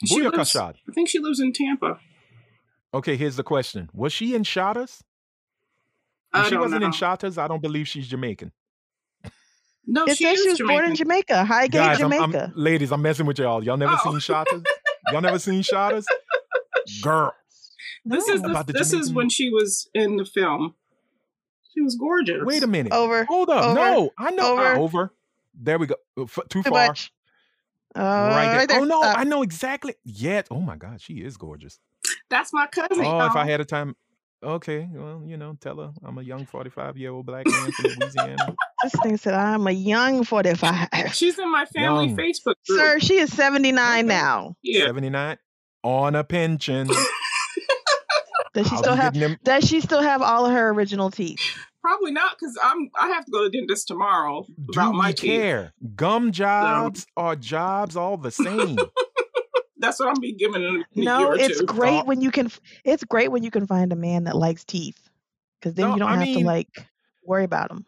[SPEAKER 2] She
[SPEAKER 1] Booyaka
[SPEAKER 2] lives,
[SPEAKER 1] shot.
[SPEAKER 2] I think she lives in Tampa.
[SPEAKER 1] Okay, here's the question: Was she in Shatters? If
[SPEAKER 2] I
[SPEAKER 1] she
[SPEAKER 2] don't
[SPEAKER 1] wasn't
[SPEAKER 2] know.
[SPEAKER 1] in Shatters, I don't believe she's Jamaican.
[SPEAKER 2] no,
[SPEAKER 3] it
[SPEAKER 2] Oh, she
[SPEAKER 3] says
[SPEAKER 2] is
[SPEAKER 3] she was
[SPEAKER 2] Jamaican.
[SPEAKER 3] born in Jamaica, Highgate,
[SPEAKER 1] Guys, I'm-
[SPEAKER 3] Jamaica.
[SPEAKER 1] I'm- ladies, I'm messing with y'all. Y'all never
[SPEAKER 2] Oh.
[SPEAKER 1] seen Shatters? Y'all never seen Shatters? Girl,
[SPEAKER 2] This is the,
[SPEAKER 1] About the
[SPEAKER 2] this is
[SPEAKER 1] Jamaican-
[SPEAKER 2] when she was in the film. She was gorgeous.
[SPEAKER 1] wait a minute.
[SPEAKER 3] over
[SPEAKER 1] Hold up.
[SPEAKER 3] Over.
[SPEAKER 1] No, I know.
[SPEAKER 3] Over.
[SPEAKER 1] Over. over. There we go. Uh, f- too
[SPEAKER 3] too
[SPEAKER 1] far.
[SPEAKER 3] much. Uh,
[SPEAKER 1] right, there.
[SPEAKER 3] right there.
[SPEAKER 1] Oh, no.
[SPEAKER 3] Stop.
[SPEAKER 1] I know exactly. Yet. Oh, my God. She is gorgeous.
[SPEAKER 2] That's my cousin.
[SPEAKER 1] Oh, if I
[SPEAKER 2] y'all.
[SPEAKER 1] had a time. Okay. Well, you know, tell her I'm a young 45 year old black man from Louisiana.
[SPEAKER 3] this thing said, "I'm a young 45."
[SPEAKER 2] She's in my family
[SPEAKER 1] Young.
[SPEAKER 2] Facebook group.
[SPEAKER 3] Sir, she is 79
[SPEAKER 2] Okay.
[SPEAKER 3] now.
[SPEAKER 2] yeah.
[SPEAKER 1] 79. On a pension.
[SPEAKER 3] Does she
[SPEAKER 1] I'll
[SPEAKER 3] still
[SPEAKER 1] be
[SPEAKER 3] have?
[SPEAKER 1] getting them-
[SPEAKER 3] Does she still have all of her original teeth?
[SPEAKER 2] Probably not because I'm I have to go to the dentist tomorrow
[SPEAKER 1] Do
[SPEAKER 2] about my
[SPEAKER 1] we
[SPEAKER 2] teeth.
[SPEAKER 1] care? Gum jobs are jobs all the same.
[SPEAKER 2] That's what I'm be giving in a year
[SPEAKER 3] No,
[SPEAKER 2] or
[SPEAKER 3] it's
[SPEAKER 2] two.
[SPEAKER 3] great
[SPEAKER 1] Uh,
[SPEAKER 3] when you can. f- It's great when you can find a man that likes teeth, because then
[SPEAKER 1] No,
[SPEAKER 3] you don't
[SPEAKER 1] I
[SPEAKER 3] have
[SPEAKER 1] mean-
[SPEAKER 3] to like worry about them.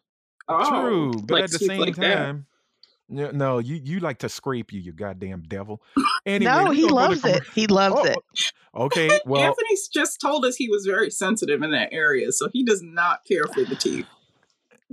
[SPEAKER 2] Oh,
[SPEAKER 1] True. But
[SPEAKER 2] like
[SPEAKER 1] at the
[SPEAKER 2] teeth
[SPEAKER 1] same
[SPEAKER 2] like that.
[SPEAKER 1] time, No, no, you you like to scrape you, you goddamn devil. Anyway,
[SPEAKER 3] no,
[SPEAKER 1] we gonna
[SPEAKER 3] he
[SPEAKER 1] go to
[SPEAKER 3] loves it. He loves
[SPEAKER 1] Oh,
[SPEAKER 3] it.
[SPEAKER 1] Okay, well,
[SPEAKER 2] Anthony's just told us he was very sensitive in that area, so he does not care for the teeth.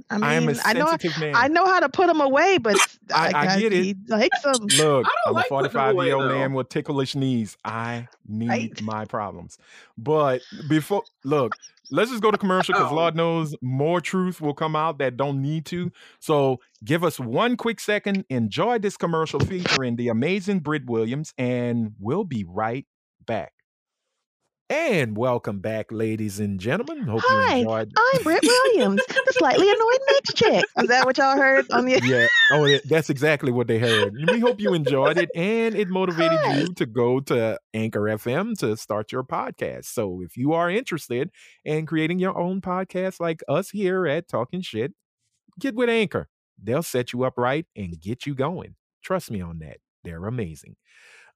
[SPEAKER 3] I
[SPEAKER 1] I am a
[SPEAKER 3] mean, I know,
[SPEAKER 1] sensitive man.
[SPEAKER 3] I know how to put him away, but
[SPEAKER 1] I- I get it.
[SPEAKER 3] He likes 'em.
[SPEAKER 1] Look,
[SPEAKER 2] I don't
[SPEAKER 1] I'm
[SPEAKER 2] like
[SPEAKER 1] a
[SPEAKER 2] putting them
[SPEAKER 1] 45 year old
[SPEAKER 2] away, though.
[SPEAKER 1] man with ticklish knees. I need
[SPEAKER 3] Right.
[SPEAKER 1] my problems. But before, look, let's just go to commercial because
[SPEAKER 2] Oh.
[SPEAKER 1] Lord knows more truth will come out that don't need to. So give us one quick second. Enjoy this commercial featuring the amazing Britt Williams, and we'll be right back. And welcome back, ladies and gentlemen. Hope
[SPEAKER 3] Hi,
[SPEAKER 1] you enjoyed.
[SPEAKER 3] I'm Brett Williams, the slightly annoying mix chick. Is that what y'all heard on the?
[SPEAKER 1] yeah. Oh, yeah, that's exactly what they heard. We hope you enjoyed it and it motivated
[SPEAKER 3] Hi.
[SPEAKER 1] you to go to Anchor FM to start your podcast. So if you are interested in creating your own podcast like us here at Talking Shit, get with Anchor. They'll set you up right and get you going. Trust me on that. They're amazing.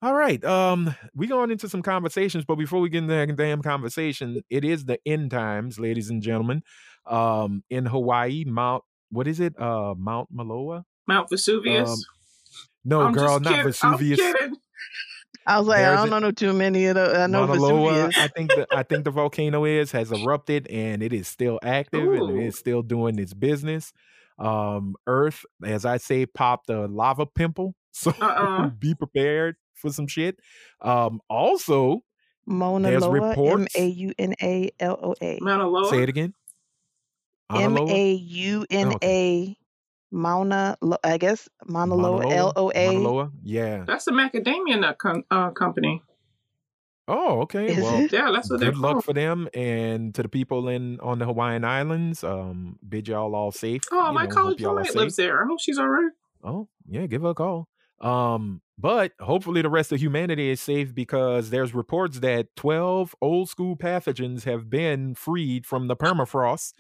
[SPEAKER 1] All right. Um, we going into some conversations, but before we get into that damn conversation, it is the end times, ladies and gentlemen. Um, in Hawaii, Mount what is it? Uh Mount Maloa?
[SPEAKER 2] Mount Vesuvius.
[SPEAKER 1] Um, No,
[SPEAKER 2] I'm
[SPEAKER 1] girl,
[SPEAKER 2] just
[SPEAKER 1] not
[SPEAKER 2] kid-
[SPEAKER 1] Vesuvius.
[SPEAKER 2] I'm kidding.
[SPEAKER 3] I was like,
[SPEAKER 1] There's
[SPEAKER 3] I don't know too many of the. I know
[SPEAKER 1] Mauna Loa,
[SPEAKER 3] Vesuvius.
[SPEAKER 1] I think the I think the volcano is has erupted and it is still active and
[SPEAKER 2] Ooh.
[SPEAKER 1] it is still doing its business. Um, Earth, as I say, popped a lava pimple, so
[SPEAKER 2] Uh-uh.
[SPEAKER 1] be prepared for some shit. Um, also,
[SPEAKER 3] Mauna
[SPEAKER 1] There's
[SPEAKER 3] Loa, M
[SPEAKER 1] reports-
[SPEAKER 3] A U N A L O A,
[SPEAKER 2] Mauna Loa.
[SPEAKER 1] say it again. Mauna
[SPEAKER 3] M
[SPEAKER 1] Loa?
[SPEAKER 3] A U N A, Mauna. Lo- I guess Mauna
[SPEAKER 1] Mauna
[SPEAKER 3] Loa, L O
[SPEAKER 1] Mauna
[SPEAKER 3] A.
[SPEAKER 1] Loa? Yeah.
[SPEAKER 2] That's a macadamia nut com- uh, company.
[SPEAKER 1] Oh, okay.
[SPEAKER 3] Is
[SPEAKER 1] well,
[SPEAKER 3] it?
[SPEAKER 2] Yeah, that's what they're
[SPEAKER 1] good luck
[SPEAKER 2] called.
[SPEAKER 1] for them and to the people in on the Hawaiian Islands. Um, bid y'all all safe.
[SPEAKER 2] Oh,
[SPEAKER 1] you know,
[SPEAKER 2] my
[SPEAKER 1] hope
[SPEAKER 2] college
[SPEAKER 1] y'all are
[SPEAKER 2] roommate
[SPEAKER 1] safe.
[SPEAKER 2] lives there. I hope she's all right.
[SPEAKER 1] Oh, yeah, give her a call. Um, but hopefully the rest of humanity is safe because there's reports that 12 old school pathogens have been freed from the permafrost.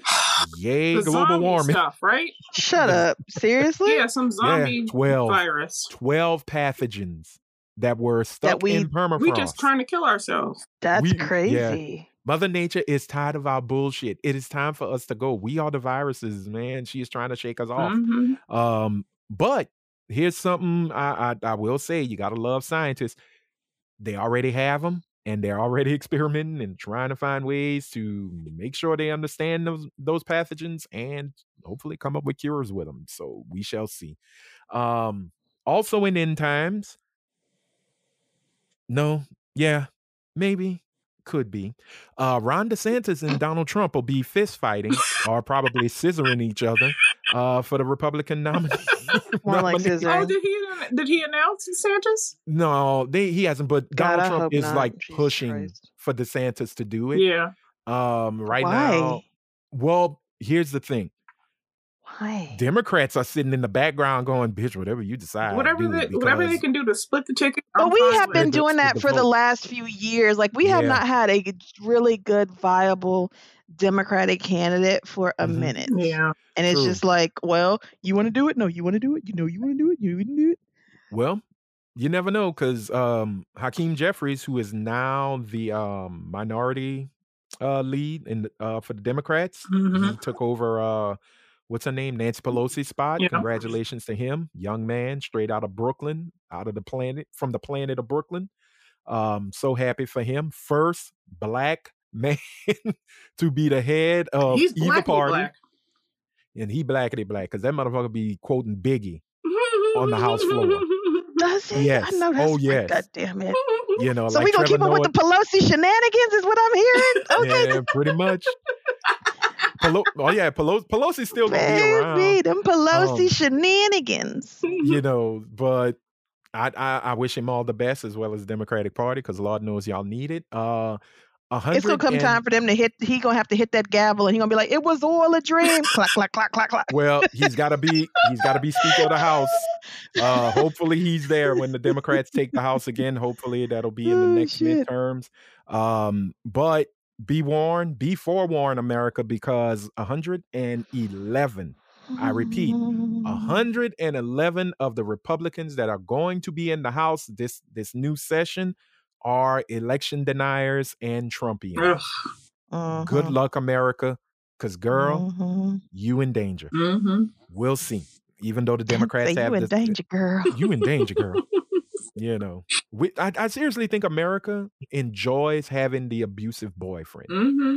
[SPEAKER 1] Yay,
[SPEAKER 2] The
[SPEAKER 1] global
[SPEAKER 2] zombie
[SPEAKER 1] warming.
[SPEAKER 2] stuff, right?
[SPEAKER 3] Shut up! Seriously?
[SPEAKER 2] Yeah, some
[SPEAKER 1] Yeah,
[SPEAKER 2] zombie
[SPEAKER 1] 12.
[SPEAKER 2] virus.
[SPEAKER 1] 12 pathogens that were stuck
[SPEAKER 3] we-
[SPEAKER 1] in permafrost.
[SPEAKER 2] We just trying to kill ourselves.
[SPEAKER 3] That's
[SPEAKER 1] We- yeah.
[SPEAKER 3] crazy.
[SPEAKER 1] Mother Nature is tired of our bullshit. It is time for us to go. We are the viruses, man. She is trying to shake us off.
[SPEAKER 2] Mhm.
[SPEAKER 1] Um, but here's something I, I I will say: you gotta love scientists. They already have them, and they're already experimenting and trying to find ways to make sure they understand those those pathogens and hopefully come up with cures with them. So we shall see. Um, also in end times. No, yeah, maybe. Could be. Uh, Ron DeSantis and Donald Trump will be fist fighting or probably scissoring each other uh, for the Republican nominee.
[SPEAKER 3] More like
[SPEAKER 1] nominee.
[SPEAKER 2] Oh,
[SPEAKER 3] scissoring.
[SPEAKER 2] did he did he announce DeSantis?
[SPEAKER 1] No, they, he hasn't. But
[SPEAKER 3] God,
[SPEAKER 1] Donald
[SPEAKER 3] I
[SPEAKER 1] Trump
[SPEAKER 3] hope
[SPEAKER 1] is
[SPEAKER 3] not.
[SPEAKER 1] like
[SPEAKER 3] Jesus
[SPEAKER 1] pushing
[SPEAKER 3] Christ.
[SPEAKER 1] for DeSantis to do it.
[SPEAKER 2] Yeah.
[SPEAKER 1] Um, right
[SPEAKER 3] Why?
[SPEAKER 1] now, well, here's the thing:
[SPEAKER 3] Why?
[SPEAKER 1] Democrats are sitting in the background going, "Bitch, whatever you decide,
[SPEAKER 2] whatever
[SPEAKER 1] do it,"
[SPEAKER 2] they whatever they
[SPEAKER 1] because-
[SPEAKER 2] can do to split the ticket. I'm
[SPEAKER 3] But we
[SPEAKER 2] fine
[SPEAKER 3] have
[SPEAKER 2] with
[SPEAKER 1] with
[SPEAKER 3] been
[SPEAKER 1] the-
[SPEAKER 3] doing
[SPEAKER 1] with
[SPEAKER 3] that
[SPEAKER 1] the
[SPEAKER 3] for the
[SPEAKER 1] vote.
[SPEAKER 3] last few years. Like we have
[SPEAKER 1] Yeah.
[SPEAKER 3] not had a g- really good, viable Democratic candidate for a
[SPEAKER 1] Mhm.
[SPEAKER 3] minute.
[SPEAKER 2] it. Yeah.
[SPEAKER 3] And it's
[SPEAKER 1] True.
[SPEAKER 3] just like, well, you want to do it? No, you want to do it? You know, you want to do it? You wouldn't do it?
[SPEAKER 1] Well, you never know because um, Hakeem Jeffries, who is now the um, minority uh, lead in the, uh, for the Democrats,
[SPEAKER 2] Mhm.
[SPEAKER 3] Mm-hmm.
[SPEAKER 1] he took over. Uh, what's her name? Nancy Pelosi's spot.
[SPEAKER 2] Yeah.
[SPEAKER 1] Congratulations to him, young man, straight out of Brooklyn, out of the planet, from the planet of Brooklyn. Um, so happy for him. First black man to be the head of
[SPEAKER 2] He's
[SPEAKER 1] either
[SPEAKER 2] black.
[SPEAKER 1] party,
[SPEAKER 2] black.
[SPEAKER 1] and he blackity black because that motherfucker be quoting Biggie. On the house floor.
[SPEAKER 3] Does he?
[SPEAKER 1] Yes.
[SPEAKER 3] I know that's
[SPEAKER 1] Oh,
[SPEAKER 3] like,
[SPEAKER 1] yes.
[SPEAKER 3] God damn it.
[SPEAKER 1] You know,
[SPEAKER 3] so
[SPEAKER 1] like
[SPEAKER 3] we gonna
[SPEAKER 1] Trevor
[SPEAKER 3] keep up with
[SPEAKER 1] Noah
[SPEAKER 3] the Pelosi shenanigans, is what I'm hearing. Okay,
[SPEAKER 1] Yeah, pretty much. Pelo- oh yeah, Pelosi, Pelosi's still gonna be
[SPEAKER 3] baby,
[SPEAKER 1] around,
[SPEAKER 3] them Pelosi
[SPEAKER 1] Um,
[SPEAKER 3] shenanigans.
[SPEAKER 1] you know. But I, I I wish him all the best as well as Democratic Party because Lord knows y'all need it. Uh, a hundred.
[SPEAKER 3] It's gonna come
[SPEAKER 1] and-
[SPEAKER 3] time for them to hit. He gonna have to hit that gavel, and he gonna be like, "It was all a dream." clack, clack, clack, clack, clack.
[SPEAKER 1] Well, he's gotta be he's gotta be Speaker of the House. Uh, hopefully he's there when the Democrats take the House again. Hopefully that'll be in the
[SPEAKER 3] Oh,
[SPEAKER 1] next
[SPEAKER 3] shit.
[SPEAKER 1] midterms. Um, but be warned, be forewarned, America, because 111 I repeat, A
[SPEAKER 3] Mm-hmm.
[SPEAKER 1] 111 of the Republicans that are going to be in the House this this new session are election deniers and Trumpians.
[SPEAKER 2] Ugh.
[SPEAKER 3] Uh-huh,
[SPEAKER 1] Good luck, America, because girl,
[SPEAKER 3] Mhm.
[SPEAKER 1] you in danger.
[SPEAKER 2] Mhm.
[SPEAKER 1] We'll see. even though the
[SPEAKER 3] Say,
[SPEAKER 1] Democrats have
[SPEAKER 3] you in
[SPEAKER 1] this,
[SPEAKER 3] danger, girl.
[SPEAKER 1] you in danger, girl. you know, we, I, I seriously think America enjoys having the abusive boyfriend.
[SPEAKER 2] Mm-hmm.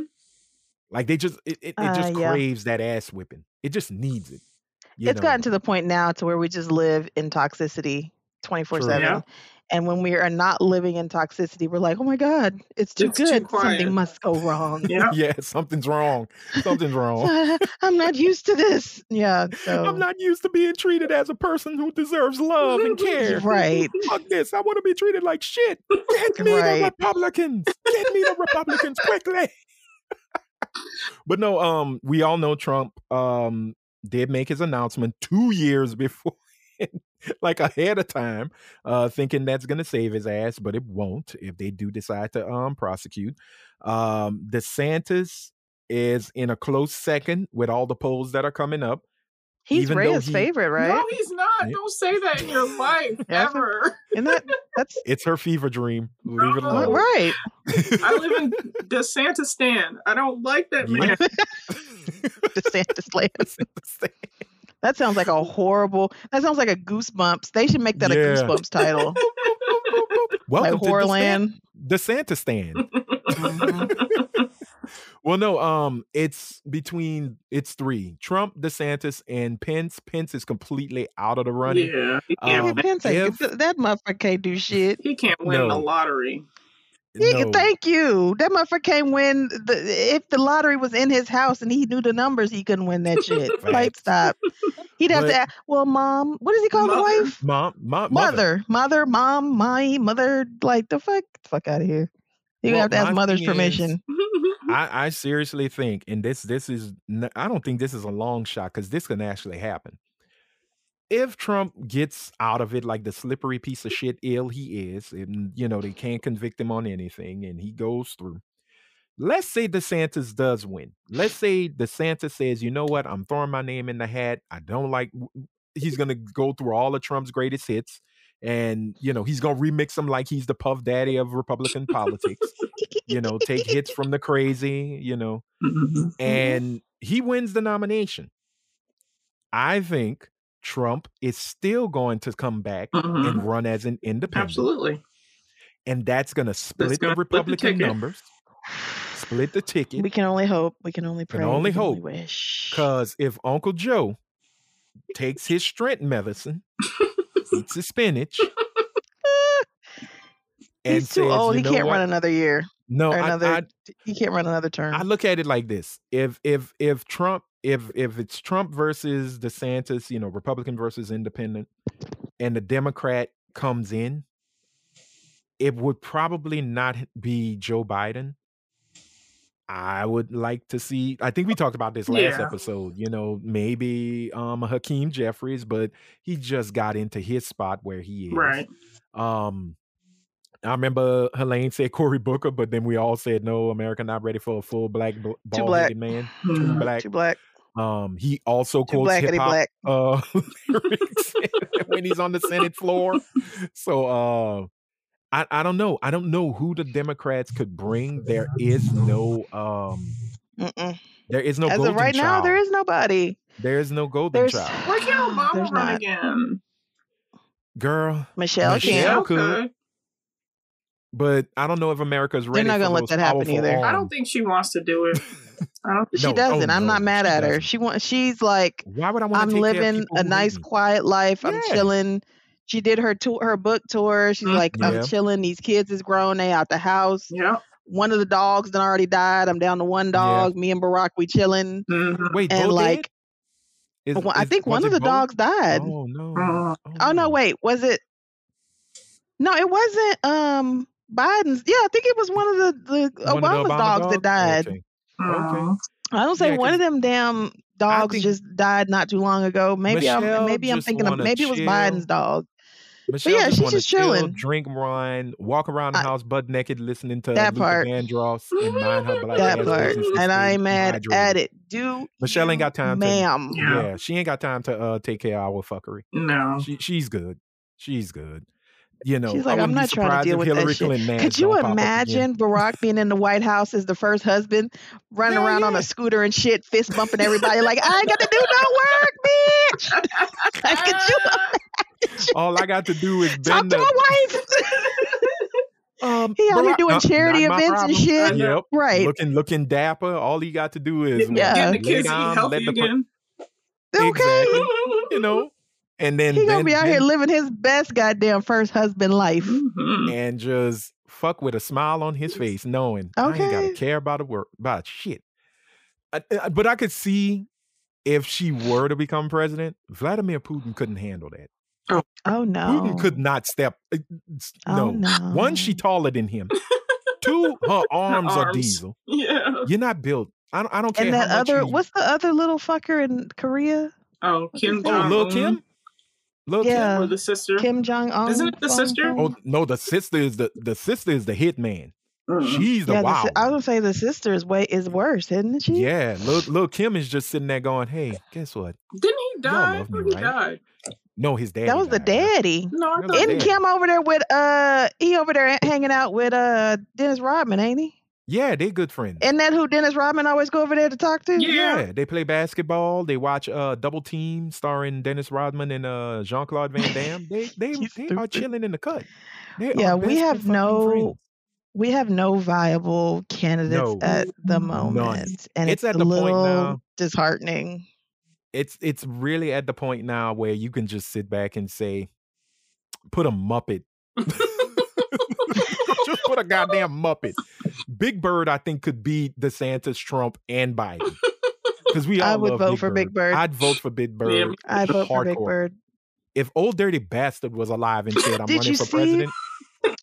[SPEAKER 1] Like they just, it, it, it just
[SPEAKER 3] Mm. Uh, yeah.
[SPEAKER 1] craves that ass whipping. It just needs it. you
[SPEAKER 3] It's
[SPEAKER 1] know?
[SPEAKER 3] gotten to the point now to where we just live in toxicity 24
[SPEAKER 2] Yeah.
[SPEAKER 3] 7. And when we are not living in toxicity, we're like, oh my God, it's too
[SPEAKER 2] It's too
[SPEAKER 3] good.
[SPEAKER 2] quiet."
[SPEAKER 3] Something must go wrong.
[SPEAKER 2] Yeah.
[SPEAKER 1] yeah, something's wrong. Something's wrong.
[SPEAKER 3] I'm not used to this. Yeah. So,
[SPEAKER 1] I'm not used to being treated as a person who deserves love and care.
[SPEAKER 3] right.
[SPEAKER 1] Fuck this. I want to be treated like shit. Get me
[SPEAKER 3] Right.
[SPEAKER 1] the Republicans. Get me the Republicans quickly. but no, um, we all know Trump um did make his announcement two years before like ahead of time, uh, thinking that's gonna save his ass, but it won't if they do decide to um prosecute. Um DeSantis is in a close second with all the polls that are coming up.
[SPEAKER 3] He's
[SPEAKER 1] Even though
[SPEAKER 3] Rhea's
[SPEAKER 1] he-
[SPEAKER 3] favorite, right?
[SPEAKER 2] No, he's not.
[SPEAKER 1] Yeah.
[SPEAKER 2] Don't say that in your life
[SPEAKER 3] That's a-
[SPEAKER 2] ever.
[SPEAKER 3] And that, that's
[SPEAKER 1] It's her fever dream. Leave it
[SPEAKER 2] No.
[SPEAKER 1] alone.
[SPEAKER 3] right.
[SPEAKER 2] I live in DeSantis stand. I don't like that
[SPEAKER 1] Yeah.
[SPEAKER 2] man.
[SPEAKER 3] DeSantis land. That sounds like a horrible, that sounds like a Goosebumps. They should make that a
[SPEAKER 1] Yeah.
[SPEAKER 3] Goosebumps title. like
[SPEAKER 1] Welcome to DeSan-
[SPEAKER 3] Horrorland.
[SPEAKER 1] DeSantis stand.
[SPEAKER 3] Mhm.
[SPEAKER 1] Well, no, um, it's between it's three: Trump, DeSantis, and Pence. Pence is completely out of the running.
[SPEAKER 2] Yeah, he can't,
[SPEAKER 1] Um,
[SPEAKER 2] win.
[SPEAKER 3] Vince ain't-
[SPEAKER 1] if-
[SPEAKER 3] th- that motherfucker can't do shit.
[SPEAKER 2] he can't win the
[SPEAKER 1] no.
[SPEAKER 2] lottery.
[SPEAKER 3] He,
[SPEAKER 1] No.
[SPEAKER 3] Thank you. That motherfucker can't win. The, if the lottery was in his house and he knew the numbers, he couldn't win that shit. Like,
[SPEAKER 1] Facts.
[SPEAKER 3] stop. He'd have
[SPEAKER 1] But-
[SPEAKER 3] to ask, well, mom, what does he call
[SPEAKER 2] Mother.
[SPEAKER 3] the wife?
[SPEAKER 1] Mom, mom, mother.
[SPEAKER 3] Mother. mother, mom, my mother. Like, the fuck? Get the fuck out of here. You
[SPEAKER 1] Well,
[SPEAKER 3] have to
[SPEAKER 1] my
[SPEAKER 3] ask mother's
[SPEAKER 1] thing is-
[SPEAKER 3] permission.
[SPEAKER 1] I, I seriously think, and this this is n- I don't think this is a long shot because this can actually happen. If Trump gets out of it like the slippery piece of shit ill he is, and you know they can't convict him on anything, and he goes through. Let's say DeSantis does win. Let's say DeSantis says, you know what, I'm throwing my name in the hat. I don't like. He's gonna go through all of Trump's greatest hits, and you know he's gonna remix them like he's the puff daddy of Republican politics you know, take hits from the crazy, you know,
[SPEAKER 3] Mm-hmm.
[SPEAKER 1] and he wins the nomination. I think Trump is still going to come back
[SPEAKER 2] Mhm.
[SPEAKER 3] Mm-hmm.
[SPEAKER 1] and run as an independent,
[SPEAKER 2] Absolutely.
[SPEAKER 1] and that's going to split the
[SPEAKER 2] gonna split the
[SPEAKER 1] Republican
[SPEAKER 2] ticket.
[SPEAKER 1] numbers, split the ticket.
[SPEAKER 3] We can only hope. We can only pray.
[SPEAKER 1] Can only
[SPEAKER 3] we
[SPEAKER 1] hope.
[SPEAKER 3] wish.
[SPEAKER 1] Because if Uncle Joe takes his strength medicine, eats his spinach, and
[SPEAKER 3] He's too
[SPEAKER 1] says,
[SPEAKER 3] old.
[SPEAKER 1] "You
[SPEAKER 3] He
[SPEAKER 1] know
[SPEAKER 3] can't
[SPEAKER 1] what?
[SPEAKER 3] run another year.
[SPEAKER 1] No,
[SPEAKER 3] or
[SPEAKER 1] I-
[SPEAKER 3] another
[SPEAKER 1] I,
[SPEAKER 3] He can't run another term.
[SPEAKER 1] I look at it like this: if if if Trump if if it's Trump versus DeSantis, you know, Republican versus Independent, and the Democrat comes in, it would probably not h- be Joe Biden. I would like to see. I think we talked about this last
[SPEAKER 2] Yeah.
[SPEAKER 1] episode. You know, maybe um Hakeem Jeffries, but he just got into his spot where he is.
[SPEAKER 2] Right.
[SPEAKER 1] Um, I remember Helene said Cory Booker, but then we all said no, America not ready for a full black ball headed
[SPEAKER 3] black.
[SPEAKER 1] man. Too
[SPEAKER 2] Mhm.
[SPEAKER 1] black.
[SPEAKER 3] Too black.
[SPEAKER 1] Um, he also
[SPEAKER 3] Too
[SPEAKER 1] quotes hip
[SPEAKER 3] blackity
[SPEAKER 1] hop
[SPEAKER 3] black.
[SPEAKER 1] uh, lyrics when he's on the Senate floor. So, uh, I I don't know. I don't know who the Democrats could bring. There is no um,
[SPEAKER 3] Mm-mm.
[SPEAKER 1] there is no
[SPEAKER 3] As
[SPEAKER 1] golden
[SPEAKER 3] of right now,
[SPEAKER 1] child.
[SPEAKER 3] there is nobody.
[SPEAKER 1] there is no golden
[SPEAKER 3] There's,
[SPEAKER 1] child.
[SPEAKER 2] Why can't Obama
[SPEAKER 3] there's
[SPEAKER 2] run
[SPEAKER 3] not.
[SPEAKER 2] again?
[SPEAKER 1] Girl,
[SPEAKER 3] Michelle,
[SPEAKER 1] Michelle
[SPEAKER 3] can.
[SPEAKER 1] could. but I don't know if America's ready.
[SPEAKER 3] not
[SPEAKER 1] for
[SPEAKER 3] gonna let
[SPEAKER 1] those
[SPEAKER 3] that happen
[SPEAKER 1] powerful
[SPEAKER 3] either. I
[SPEAKER 2] I
[SPEAKER 1] arms.
[SPEAKER 2] don't think she wants to do it. I don't think
[SPEAKER 3] She
[SPEAKER 1] No, oh,
[SPEAKER 3] doesn't. I'm not
[SPEAKER 1] no,
[SPEAKER 3] mad
[SPEAKER 1] she
[SPEAKER 3] at her.
[SPEAKER 1] doesn't.
[SPEAKER 3] She wants. She's like,
[SPEAKER 1] Why would I want
[SPEAKER 3] I'm
[SPEAKER 1] to take care of
[SPEAKER 3] living
[SPEAKER 1] people
[SPEAKER 3] a
[SPEAKER 1] who
[SPEAKER 3] nice,
[SPEAKER 1] need me?
[SPEAKER 3] quiet life. I'm
[SPEAKER 1] Yeah. Mm-hmm.
[SPEAKER 3] chilling. She did her tour, her book tour. She's
[SPEAKER 2] Mm.
[SPEAKER 3] like,
[SPEAKER 1] Yeah.
[SPEAKER 3] I'm chilling. These kids is grown. They out the house.
[SPEAKER 2] yeah.
[SPEAKER 3] One of the dogs done already died. I'm down to one dog. Me and Barack, we chilling.
[SPEAKER 2] Mhm.
[SPEAKER 1] Wait,
[SPEAKER 3] And
[SPEAKER 1] both
[SPEAKER 3] like,
[SPEAKER 1] dead? Is-
[SPEAKER 3] Well, I
[SPEAKER 1] is-
[SPEAKER 3] think
[SPEAKER 1] was
[SPEAKER 3] one of
[SPEAKER 1] it
[SPEAKER 3] the
[SPEAKER 1] both?
[SPEAKER 3] dogs died.
[SPEAKER 1] Oh
[SPEAKER 3] Oh.
[SPEAKER 1] no!
[SPEAKER 2] Uh,
[SPEAKER 3] no, wait, was it? No, it wasn't. Um, Biden's. Yeah, I think it was one of the the
[SPEAKER 1] One of
[SPEAKER 3] Obama's
[SPEAKER 1] the Obama
[SPEAKER 3] dogs, that died.
[SPEAKER 1] Oh, Okay.
[SPEAKER 2] uh,
[SPEAKER 3] I don't say
[SPEAKER 1] Yeah,
[SPEAKER 3] one
[SPEAKER 1] 'cause
[SPEAKER 3] of them damn dogs
[SPEAKER 1] think-
[SPEAKER 3] just died not too long ago. Maybe
[SPEAKER 1] Michelle
[SPEAKER 3] I'm maybe I'm
[SPEAKER 1] just
[SPEAKER 3] thinking of
[SPEAKER 1] wanna
[SPEAKER 3] maybe it was Biden's
[SPEAKER 1] chill.
[SPEAKER 3] dog.
[SPEAKER 1] Michelle
[SPEAKER 3] yeah,
[SPEAKER 1] just
[SPEAKER 3] she's
[SPEAKER 1] wanna
[SPEAKER 3] just
[SPEAKER 1] chill,
[SPEAKER 3] chilling.
[SPEAKER 1] drink wine, walk around the
[SPEAKER 3] I-
[SPEAKER 1] house butt naked, listening to
[SPEAKER 3] That
[SPEAKER 1] Luther
[SPEAKER 3] part.
[SPEAKER 1] Vandross and mind her black
[SPEAKER 3] That
[SPEAKER 1] ass
[SPEAKER 3] part,
[SPEAKER 1] business to
[SPEAKER 3] and I
[SPEAKER 1] stay
[SPEAKER 3] ain't mad at
[SPEAKER 1] hydrated.
[SPEAKER 3] it. Do
[SPEAKER 1] Michelle ain't
[SPEAKER 3] you,
[SPEAKER 1] got time to-
[SPEAKER 3] ma'am.
[SPEAKER 2] Yeah. Oh.
[SPEAKER 1] Yeah. she ain't got time to uh, take care of our fuckery.
[SPEAKER 2] no.
[SPEAKER 1] She, she's good. She's good. You know,
[SPEAKER 3] She's
[SPEAKER 1] I
[SPEAKER 3] like,
[SPEAKER 1] wouldn't
[SPEAKER 3] I'm
[SPEAKER 1] be
[SPEAKER 3] not trying to
[SPEAKER 1] surprised
[SPEAKER 3] deal
[SPEAKER 1] if
[SPEAKER 3] with that
[SPEAKER 1] Hillary
[SPEAKER 3] shit.
[SPEAKER 1] Clinton. ass
[SPEAKER 3] Could you
[SPEAKER 1] don't pop up again.
[SPEAKER 3] imagine Barack being in the White House as the first husband, running
[SPEAKER 1] Hell
[SPEAKER 3] around on
[SPEAKER 1] yeah.
[SPEAKER 3] a scooter and shit, fist bumping everybody like I ain't got to do no work, bitch.
[SPEAKER 1] All I got to do is
[SPEAKER 3] Talk
[SPEAKER 1] bend
[SPEAKER 3] to
[SPEAKER 1] up.
[SPEAKER 3] my wife.
[SPEAKER 1] Um,
[SPEAKER 3] He out
[SPEAKER 1] Barack-
[SPEAKER 3] here doing
[SPEAKER 1] uh, not
[SPEAKER 3] charity
[SPEAKER 1] my
[SPEAKER 3] events and
[SPEAKER 1] problem.
[SPEAKER 3] shit.
[SPEAKER 1] Yep.
[SPEAKER 3] Right.
[SPEAKER 1] Looking looking dapper. All he got to do is
[SPEAKER 3] Yeah.
[SPEAKER 2] Getting the
[SPEAKER 1] lay
[SPEAKER 2] kids to
[SPEAKER 1] down,
[SPEAKER 2] eat
[SPEAKER 1] let
[SPEAKER 2] healthy
[SPEAKER 1] the per-
[SPEAKER 2] again.
[SPEAKER 3] okay.
[SPEAKER 1] Exactly. you know. And then
[SPEAKER 3] He gonna
[SPEAKER 1] bend-
[SPEAKER 3] be out
[SPEAKER 1] bend
[SPEAKER 3] here living his best goddamn first husband life.
[SPEAKER 2] Mhm.
[SPEAKER 1] and just fuck with a smile on his face, knowing I ain't gotta
[SPEAKER 3] Okay.
[SPEAKER 1] care about a work about shit. I- I- but I could see if she were to become president, Vladimir Putin couldn't handle that.
[SPEAKER 3] Oh no.
[SPEAKER 1] Putin could not step. uh, s-
[SPEAKER 3] Oh,
[SPEAKER 1] no. one, she
[SPEAKER 3] no.
[SPEAKER 1] taller than him. Two, her arms, are
[SPEAKER 2] arms.
[SPEAKER 1] diesel.
[SPEAKER 2] Yeah.
[SPEAKER 1] You're not built. I don't, I don't care.
[SPEAKER 3] and that
[SPEAKER 1] how much
[SPEAKER 3] other
[SPEAKER 1] you-
[SPEAKER 3] what's the other little fucker in Korea?
[SPEAKER 2] Oh, Kim
[SPEAKER 1] oh,
[SPEAKER 2] Jong
[SPEAKER 1] Lil Kim, Lil Kim.
[SPEAKER 3] Yeah.
[SPEAKER 2] or the sister.
[SPEAKER 3] Kim Jong Un.
[SPEAKER 2] Isn't it the sister?
[SPEAKER 1] Oh no, the sister is the the sister is the hitman.
[SPEAKER 2] Mhm.
[SPEAKER 1] She's the
[SPEAKER 3] yeah, the
[SPEAKER 1] wild.
[SPEAKER 3] si- I was
[SPEAKER 1] one.
[SPEAKER 3] gonna say the sister is way is worse, isn't she?
[SPEAKER 1] Yeah, Lil, Lil Kim is just sitting there going, "Hey, guess what?
[SPEAKER 2] Didn't he
[SPEAKER 1] Y'all
[SPEAKER 2] die?
[SPEAKER 1] love
[SPEAKER 2] Who
[SPEAKER 1] me,
[SPEAKER 2] he
[SPEAKER 1] right?
[SPEAKER 2] died.
[SPEAKER 1] No, his dad.
[SPEAKER 3] that was the daddy.
[SPEAKER 2] No,
[SPEAKER 1] That
[SPEAKER 2] I
[SPEAKER 1] was
[SPEAKER 2] thought
[SPEAKER 1] the
[SPEAKER 3] Isn't
[SPEAKER 1] dad.
[SPEAKER 3] Kim over there with uh he over there hanging out with uh Dennis Rodman, ain't he?
[SPEAKER 1] Yeah, they good friends.
[SPEAKER 3] Isn't that who Dennis Rodman always go over there to talk to?
[SPEAKER 2] Yeah.
[SPEAKER 1] they play basketball. They watch uh Double Team, starring Dennis Rodman and uh Jean Claude Van Damme. They they
[SPEAKER 3] You
[SPEAKER 1] they are
[SPEAKER 3] stupid.
[SPEAKER 1] chilling in the cut. They are
[SPEAKER 3] Yeah, we
[SPEAKER 1] best
[SPEAKER 3] have
[SPEAKER 1] fucking
[SPEAKER 3] no
[SPEAKER 1] friends.
[SPEAKER 3] We have no viable candidates
[SPEAKER 1] No.
[SPEAKER 3] at the
[SPEAKER 2] None.
[SPEAKER 3] moment. And
[SPEAKER 1] It's
[SPEAKER 3] it's,
[SPEAKER 1] at
[SPEAKER 3] a
[SPEAKER 1] the point
[SPEAKER 3] little
[SPEAKER 1] now-
[SPEAKER 3] disheartening.
[SPEAKER 1] It's it's really at the point now where you can just sit back and say, put a Muppet. just put a goddamn Muppet. Big Bird, I think, could beat DeSantis, Trump, and Biden. Because we all
[SPEAKER 3] I would
[SPEAKER 1] love
[SPEAKER 3] vote for Big Bird.
[SPEAKER 1] I'd vote for Big Bird.
[SPEAKER 2] me
[SPEAKER 3] I vote for Big
[SPEAKER 1] Hardcore.
[SPEAKER 3] Bird.
[SPEAKER 1] if old dirty bastard was alive and said, "I'm
[SPEAKER 3] Did
[SPEAKER 1] running
[SPEAKER 3] you
[SPEAKER 1] for
[SPEAKER 3] see-
[SPEAKER 1] president,"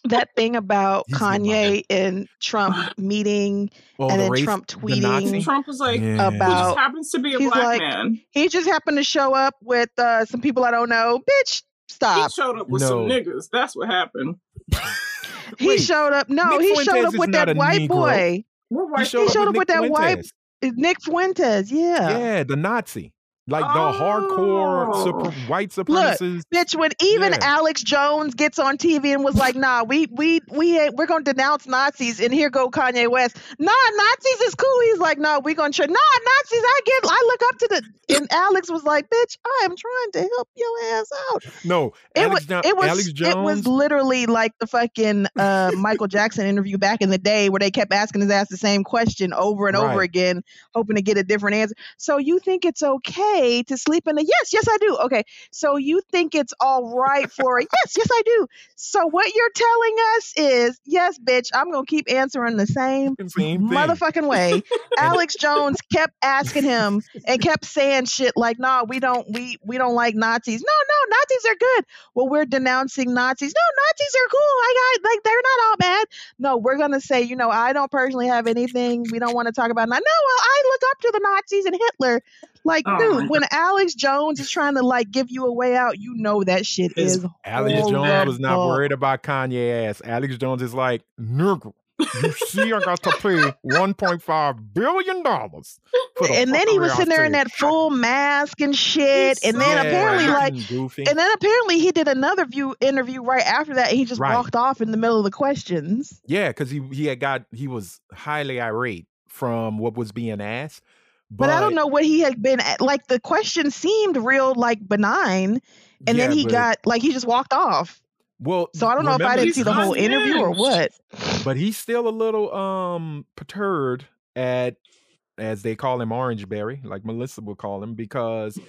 [SPEAKER 3] That thing about
[SPEAKER 1] He's the
[SPEAKER 3] Kanye and Trump meeting
[SPEAKER 1] oh,
[SPEAKER 3] and
[SPEAKER 1] the
[SPEAKER 3] then
[SPEAKER 1] race,
[SPEAKER 3] Trump
[SPEAKER 1] the
[SPEAKER 3] tweeting
[SPEAKER 1] Nazi.
[SPEAKER 2] Trump was like,
[SPEAKER 1] Yeah.
[SPEAKER 2] he just
[SPEAKER 3] About-
[SPEAKER 2] happens to be a
[SPEAKER 3] He's
[SPEAKER 2] black
[SPEAKER 3] like-
[SPEAKER 2] man.
[SPEAKER 3] He just happened to show up with uh, some people I don't know. Bitch,
[SPEAKER 2] He
[SPEAKER 3] stop.
[SPEAKER 2] showed up with some
[SPEAKER 1] No.
[SPEAKER 2] niggas. That's what happened.
[SPEAKER 3] He
[SPEAKER 1] Wait,
[SPEAKER 3] showed up. No,
[SPEAKER 1] Nick
[SPEAKER 3] he
[SPEAKER 1] Fuentes
[SPEAKER 3] showed up
[SPEAKER 1] is
[SPEAKER 3] with
[SPEAKER 1] not
[SPEAKER 3] that
[SPEAKER 1] a
[SPEAKER 3] white
[SPEAKER 1] Negro.
[SPEAKER 3] boy.
[SPEAKER 2] What
[SPEAKER 1] He
[SPEAKER 2] white
[SPEAKER 1] showed
[SPEAKER 3] showed
[SPEAKER 1] up with, that white.
[SPEAKER 3] Nick Fuentes,
[SPEAKER 1] Yeah.
[SPEAKER 3] yeah.
[SPEAKER 1] the Nazi, like the hardcore
[SPEAKER 2] Oh.
[SPEAKER 1] super, white supremacists.
[SPEAKER 3] Bitch, when even
[SPEAKER 1] Yeah.
[SPEAKER 3] Alex Jones gets on TV and was like, "Nah, we we we ain't, we're gonna denounce Nazis," and here go Kanye West. Nah, Nazis is cool. He's like, "Nah, we gonna try." Nah, Nazis, I get, I look up to the. And Alex was like, "Bitch, I am trying to help your ass out."
[SPEAKER 1] No,
[SPEAKER 3] It
[SPEAKER 1] Alex,
[SPEAKER 3] was,
[SPEAKER 1] Jo-
[SPEAKER 3] it was
[SPEAKER 1] Alex
[SPEAKER 3] it was
[SPEAKER 1] Jones.
[SPEAKER 3] literally like the fucking uh, Michael Jackson interview back in the day where they kept asking his ass the same question over and over
[SPEAKER 1] Right.
[SPEAKER 3] again, hoping to get a different answer. So you think it's okay to sleep in a yes, yes I do. Okay. So you think it's all right for a yes, yes I do. So what you're telling us is yes, bitch, I'm gonna keep answering the same
[SPEAKER 1] same thing.
[SPEAKER 3] motherfucking way. Alex Jones kept asking him and kept saying shit like, "Nah, we don't, we we don't like Nazis. No, no, Nazis are good. Well, we're denouncing Nazis. No, Nazis are cool. I got like they're not all bad. No, we're gonna say, you know, I don't personally have anything. We don't want to talk about. That. No, well, I look up to the Nazis and Hitler. Like,
[SPEAKER 2] Oh my
[SPEAKER 3] dude, when Alex Jones is trying to like give you a way out, you know that shit
[SPEAKER 2] His-
[SPEAKER 3] is
[SPEAKER 1] Alex
[SPEAKER 2] Oh,
[SPEAKER 1] Jones
[SPEAKER 2] man.
[SPEAKER 1] was not
[SPEAKER 3] Oh.
[SPEAKER 1] worried about Kanye ass. Alex Jones is like, nigga, you see, I got to pay one point five billion dollars.
[SPEAKER 3] and then he was sitting there in that full mask and shit.
[SPEAKER 2] He's
[SPEAKER 3] and then
[SPEAKER 2] so
[SPEAKER 3] apparently,
[SPEAKER 2] bad.
[SPEAKER 3] like,
[SPEAKER 1] goofy.
[SPEAKER 3] and then apparently he did another view interview right after that. And he just
[SPEAKER 1] Right.
[SPEAKER 3] walked off in the middle of the questions.
[SPEAKER 1] Yeah, because he he had got he was highly irate from what was being asked. But,
[SPEAKER 3] But, I don't know what he had been at. Like the question seemed real, like benign, and then
[SPEAKER 1] yeah,
[SPEAKER 3] he
[SPEAKER 1] but-
[SPEAKER 3] got like he just walked off.
[SPEAKER 1] well.
[SPEAKER 3] So I don't know if I
[SPEAKER 1] remember- Oh,
[SPEAKER 3] didn't see the whole
[SPEAKER 2] he's
[SPEAKER 3] interview or
[SPEAKER 2] unhinged.
[SPEAKER 3] what.
[SPEAKER 1] But he's still a little um perturbed at as they call him Orange Berry, like Melissa would call him, because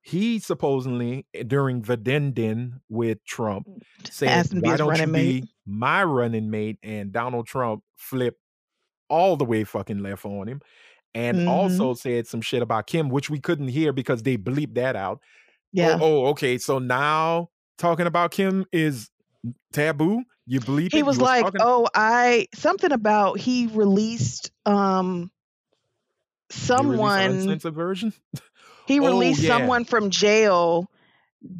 [SPEAKER 1] he supposedly eh, during the den den with Trump said,
[SPEAKER 3] Asked him Mm, to be
[SPEAKER 1] "Why
[SPEAKER 3] his
[SPEAKER 1] don't you
[SPEAKER 3] running mate."
[SPEAKER 1] be my running mate?" And Donald Trump flipped all the way fucking left on him, and
[SPEAKER 3] Mhm.
[SPEAKER 1] also said some shit about Kim, which we couldn't hear because they bleeped that out.
[SPEAKER 3] Yeah,
[SPEAKER 1] Oh, oh, okay. So now talking about Kim is taboo. You bleep.
[SPEAKER 3] he
[SPEAKER 1] it,
[SPEAKER 3] was
[SPEAKER 1] you was
[SPEAKER 3] like,
[SPEAKER 1] talking-
[SPEAKER 3] "Oh, I something about he released um
[SPEAKER 1] They released an
[SPEAKER 3] someone."
[SPEAKER 1] uncensored version.
[SPEAKER 3] He
[SPEAKER 1] Oh,
[SPEAKER 3] released
[SPEAKER 1] yeah.
[SPEAKER 3] someone from jail,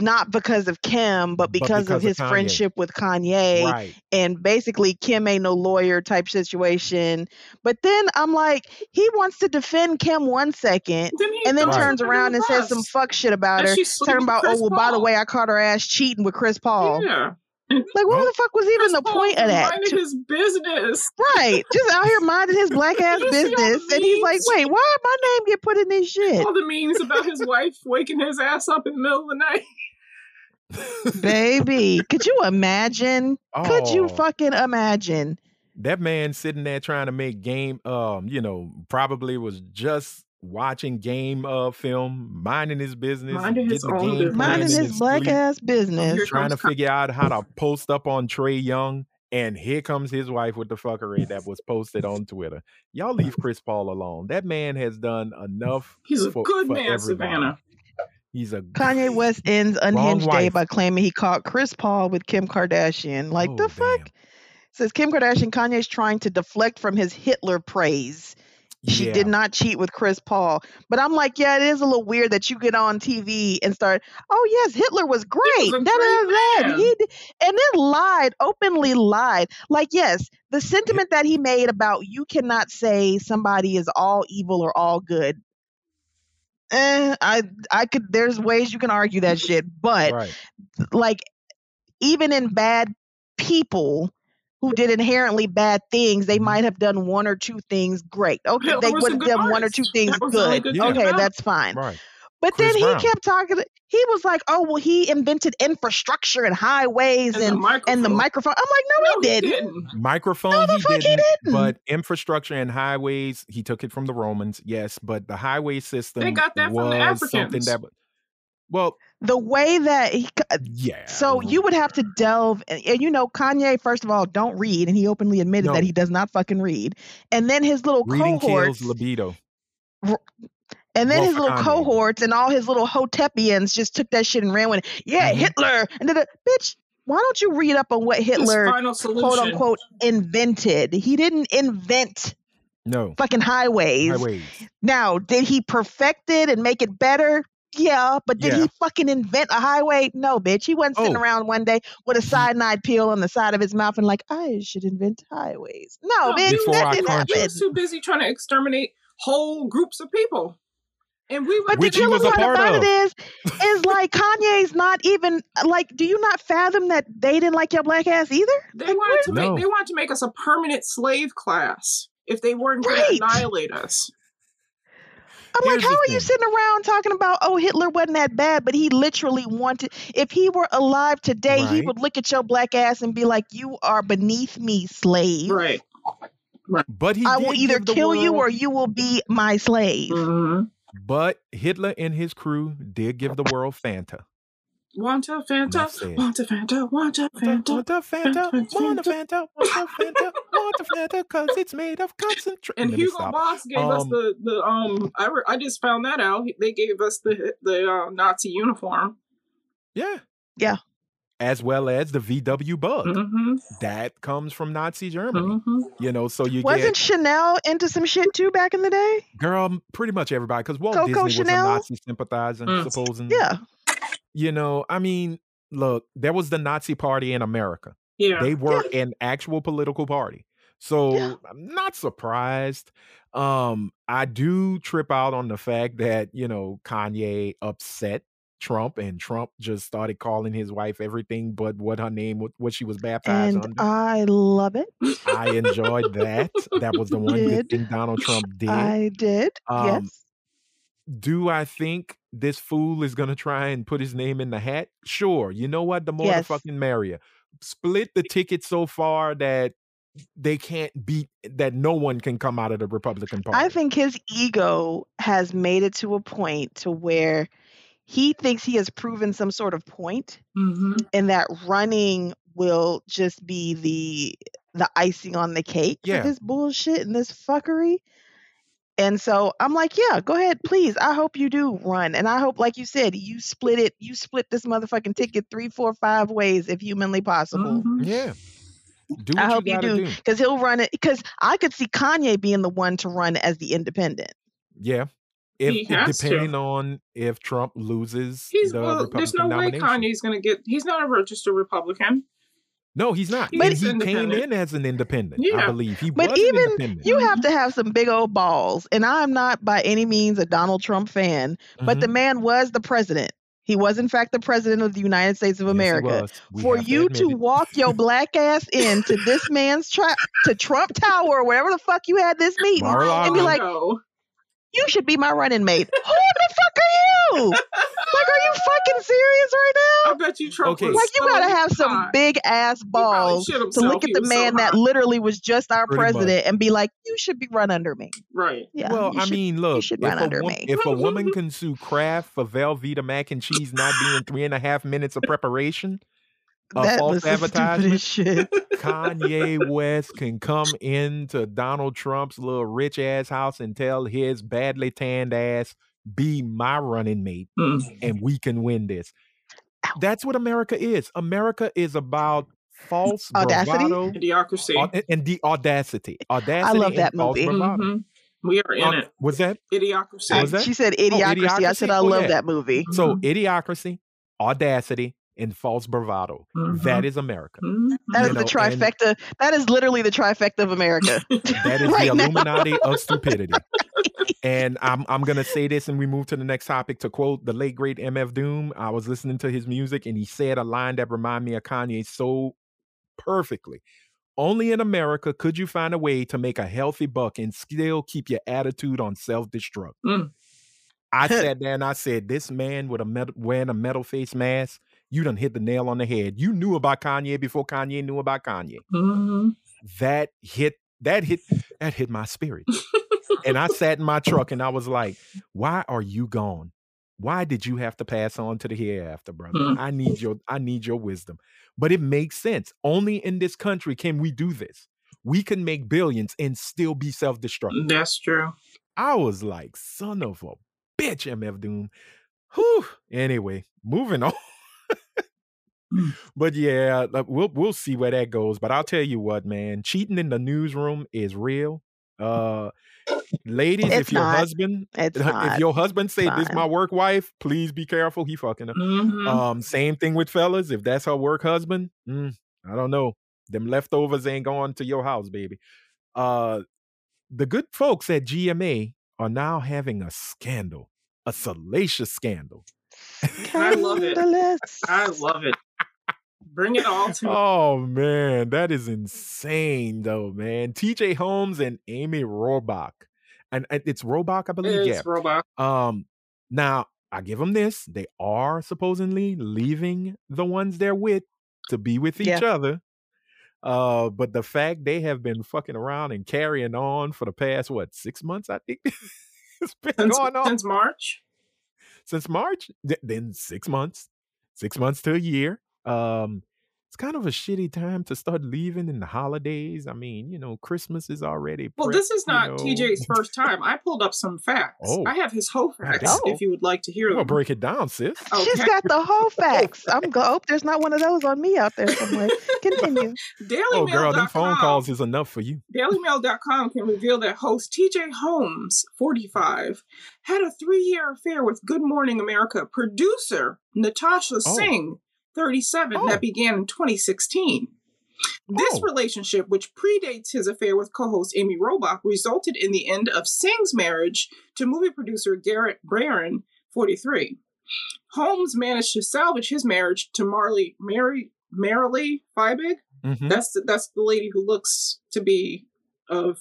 [SPEAKER 3] not because of Kim, but
[SPEAKER 1] But
[SPEAKER 3] because,
[SPEAKER 1] because of
[SPEAKER 3] of his
[SPEAKER 1] Kanye.
[SPEAKER 3] friendship with Kanye.
[SPEAKER 1] Right.
[SPEAKER 3] And basically, Kim ain't no lawyer type situation. But then I'm like, he wants to defend Kim one second
[SPEAKER 2] Then he
[SPEAKER 3] and then
[SPEAKER 2] thought
[SPEAKER 1] Right.
[SPEAKER 3] turns
[SPEAKER 2] somebody
[SPEAKER 3] around and
[SPEAKER 2] was
[SPEAKER 3] says
[SPEAKER 2] us.
[SPEAKER 3] some fuck shit about
[SPEAKER 2] And
[SPEAKER 3] her.
[SPEAKER 2] she's sleeping
[SPEAKER 3] Talking
[SPEAKER 2] with
[SPEAKER 3] about, oh,
[SPEAKER 2] Chris
[SPEAKER 3] well, by the
[SPEAKER 2] Paul.
[SPEAKER 3] way, I caught her ass cheating with Chris Paul.
[SPEAKER 2] Yeah.
[SPEAKER 3] Like, what
[SPEAKER 1] Well,
[SPEAKER 3] the fuck was even
[SPEAKER 2] Chris
[SPEAKER 3] the
[SPEAKER 2] Paul
[SPEAKER 3] point of
[SPEAKER 2] was
[SPEAKER 3] that?
[SPEAKER 2] minding his business.
[SPEAKER 3] Right. Just out here minding his black ass
[SPEAKER 2] You see all the
[SPEAKER 3] business. And he's like,
[SPEAKER 2] memes?
[SPEAKER 3] wait, why my name get put in this shit?
[SPEAKER 2] All the memes about his wife waking his ass up in the middle of the night.
[SPEAKER 3] Baby, could you imagine? Could you
[SPEAKER 1] Oh,
[SPEAKER 3] fucking imagine?
[SPEAKER 1] that man sitting there trying to make game um, you know, probably was just watching game uh film, minding his business,
[SPEAKER 2] Minding his
[SPEAKER 1] getting the
[SPEAKER 2] own
[SPEAKER 1] game
[SPEAKER 2] business.
[SPEAKER 1] plan
[SPEAKER 3] Minding
[SPEAKER 1] in
[SPEAKER 3] his black
[SPEAKER 1] sleep.
[SPEAKER 3] ass business.
[SPEAKER 2] Here
[SPEAKER 1] trying to
[SPEAKER 2] comes Con-
[SPEAKER 1] figure out how to post up on Trey Young, and here comes his wife with the fuckery that was posted on Twitter. Y'all leave Chris Paul alone. That man has done enough.
[SPEAKER 2] He's a
[SPEAKER 1] for-
[SPEAKER 2] good
[SPEAKER 1] for
[SPEAKER 2] man,
[SPEAKER 1] everybody.
[SPEAKER 2] Savannah.
[SPEAKER 1] He's a
[SPEAKER 3] Kanye West ends unhinged day
[SPEAKER 1] wife.
[SPEAKER 3] by claiming he caught Chris Paul with Kim Kardashian. Like
[SPEAKER 1] Oh,
[SPEAKER 3] the fuck?
[SPEAKER 1] damn.
[SPEAKER 3] Says Kim Kardashian, Kanye's trying to deflect from his Hitler praise. She
[SPEAKER 1] Yeah.
[SPEAKER 3] did not cheat with Chris Paul. But I'm like, yeah, it is a little weird that you get on TV and start, oh yes, Hitler was great.
[SPEAKER 2] a
[SPEAKER 3] da, da,
[SPEAKER 2] great
[SPEAKER 3] da, da."
[SPEAKER 2] man.
[SPEAKER 3] He did, and then lied, openly lied. Like, yes, the sentiment that he made about you cannot say somebody is all evil or all good. Eh, I I could there's ways you can argue that shit, but
[SPEAKER 1] Right.
[SPEAKER 3] like even in bad people who did inherently bad things, they
[SPEAKER 1] Mhm.
[SPEAKER 3] might have done one or two things great. Okay,
[SPEAKER 2] Hitler
[SPEAKER 3] they
[SPEAKER 2] was a
[SPEAKER 3] would have
[SPEAKER 2] good
[SPEAKER 3] done one or
[SPEAKER 2] artist.
[SPEAKER 3] two things
[SPEAKER 2] Hitler was a
[SPEAKER 3] good.
[SPEAKER 2] good
[SPEAKER 1] Yeah.
[SPEAKER 3] Okay,
[SPEAKER 2] man.
[SPEAKER 3] that's fine.
[SPEAKER 1] Right.
[SPEAKER 3] But
[SPEAKER 1] Chris
[SPEAKER 3] then he
[SPEAKER 1] Brown.
[SPEAKER 3] kept talking. He was like, "Oh well, he invented infrastructure and highways and
[SPEAKER 2] the
[SPEAKER 3] and,
[SPEAKER 2] microphone.
[SPEAKER 3] the microphone." I'm like, "No, he didn't."
[SPEAKER 1] Microphone
[SPEAKER 3] No, the
[SPEAKER 1] he,
[SPEAKER 3] fuck he
[SPEAKER 1] didn't,
[SPEAKER 3] didn't.
[SPEAKER 1] but infrastructure and highways he took it from the Romans. Yes, but the highway system
[SPEAKER 2] got that
[SPEAKER 1] was
[SPEAKER 2] from the
[SPEAKER 1] something
[SPEAKER 2] Africans.
[SPEAKER 1] that was- well,
[SPEAKER 3] The way that he, uh,
[SPEAKER 1] yeah.
[SPEAKER 3] so you would have to delve, and, and you know, Kanye first of all don't read, and he openly admitted
[SPEAKER 1] No.
[SPEAKER 3] that he does not fucking read, and then his little
[SPEAKER 1] reading
[SPEAKER 3] cohorts,
[SPEAKER 1] kills libido.
[SPEAKER 3] and then
[SPEAKER 1] well,
[SPEAKER 3] his
[SPEAKER 1] for
[SPEAKER 3] little
[SPEAKER 1] Kanye.
[SPEAKER 3] cohorts and all his little Hotepians just took that shit and ran with, it. yeah,
[SPEAKER 1] Mhm.
[SPEAKER 3] Hitler, and then bitch, why don't you read up on what
[SPEAKER 2] His
[SPEAKER 3] Hitler
[SPEAKER 2] final solution.
[SPEAKER 3] quote unquote invented? He didn't invent
[SPEAKER 1] No.
[SPEAKER 3] fucking highways.
[SPEAKER 1] Highways.
[SPEAKER 3] Now, did he perfect it and make it better? Yeah, but did
[SPEAKER 1] Yeah.
[SPEAKER 3] he fucking invent a highway? No, bitch. He wasn't sitting
[SPEAKER 1] Oh.
[SPEAKER 3] around one day with a
[SPEAKER 1] He-
[SPEAKER 3] cyanide pill on the side of his mouth and like, I should invent highways. No,
[SPEAKER 2] No,
[SPEAKER 3] "Oh, bitch,
[SPEAKER 1] Before
[SPEAKER 3] that
[SPEAKER 1] our
[SPEAKER 3] didn't
[SPEAKER 2] He
[SPEAKER 3] happen.
[SPEAKER 1] conscience.
[SPEAKER 2] was too busy trying to exterminate whole groups of people. And we were
[SPEAKER 3] But
[SPEAKER 1] Which
[SPEAKER 3] the
[SPEAKER 1] he
[SPEAKER 3] killing
[SPEAKER 1] was a part
[SPEAKER 3] part about
[SPEAKER 1] of.
[SPEAKER 3] it is, is like Kanye's not even like. Do you not fathom that they didn't like your black ass either?
[SPEAKER 2] They wanted to
[SPEAKER 1] No.
[SPEAKER 2] make they wanted to make us a permanent slave class if they weren't going
[SPEAKER 3] Right.
[SPEAKER 2] to annihilate us.
[SPEAKER 3] I'm
[SPEAKER 1] Here's
[SPEAKER 3] like, how
[SPEAKER 1] the
[SPEAKER 3] are
[SPEAKER 1] thing.
[SPEAKER 3] you sitting around talking about, oh, Hitler wasn't that bad, but he literally wanted, if he were alive today, he
[SPEAKER 1] Right.
[SPEAKER 3] would look at your black ass and be like, you are beneath me, slave.
[SPEAKER 2] Right.
[SPEAKER 1] But he
[SPEAKER 3] I will
[SPEAKER 1] did
[SPEAKER 3] either
[SPEAKER 1] give the
[SPEAKER 3] kill you
[SPEAKER 1] world- Mm-hmm.
[SPEAKER 3] or you will be my slave.
[SPEAKER 2] Mhm.
[SPEAKER 1] But Hitler and his crew did give the world Fanta.
[SPEAKER 2] Wanta Fanta.
[SPEAKER 1] Enough said.
[SPEAKER 2] Wanta Fanta. Wanta Fanta.
[SPEAKER 1] Want a Fanta,
[SPEAKER 2] Fanta,
[SPEAKER 1] want a Fanta, want a Fanta, want a Fanta, because it's made of concentrate.
[SPEAKER 2] And Hugo Boss gave us
[SPEAKER 1] Um,
[SPEAKER 2] the the um. I, re- I just found that out. They gave us the the uh, Nazi uniform.
[SPEAKER 1] Yeah.
[SPEAKER 3] Yeah.
[SPEAKER 1] As well as the VW bug.
[SPEAKER 2] Mm-hmm.
[SPEAKER 1] That comes from Nazi Germany.
[SPEAKER 2] Mm-hmm.
[SPEAKER 1] You know, so you
[SPEAKER 3] Wasn't Chanel into some shit too back in the day?
[SPEAKER 1] get girl, pretty much everybody, because Walt
[SPEAKER 3] Coco
[SPEAKER 1] Disney
[SPEAKER 3] Chanel?
[SPEAKER 1] was a Nazi sympathizer,
[SPEAKER 2] Mm.
[SPEAKER 1] supposing.
[SPEAKER 3] Yeah.
[SPEAKER 1] You know, I mean, look, there was the Nazi party in America.
[SPEAKER 2] Yeah.
[SPEAKER 1] They were an actual political party. So
[SPEAKER 3] Yeah.
[SPEAKER 1] I'm not surprised. Um, I do trip out on the fact that, you know, Kanye upset Trump and Trump just started calling his wife everything but what her name wa- what she was baptized
[SPEAKER 3] And
[SPEAKER 1] under.
[SPEAKER 3] I love it.
[SPEAKER 1] I enjoyed that. That was the one good
[SPEAKER 3] Did.
[SPEAKER 1] thing Donald Trump did.
[SPEAKER 3] I did.
[SPEAKER 1] Um,
[SPEAKER 3] yes.
[SPEAKER 1] do I think this fool is gonna try and put his name in the hat? Sure. You know what? The more the
[SPEAKER 3] Yes.
[SPEAKER 1] fucking merrier. Split the ticket so far that they can't beat that no one can come out of the Republican Party.
[SPEAKER 3] I think his ego has made it to a point to where he thinks he has proven some sort of point
[SPEAKER 2] hmm
[SPEAKER 3] and that running will just be the the icing on the cake
[SPEAKER 1] Yeah.
[SPEAKER 3] for this bullshit and this fuckery. And so I'm like, yeah, go ahead, please. I hope you do run. And I hope, like you said, you split it, you split this motherfucking ticket three, four, five ways if humanly possible.
[SPEAKER 2] Mm-hmm.
[SPEAKER 1] Yeah. Do
[SPEAKER 3] I
[SPEAKER 1] what
[SPEAKER 3] hope
[SPEAKER 1] you
[SPEAKER 3] you
[SPEAKER 1] gotta do.
[SPEAKER 3] Because he'll run it because I could see Kanye being the one to run as the independent.
[SPEAKER 1] Yeah.
[SPEAKER 2] He
[SPEAKER 1] If
[SPEAKER 2] has to.
[SPEAKER 1] depending on if Trump loses
[SPEAKER 2] He's
[SPEAKER 1] the
[SPEAKER 2] well,
[SPEAKER 1] Republican
[SPEAKER 2] there's no way
[SPEAKER 1] nomination.
[SPEAKER 2] Kanye's gonna get. He's not a registered Republican.
[SPEAKER 1] no, he's not.
[SPEAKER 2] He's
[SPEAKER 1] and he came in
[SPEAKER 2] independent.
[SPEAKER 1] as an independent, I
[SPEAKER 2] Yeah.
[SPEAKER 1] believe. He
[SPEAKER 3] But
[SPEAKER 1] was
[SPEAKER 3] even
[SPEAKER 1] an independent.
[SPEAKER 3] You have to have some big old balls. And I'm not by any means a Donald Trump fan. but
[SPEAKER 1] Mhm.
[SPEAKER 3] the man was the president. He was, in fact, the president of the United States of
[SPEAKER 1] Yes, he
[SPEAKER 3] America.
[SPEAKER 1] was. We
[SPEAKER 3] For
[SPEAKER 1] have to
[SPEAKER 3] you
[SPEAKER 1] admit
[SPEAKER 3] to
[SPEAKER 1] it.
[SPEAKER 3] walk your black ass into this man's tra- to Trump Tower, or wherever the fuck you had this meeting,
[SPEAKER 1] Mar-a-Lago.
[SPEAKER 3] and be like,
[SPEAKER 2] No.
[SPEAKER 3] "You should be my running mate." Who the fuck are you? Like, are you fucking serious right now?
[SPEAKER 2] I bet you Trump
[SPEAKER 1] Okay.
[SPEAKER 2] was
[SPEAKER 3] Like you
[SPEAKER 2] so
[SPEAKER 3] gotta have some
[SPEAKER 2] high.
[SPEAKER 3] big ass
[SPEAKER 2] He probably
[SPEAKER 3] balls
[SPEAKER 2] shit
[SPEAKER 3] to
[SPEAKER 2] himself.
[SPEAKER 3] look at
[SPEAKER 2] He
[SPEAKER 3] the
[SPEAKER 2] was so
[SPEAKER 3] man that
[SPEAKER 2] high.
[SPEAKER 3] literally was just our
[SPEAKER 1] Pretty much.
[SPEAKER 3] president and be like, "You should be run under me."
[SPEAKER 2] right.
[SPEAKER 3] Yeah.
[SPEAKER 1] well,
[SPEAKER 3] you
[SPEAKER 1] I
[SPEAKER 3] should-
[SPEAKER 1] mean, look,
[SPEAKER 3] should
[SPEAKER 1] if
[SPEAKER 3] run
[SPEAKER 1] a,
[SPEAKER 3] under
[SPEAKER 1] wom-
[SPEAKER 3] me.
[SPEAKER 1] if a woman can sue Kraft for Velveeta mac and cheese not being three and a half minutes of preparation, a
[SPEAKER 3] that
[SPEAKER 1] false
[SPEAKER 3] was the
[SPEAKER 1] advertisement?
[SPEAKER 3] stupidest shit.
[SPEAKER 1] Kanye West can come into Donald Trump's little rich ass house and tell his badly tanned ass, be my running mate,
[SPEAKER 2] Mm.
[SPEAKER 1] and we can win this.
[SPEAKER 3] Ow.
[SPEAKER 1] That's what America is. America is about false
[SPEAKER 3] Audacity?
[SPEAKER 1] bravado
[SPEAKER 2] Idiocracy.
[SPEAKER 1] au- and- and the audacity. Audacity.
[SPEAKER 3] love
[SPEAKER 1] and
[SPEAKER 3] that
[SPEAKER 1] false
[SPEAKER 3] movie.
[SPEAKER 1] bravado.
[SPEAKER 2] Mhm. We are in
[SPEAKER 1] Uh,
[SPEAKER 2] it.
[SPEAKER 1] was that
[SPEAKER 2] Idiocracy.
[SPEAKER 1] What was that?
[SPEAKER 3] She said idiocracy. I said
[SPEAKER 1] Idiocracy?
[SPEAKER 3] I
[SPEAKER 1] Oh,
[SPEAKER 3] love
[SPEAKER 1] yeah.
[SPEAKER 3] that movie.
[SPEAKER 1] so?
[SPEAKER 2] Mm-hmm.
[SPEAKER 1] Idiocracy, audacity, and false bravado.
[SPEAKER 2] Mhm.
[SPEAKER 1] That is America.
[SPEAKER 2] Mhm.
[SPEAKER 3] That is
[SPEAKER 1] You
[SPEAKER 3] the
[SPEAKER 1] know, and-
[SPEAKER 3] trifecta. That is literally the trifecta of America.
[SPEAKER 1] That is
[SPEAKER 3] Right
[SPEAKER 1] the
[SPEAKER 3] now.
[SPEAKER 1] Illuminati of stupidity. and I'm I'm gonna say this, and we move to the next topic. To quote the late great MF Doom, I was listening to his music, and he said a line that reminded me of Kanye so perfectly. Only in America could you find a way to make a healthy buck and still keep your attitude on self destruct.
[SPEAKER 2] Mm.
[SPEAKER 1] I sat there and I said, "This man with a metal, wearing a metal face mask, you done hit the nail on the head. You knew about Kanye before Kanye knew about Kanye."
[SPEAKER 2] Mhm.
[SPEAKER 1] that hit that hit that hit my spirit and i sat in my truck and i was like why are you gone why did you have to pass on to the hereafter brother
[SPEAKER 2] Mm.
[SPEAKER 1] i need your i need your wisdom but it makes sense only in this country can we do this we can make billions and still be self-destructive
[SPEAKER 2] That's true.
[SPEAKER 1] i was like son of a bitch mf doom Whew. anyway moving on
[SPEAKER 2] Mm.
[SPEAKER 1] but yeah, like, we'll we'll see where that goes. But I'll tell you what, man, cheating in the newsroom is real. Uh, ladies, if
[SPEAKER 3] Mm. It's
[SPEAKER 1] your
[SPEAKER 3] not.
[SPEAKER 1] husband
[SPEAKER 3] It's
[SPEAKER 1] if
[SPEAKER 3] not.
[SPEAKER 1] your husband say this
[SPEAKER 3] fine.
[SPEAKER 1] my work wife, please be careful. He fucking her.
[SPEAKER 2] Mhm.
[SPEAKER 1] Um, same thing with fellas. If that's her work husband, mm, I don't know. Them leftovers ain't going to your house, baby. Uh, the good folks at GMA are now having a scandal, a salacious scandal.
[SPEAKER 2] I love it.
[SPEAKER 3] Scandalous.
[SPEAKER 2] I love it. Bring it all to
[SPEAKER 1] Oh man, that is insane though, man. TJ Holmes and Amy Robach. And and it's Robach, I believe.
[SPEAKER 2] it's
[SPEAKER 1] yeah.
[SPEAKER 2] robot.
[SPEAKER 1] Um now I give them this. They are supposedly leaving the ones they're with to be with each
[SPEAKER 3] Yeah.
[SPEAKER 1] other. Uh, but the fact they have been fucking around and carrying on for the past what six months, I think it's been
[SPEAKER 2] Since,
[SPEAKER 1] going on
[SPEAKER 2] since March.
[SPEAKER 1] since March, th- then six months, six months to a year. Um, it's kind of a shitty time to start leaving in the holidays. I mean, you know, Christmas is already.
[SPEAKER 2] Well,
[SPEAKER 1] prepped,
[SPEAKER 2] this is
[SPEAKER 1] you
[SPEAKER 2] not
[SPEAKER 1] know.
[SPEAKER 2] TJ's first time. I pulled up some facts.
[SPEAKER 1] Oh.
[SPEAKER 2] I have his whole facts
[SPEAKER 3] damn.
[SPEAKER 2] if you would like to hear
[SPEAKER 1] Well,
[SPEAKER 2] them.
[SPEAKER 1] break it down, sis.
[SPEAKER 2] Oh.
[SPEAKER 3] She's
[SPEAKER 2] okay.
[SPEAKER 3] got the whole facts. I'm go. Oh, there's not one of those on me out there somewhere. Continue.
[SPEAKER 2] Dailymail.com.
[SPEAKER 1] Oh, girl, them phone calls is enough for you.
[SPEAKER 2] DailyMail.com can reveal that host TJ Holmes, 45, had a three year affair with Good Morning America producer Natasha Singh, 37,
[SPEAKER 1] Oh.
[SPEAKER 2] that began in 2016. This
[SPEAKER 1] Oh.
[SPEAKER 2] relationship, which predates his affair with co host Amy Robach, resulted in the end of Singh's marriage to movie producer Garrett Barron, 43. Holmes managed to salvage his marriage to Marley Mary Marilee Feibig,
[SPEAKER 1] Mhm.
[SPEAKER 2] that's the, that's the lady who looks to be of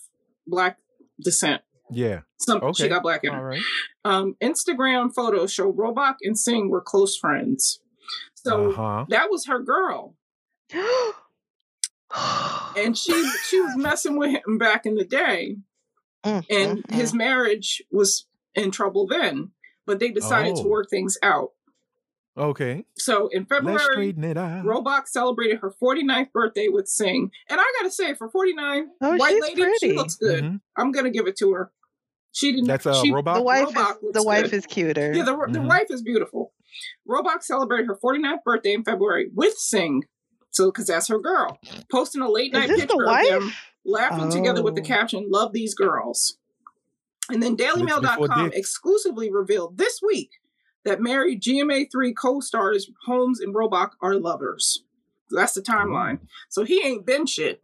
[SPEAKER 2] black descent.
[SPEAKER 1] Yeah.
[SPEAKER 2] Some
[SPEAKER 1] Okay.
[SPEAKER 2] she got black in
[SPEAKER 1] All
[SPEAKER 2] her.
[SPEAKER 1] right.
[SPEAKER 2] Um, Instagram photos show Robach and Singh were close friends. So
[SPEAKER 1] Uh-huh.
[SPEAKER 2] that was her girl, and she she was messing with him back in the day,
[SPEAKER 3] Mm,
[SPEAKER 2] and
[SPEAKER 3] mm,
[SPEAKER 2] his marriage was in trouble then. But they decided to
[SPEAKER 1] Oh.
[SPEAKER 2] work things out.
[SPEAKER 1] Okay.
[SPEAKER 2] So in
[SPEAKER 1] Let's
[SPEAKER 2] February,
[SPEAKER 1] straighten it out.
[SPEAKER 2] Robach celebrated her 49th birthday with Singh, and I gotta say, for 49,
[SPEAKER 3] Oh,
[SPEAKER 2] white
[SPEAKER 3] she's
[SPEAKER 2] lady, she
[SPEAKER 3] pretty.
[SPEAKER 2] looks good.
[SPEAKER 1] Mhm.
[SPEAKER 2] I'm gonna give it to her. She didn't.
[SPEAKER 1] That's a
[SPEAKER 2] she,
[SPEAKER 1] robot.
[SPEAKER 3] The wife
[SPEAKER 2] Robach
[SPEAKER 3] is
[SPEAKER 2] looks
[SPEAKER 3] the wife
[SPEAKER 2] good.
[SPEAKER 3] is cuter.
[SPEAKER 2] Yeah, the, the
[SPEAKER 1] Mhm.
[SPEAKER 2] wife is beautiful. Robach celebrated her 49th birthday in February with Sing, so because that's her girl. Posting a late
[SPEAKER 3] is
[SPEAKER 2] night
[SPEAKER 3] this
[SPEAKER 2] picture
[SPEAKER 3] the
[SPEAKER 2] of them
[SPEAKER 3] wife?
[SPEAKER 2] laughing together with the
[SPEAKER 3] Oh.
[SPEAKER 2] caption "Love these girls." And then
[SPEAKER 1] Lips before
[SPEAKER 2] DailyMail.com
[SPEAKER 1] dicks.
[SPEAKER 2] exclusively revealed this week that married GMA3 co-stars Holmes and Robach are lovers. So that's the
[SPEAKER 1] Oh.
[SPEAKER 2] timeline. So he ain't been shit.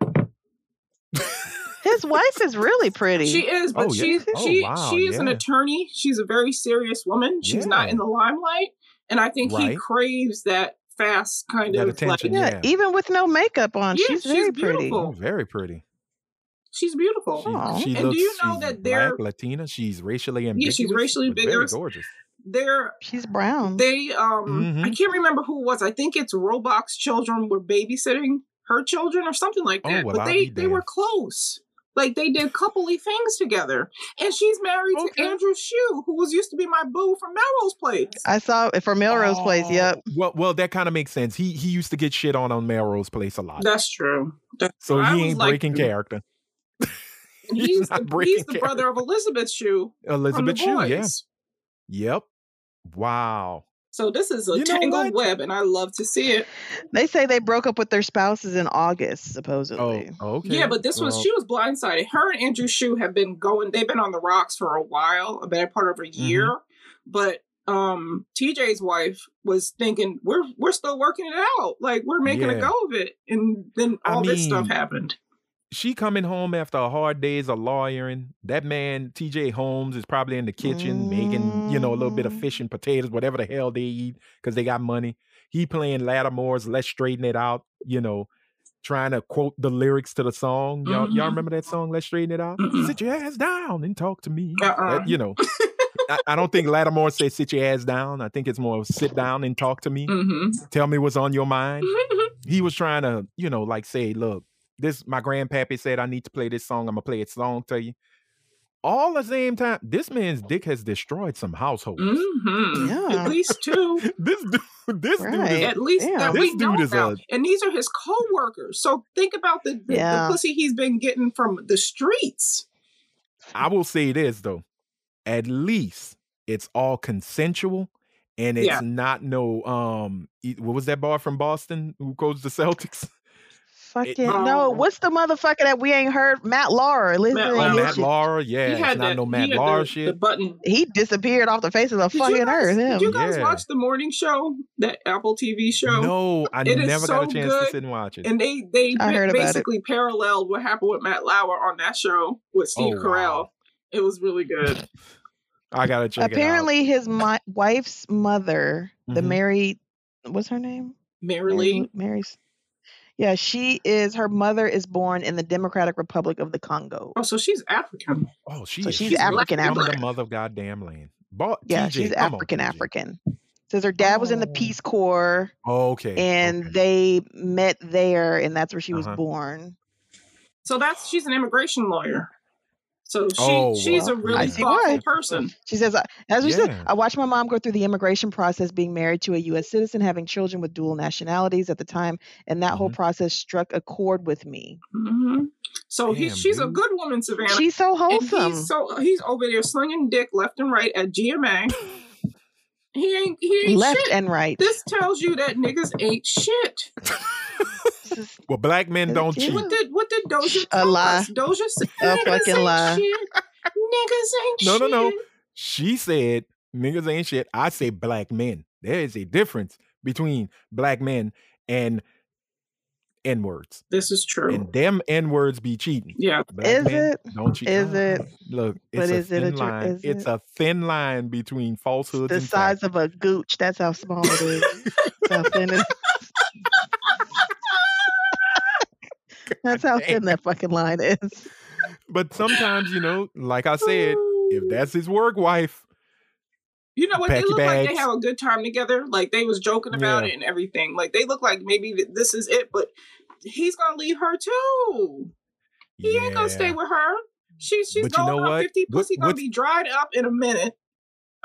[SPEAKER 3] His wife is really pretty.
[SPEAKER 2] She is, but
[SPEAKER 1] Oh, yeah.
[SPEAKER 2] she
[SPEAKER 1] Oh,
[SPEAKER 2] she
[SPEAKER 1] wow,
[SPEAKER 2] she is an
[SPEAKER 1] yeah.
[SPEAKER 2] attorney. She's a very serious woman. She's not
[SPEAKER 1] Yeah.
[SPEAKER 2] in the limelight, and I think he
[SPEAKER 1] Right.
[SPEAKER 2] craves that fast kind
[SPEAKER 1] That
[SPEAKER 2] of
[SPEAKER 1] attention.
[SPEAKER 2] like
[SPEAKER 3] yeah,
[SPEAKER 1] yeah.
[SPEAKER 3] even with no makeup on,
[SPEAKER 2] Yeah,
[SPEAKER 3] she's
[SPEAKER 2] she's
[SPEAKER 3] very
[SPEAKER 2] beautiful.
[SPEAKER 1] Oh, very pretty.
[SPEAKER 2] she's beautiful.
[SPEAKER 1] She,
[SPEAKER 3] Aw.
[SPEAKER 1] she
[SPEAKER 2] And do
[SPEAKER 1] looks,
[SPEAKER 2] you know
[SPEAKER 1] she's
[SPEAKER 2] that
[SPEAKER 1] black,
[SPEAKER 2] they're-
[SPEAKER 1] Latina. She's racially
[SPEAKER 2] Yeah,
[SPEAKER 1] ambiguous.
[SPEAKER 2] she's racially
[SPEAKER 1] but very
[SPEAKER 2] ambiguous.
[SPEAKER 1] gorgeous.
[SPEAKER 2] they're
[SPEAKER 3] She's brown.
[SPEAKER 2] they um
[SPEAKER 1] Mhm.
[SPEAKER 2] I can't remember who it was. I think it's Roblox children were babysitting her children or something like
[SPEAKER 1] Oh,
[SPEAKER 2] that.
[SPEAKER 1] well,
[SPEAKER 2] but
[SPEAKER 1] I'll
[SPEAKER 2] they
[SPEAKER 1] be
[SPEAKER 2] they were
[SPEAKER 1] damned.
[SPEAKER 2] close. Like they did coupley things together. And she's married
[SPEAKER 1] Okay.
[SPEAKER 2] to Andrew Shue, who was used to be my boo from Melrose Place.
[SPEAKER 3] I saw it from Melrose Place. Yep.
[SPEAKER 2] Oh.
[SPEAKER 1] Well, well, that kind of makes sense. He he used to get shit on on Melrose Place a lot,
[SPEAKER 2] That's true. That's
[SPEAKER 1] so
[SPEAKER 2] I
[SPEAKER 1] he
[SPEAKER 2] was
[SPEAKER 1] ain't
[SPEAKER 2] like,
[SPEAKER 1] breaking character.
[SPEAKER 2] and
[SPEAKER 1] he's
[SPEAKER 2] he's,
[SPEAKER 1] not
[SPEAKER 2] the,
[SPEAKER 1] breaking
[SPEAKER 2] he's the brother of Elizabeth Shue from the
[SPEAKER 1] Elizabeth Shue,
[SPEAKER 2] boys.
[SPEAKER 1] yeah, yep. Wow.
[SPEAKER 2] So this is a
[SPEAKER 1] You know what?
[SPEAKER 2] tangled web, and I love to see it.
[SPEAKER 3] They say they broke up with their spouses in August, supposedly.
[SPEAKER 1] Oh, okay.
[SPEAKER 2] Yeah, but this was
[SPEAKER 1] Well,
[SPEAKER 2] she was blindsided. Her and Andrew Shue have been going; they've been on the rocks for a while, a bad part of a
[SPEAKER 1] Mm-hmm.
[SPEAKER 2] year. But um TJ's wife was thinking, "We're we're still working it out. Like we're making a
[SPEAKER 1] Yeah.
[SPEAKER 2] go of it." And then
[SPEAKER 1] I
[SPEAKER 2] all this stuff
[SPEAKER 1] mean,
[SPEAKER 2] happened.
[SPEAKER 1] she coming home after a hard days of lawyering. That man, TJ Holmes, is probably in the kitchen making, you know, a little bit of
[SPEAKER 3] Mm.
[SPEAKER 1] fish and potatoes, whatever the hell they eat, because they got money. He playing Lattimore's Let's Straighten It Out, you know, trying to quote the lyrics to the song. Y'all, y'all
[SPEAKER 2] Mhm.
[SPEAKER 1] remember that song, Let's Straighten It Out?
[SPEAKER 2] Mm-mm.
[SPEAKER 1] Sit your ass down and talk to me.
[SPEAKER 2] Uh-uh.
[SPEAKER 1] That- you know, I, I don't think Lattimore says sit your ass down. I think it's more sit down and talk to me.
[SPEAKER 2] hmm
[SPEAKER 1] Tell me what's on your mind he was trying to, you know, like say, look, this my grandpappy said I need to play this song. I'm gonna play its song to you. All the same time, this man's dick has destroyed some households.
[SPEAKER 2] hmm
[SPEAKER 3] Yeah.
[SPEAKER 2] At least two.
[SPEAKER 1] This dude, this dude is
[SPEAKER 3] Right.
[SPEAKER 2] At least
[SPEAKER 3] Damn.
[SPEAKER 2] that
[SPEAKER 1] This
[SPEAKER 2] we know
[SPEAKER 1] dude is
[SPEAKER 2] about.
[SPEAKER 1] a-
[SPEAKER 2] and these are his co-workers. So think about the, the,
[SPEAKER 3] Yeah.
[SPEAKER 2] the pussy he's been getting from the streets.
[SPEAKER 1] I will say this though, at least it's all consensual and it's
[SPEAKER 2] Yeah.
[SPEAKER 1] not no um e- what was that boy from Boston who coached the Celtics?
[SPEAKER 3] Fucking
[SPEAKER 2] Oh.
[SPEAKER 3] no. What's the motherfucker that we ain't heard? Matt Lauer. Listen,
[SPEAKER 2] Matt Lauer.
[SPEAKER 1] Matt Laura, yeah,
[SPEAKER 2] Oh, he had
[SPEAKER 1] it's not
[SPEAKER 2] that,
[SPEAKER 1] no
[SPEAKER 2] he
[SPEAKER 1] Matt
[SPEAKER 2] had
[SPEAKER 1] Laura
[SPEAKER 2] the,
[SPEAKER 1] shit.
[SPEAKER 2] The button
[SPEAKER 3] He disappeared off the face of the
[SPEAKER 2] Did you
[SPEAKER 3] fucking
[SPEAKER 2] guys-
[SPEAKER 3] earth.
[SPEAKER 2] Did
[SPEAKER 3] Him.
[SPEAKER 2] you guys
[SPEAKER 1] Yeah.
[SPEAKER 2] watch the morning show, that Apple TV show?
[SPEAKER 1] no, I
[SPEAKER 2] It is
[SPEAKER 1] never
[SPEAKER 2] so
[SPEAKER 1] got a chance
[SPEAKER 2] good,
[SPEAKER 1] to sit and watch it.
[SPEAKER 2] And they they
[SPEAKER 3] I
[SPEAKER 2] ba-
[SPEAKER 3] heard about it.
[SPEAKER 2] basically paralleled what happened with Matt Lauer on that show with Steve
[SPEAKER 1] Oh,
[SPEAKER 2] Carell.
[SPEAKER 1] wow.
[SPEAKER 2] It was really good.
[SPEAKER 1] I gotta check
[SPEAKER 3] Apparently, his mi- wife's mother, the
[SPEAKER 1] Mhm.
[SPEAKER 3] married, what's her name? Mary
[SPEAKER 2] Merrily.
[SPEAKER 3] Lou- Mary's. Yeah, she is. Her mother is born in the Democratic Republic of the Congo.
[SPEAKER 2] Oh, so she's African.
[SPEAKER 1] it out. Oh, she
[SPEAKER 3] So
[SPEAKER 1] is-
[SPEAKER 3] she's
[SPEAKER 1] she's
[SPEAKER 2] black.
[SPEAKER 3] African
[SPEAKER 1] Come to
[SPEAKER 3] African.
[SPEAKER 1] the mother of goddamn land. Bought
[SPEAKER 3] Yeah,
[SPEAKER 1] TJ,
[SPEAKER 3] she's
[SPEAKER 1] come on,
[SPEAKER 3] African
[SPEAKER 1] TJ.
[SPEAKER 3] African. Says her dad was in the
[SPEAKER 1] Oh.
[SPEAKER 3] Peace Corps
[SPEAKER 1] Oh, okay.
[SPEAKER 3] and
[SPEAKER 1] okay.
[SPEAKER 3] they met there, and that's where she was
[SPEAKER 1] Uh-huh.
[SPEAKER 3] born.
[SPEAKER 2] So that's she's an immigration lawyer. So she
[SPEAKER 1] Oh,
[SPEAKER 2] she's a
[SPEAKER 1] wow.
[SPEAKER 2] really
[SPEAKER 1] I
[SPEAKER 3] see
[SPEAKER 2] thoughtful
[SPEAKER 3] why.
[SPEAKER 2] person.
[SPEAKER 3] She says, I- as she
[SPEAKER 1] Yeah.
[SPEAKER 3] said, I watched my mom go through the immigration process, being married to a U.S. citizen, having children with dual nationalities at the time, and that whole
[SPEAKER 1] Mhm.
[SPEAKER 3] process struck a chord with me.
[SPEAKER 2] hmm So he,
[SPEAKER 1] Damn,
[SPEAKER 2] she's a
[SPEAKER 1] dude.
[SPEAKER 2] good woman, Savannah.
[SPEAKER 3] She's so
[SPEAKER 2] and
[SPEAKER 3] wholesome.
[SPEAKER 2] he's so he's over there slinging dick left and right at GMA. he ain't he ain't
[SPEAKER 3] left
[SPEAKER 2] shit.
[SPEAKER 3] and right.
[SPEAKER 2] this tells you that niggas ain't shit.
[SPEAKER 3] This is
[SPEAKER 1] well, black men
[SPEAKER 3] Is
[SPEAKER 1] don't
[SPEAKER 3] it
[SPEAKER 1] cheat.
[SPEAKER 2] What did what did Doja
[SPEAKER 3] A
[SPEAKER 2] tell
[SPEAKER 3] lie.
[SPEAKER 2] us? Doja said
[SPEAKER 3] A
[SPEAKER 2] "Niggas
[SPEAKER 3] fucking
[SPEAKER 2] ain't
[SPEAKER 3] lie.
[SPEAKER 2] shit. Niggas ain't
[SPEAKER 1] No, no, no.
[SPEAKER 2] shit."
[SPEAKER 1] She said, "Niggas ain't shit." I say black men. There is a difference between black men and n words,
[SPEAKER 2] This is true.
[SPEAKER 1] and them n words be cheating.
[SPEAKER 2] yeah.
[SPEAKER 1] Black
[SPEAKER 3] Is
[SPEAKER 1] men
[SPEAKER 3] it?
[SPEAKER 1] don't cheat.
[SPEAKER 3] Is
[SPEAKER 1] Uh,
[SPEAKER 3] it?
[SPEAKER 1] Look,
[SPEAKER 3] But
[SPEAKER 1] it's a
[SPEAKER 3] is it a
[SPEAKER 1] thin
[SPEAKER 3] tr-
[SPEAKER 1] line.
[SPEAKER 3] is
[SPEAKER 1] it's
[SPEAKER 3] it?
[SPEAKER 1] a thin line between falsehoods
[SPEAKER 3] the
[SPEAKER 1] and
[SPEAKER 3] size
[SPEAKER 1] facts.
[SPEAKER 3] of a gooch. That's how small it is. That's how thin it is. That's how thin that fucking line is.
[SPEAKER 1] But sometimes, you know, like I said, if that's his work wife,
[SPEAKER 2] you know what they
[SPEAKER 1] Packy
[SPEAKER 2] look like, they
[SPEAKER 1] bags.
[SPEAKER 2] have a good time together. Like they was joking about
[SPEAKER 1] Yeah.
[SPEAKER 2] it and everything. Like they look like maybe th- this is it, but he's gonna leave her too. He ain't gonna stay
[SPEAKER 1] yeah.
[SPEAKER 2] with her. She, she's
[SPEAKER 1] But you
[SPEAKER 2] going
[SPEAKER 1] know
[SPEAKER 2] on
[SPEAKER 1] what?
[SPEAKER 2] fifty.
[SPEAKER 1] What-
[SPEAKER 2] Pussy gonna
[SPEAKER 1] what's-
[SPEAKER 2] be dried up in a minute.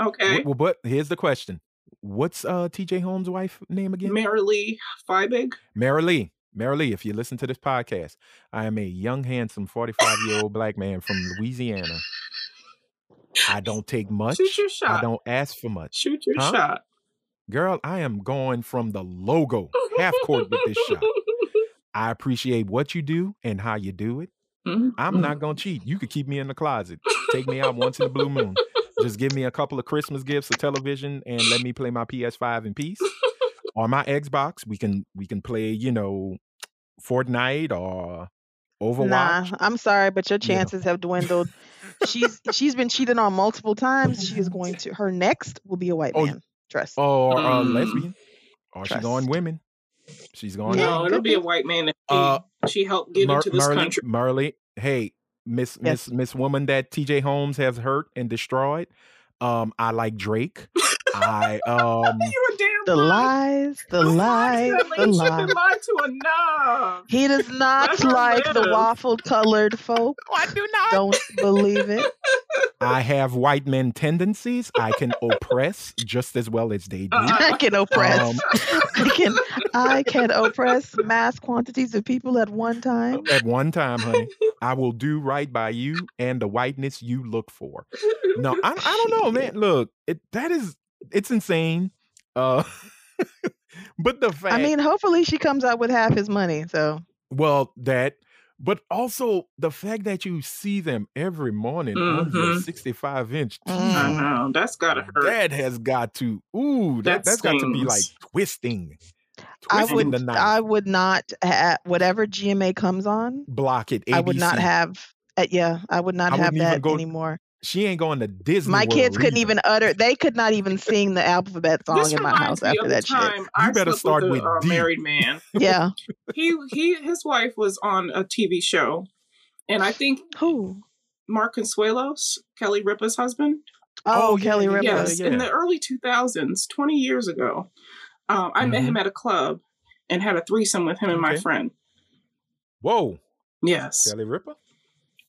[SPEAKER 2] Okay.
[SPEAKER 1] Wh- Well, but here's the question: What's uh T.J. Holmes' wife name again?
[SPEAKER 2] Mary Lee Feibig.
[SPEAKER 1] Mary Lee. Mary Lee, if you listen to this podcast, I am a young, handsome, 45 year old black man from Louisiana. I don't take much.
[SPEAKER 2] Shoot your
[SPEAKER 1] I
[SPEAKER 2] shot.
[SPEAKER 1] don't ask for much.
[SPEAKER 2] Shoot your
[SPEAKER 1] Huh?
[SPEAKER 2] shot.
[SPEAKER 1] Girl, I am going from the logo half court with this shot. I appreciate what you do and how you do it.
[SPEAKER 2] Mm-hmm. Mm.
[SPEAKER 1] I'm not going to cheat. You could keep me in the closet. Take me out once in the blue moon. Just give me a couple of Christmas gifts, a television, and let me play my PS5 in peace. or my Xbox, we can we can play, you know, Fortnite or Overwatch.
[SPEAKER 3] Nah, I'm sorry, but your
[SPEAKER 1] You know.
[SPEAKER 3] chances have dwindled. She's she's been cheated on multiple times. She is going to her next will be a white
[SPEAKER 1] Oh,
[SPEAKER 3] man. Trust.
[SPEAKER 1] Or uh,
[SPEAKER 2] Mm.
[SPEAKER 1] lesbian. Or she's going
[SPEAKER 3] Trust.
[SPEAKER 1] women. She's going
[SPEAKER 3] Yeah,
[SPEAKER 2] No,
[SPEAKER 1] women.
[SPEAKER 2] it'll
[SPEAKER 3] could
[SPEAKER 2] be a
[SPEAKER 3] be.
[SPEAKER 2] white man. That she,
[SPEAKER 1] Uh,
[SPEAKER 2] she helped get
[SPEAKER 1] Mar-
[SPEAKER 2] into this
[SPEAKER 1] Marley-
[SPEAKER 2] country.
[SPEAKER 1] Marley, hey, Miss Miss
[SPEAKER 3] Yes.
[SPEAKER 1] Miss Woman that TJ Holmes has hurt and destroyed. Um, I like Drake. I um
[SPEAKER 2] you a
[SPEAKER 3] The
[SPEAKER 2] damn liar.
[SPEAKER 3] lies, the
[SPEAKER 2] You
[SPEAKER 3] lies, the
[SPEAKER 2] you shouldn't
[SPEAKER 3] lies.
[SPEAKER 2] lie to enough.
[SPEAKER 3] He does not
[SPEAKER 2] That's
[SPEAKER 3] like the
[SPEAKER 2] hilarious.
[SPEAKER 3] waffle colored folk.
[SPEAKER 1] I do not.
[SPEAKER 3] Don't believe it.
[SPEAKER 1] I have white men tendencies. I can oppress just as well as they do.
[SPEAKER 2] Uh-uh.
[SPEAKER 3] I can oppress.
[SPEAKER 1] Um,
[SPEAKER 3] I can I can oppress mass quantities of people at one time.
[SPEAKER 1] at one time, honey. I will do right by you and the whiteness you look for. No, I, I don't know, man. Look, it, that is it's insane. Uh, but the fact,
[SPEAKER 3] I mean, hopefully she comes out with half his money. So
[SPEAKER 1] well, that, but also the fact that you see them every morning on your
[SPEAKER 2] Mhm.
[SPEAKER 1] sixty-five inch
[SPEAKER 3] Mm.
[SPEAKER 1] TV,
[SPEAKER 2] I know that's gotta hurt.
[SPEAKER 1] that has got to ooh, that,
[SPEAKER 2] That
[SPEAKER 1] has got to be like
[SPEAKER 2] stings.
[SPEAKER 1] twisting,
[SPEAKER 3] I
[SPEAKER 1] twisting
[SPEAKER 3] would
[SPEAKER 1] the knife,
[SPEAKER 3] I would not ha- whatever GMA comes on.
[SPEAKER 1] block it. ABC.
[SPEAKER 3] I would not have. Uh, yeah, I would not
[SPEAKER 1] I
[SPEAKER 3] have
[SPEAKER 1] wouldn't even
[SPEAKER 3] that
[SPEAKER 1] go-
[SPEAKER 3] anymore.
[SPEAKER 1] She ain't going to Disney.
[SPEAKER 3] My kids
[SPEAKER 1] World
[SPEAKER 3] couldn't
[SPEAKER 1] either.
[SPEAKER 3] even utter. They could not even sing the alphabet song
[SPEAKER 2] This
[SPEAKER 3] in my house
[SPEAKER 2] reminds me
[SPEAKER 3] after
[SPEAKER 2] of the
[SPEAKER 3] that shit.
[SPEAKER 2] time I
[SPEAKER 1] You better
[SPEAKER 2] slept
[SPEAKER 1] start
[SPEAKER 2] with,
[SPEAKER 1] with
[SPEAKER 2] a uh,
[SPEAKER 1] D.
[SPEAKER 2] married man.
[SPEAKER 3] Yeah.
[SPEAKER 2] He he his wife was on a TV show, and I think
[SPEAKER 3] Who?
[SPEAKER 2] Mark Consuelos, Kelly Ripa's husband.
[SPEAKER 3] Oh,
[SPEAKER 1] Oh, yeah,
[SPEAKER 3] Kelly
[SPEAKER 1] yeah,
[SPEAKER 3] Ripa.
[SPEAKER 2] Yes,
[SPEAKER 1] yeah.
[SPEAKER 2] in the early 2000s, 20 years ago, um, I met
[SPEAKER 1] Mhm.
[SPEAKER 2] him at a club and had a threesome with him and my
[SPEAKER 1] Okay.
[SPEAKER 2] friend.
[SPEAKER 1] Whoa,
[SPEAKER 2] Yes,
[SPEAKER 1] Kelly Ripper.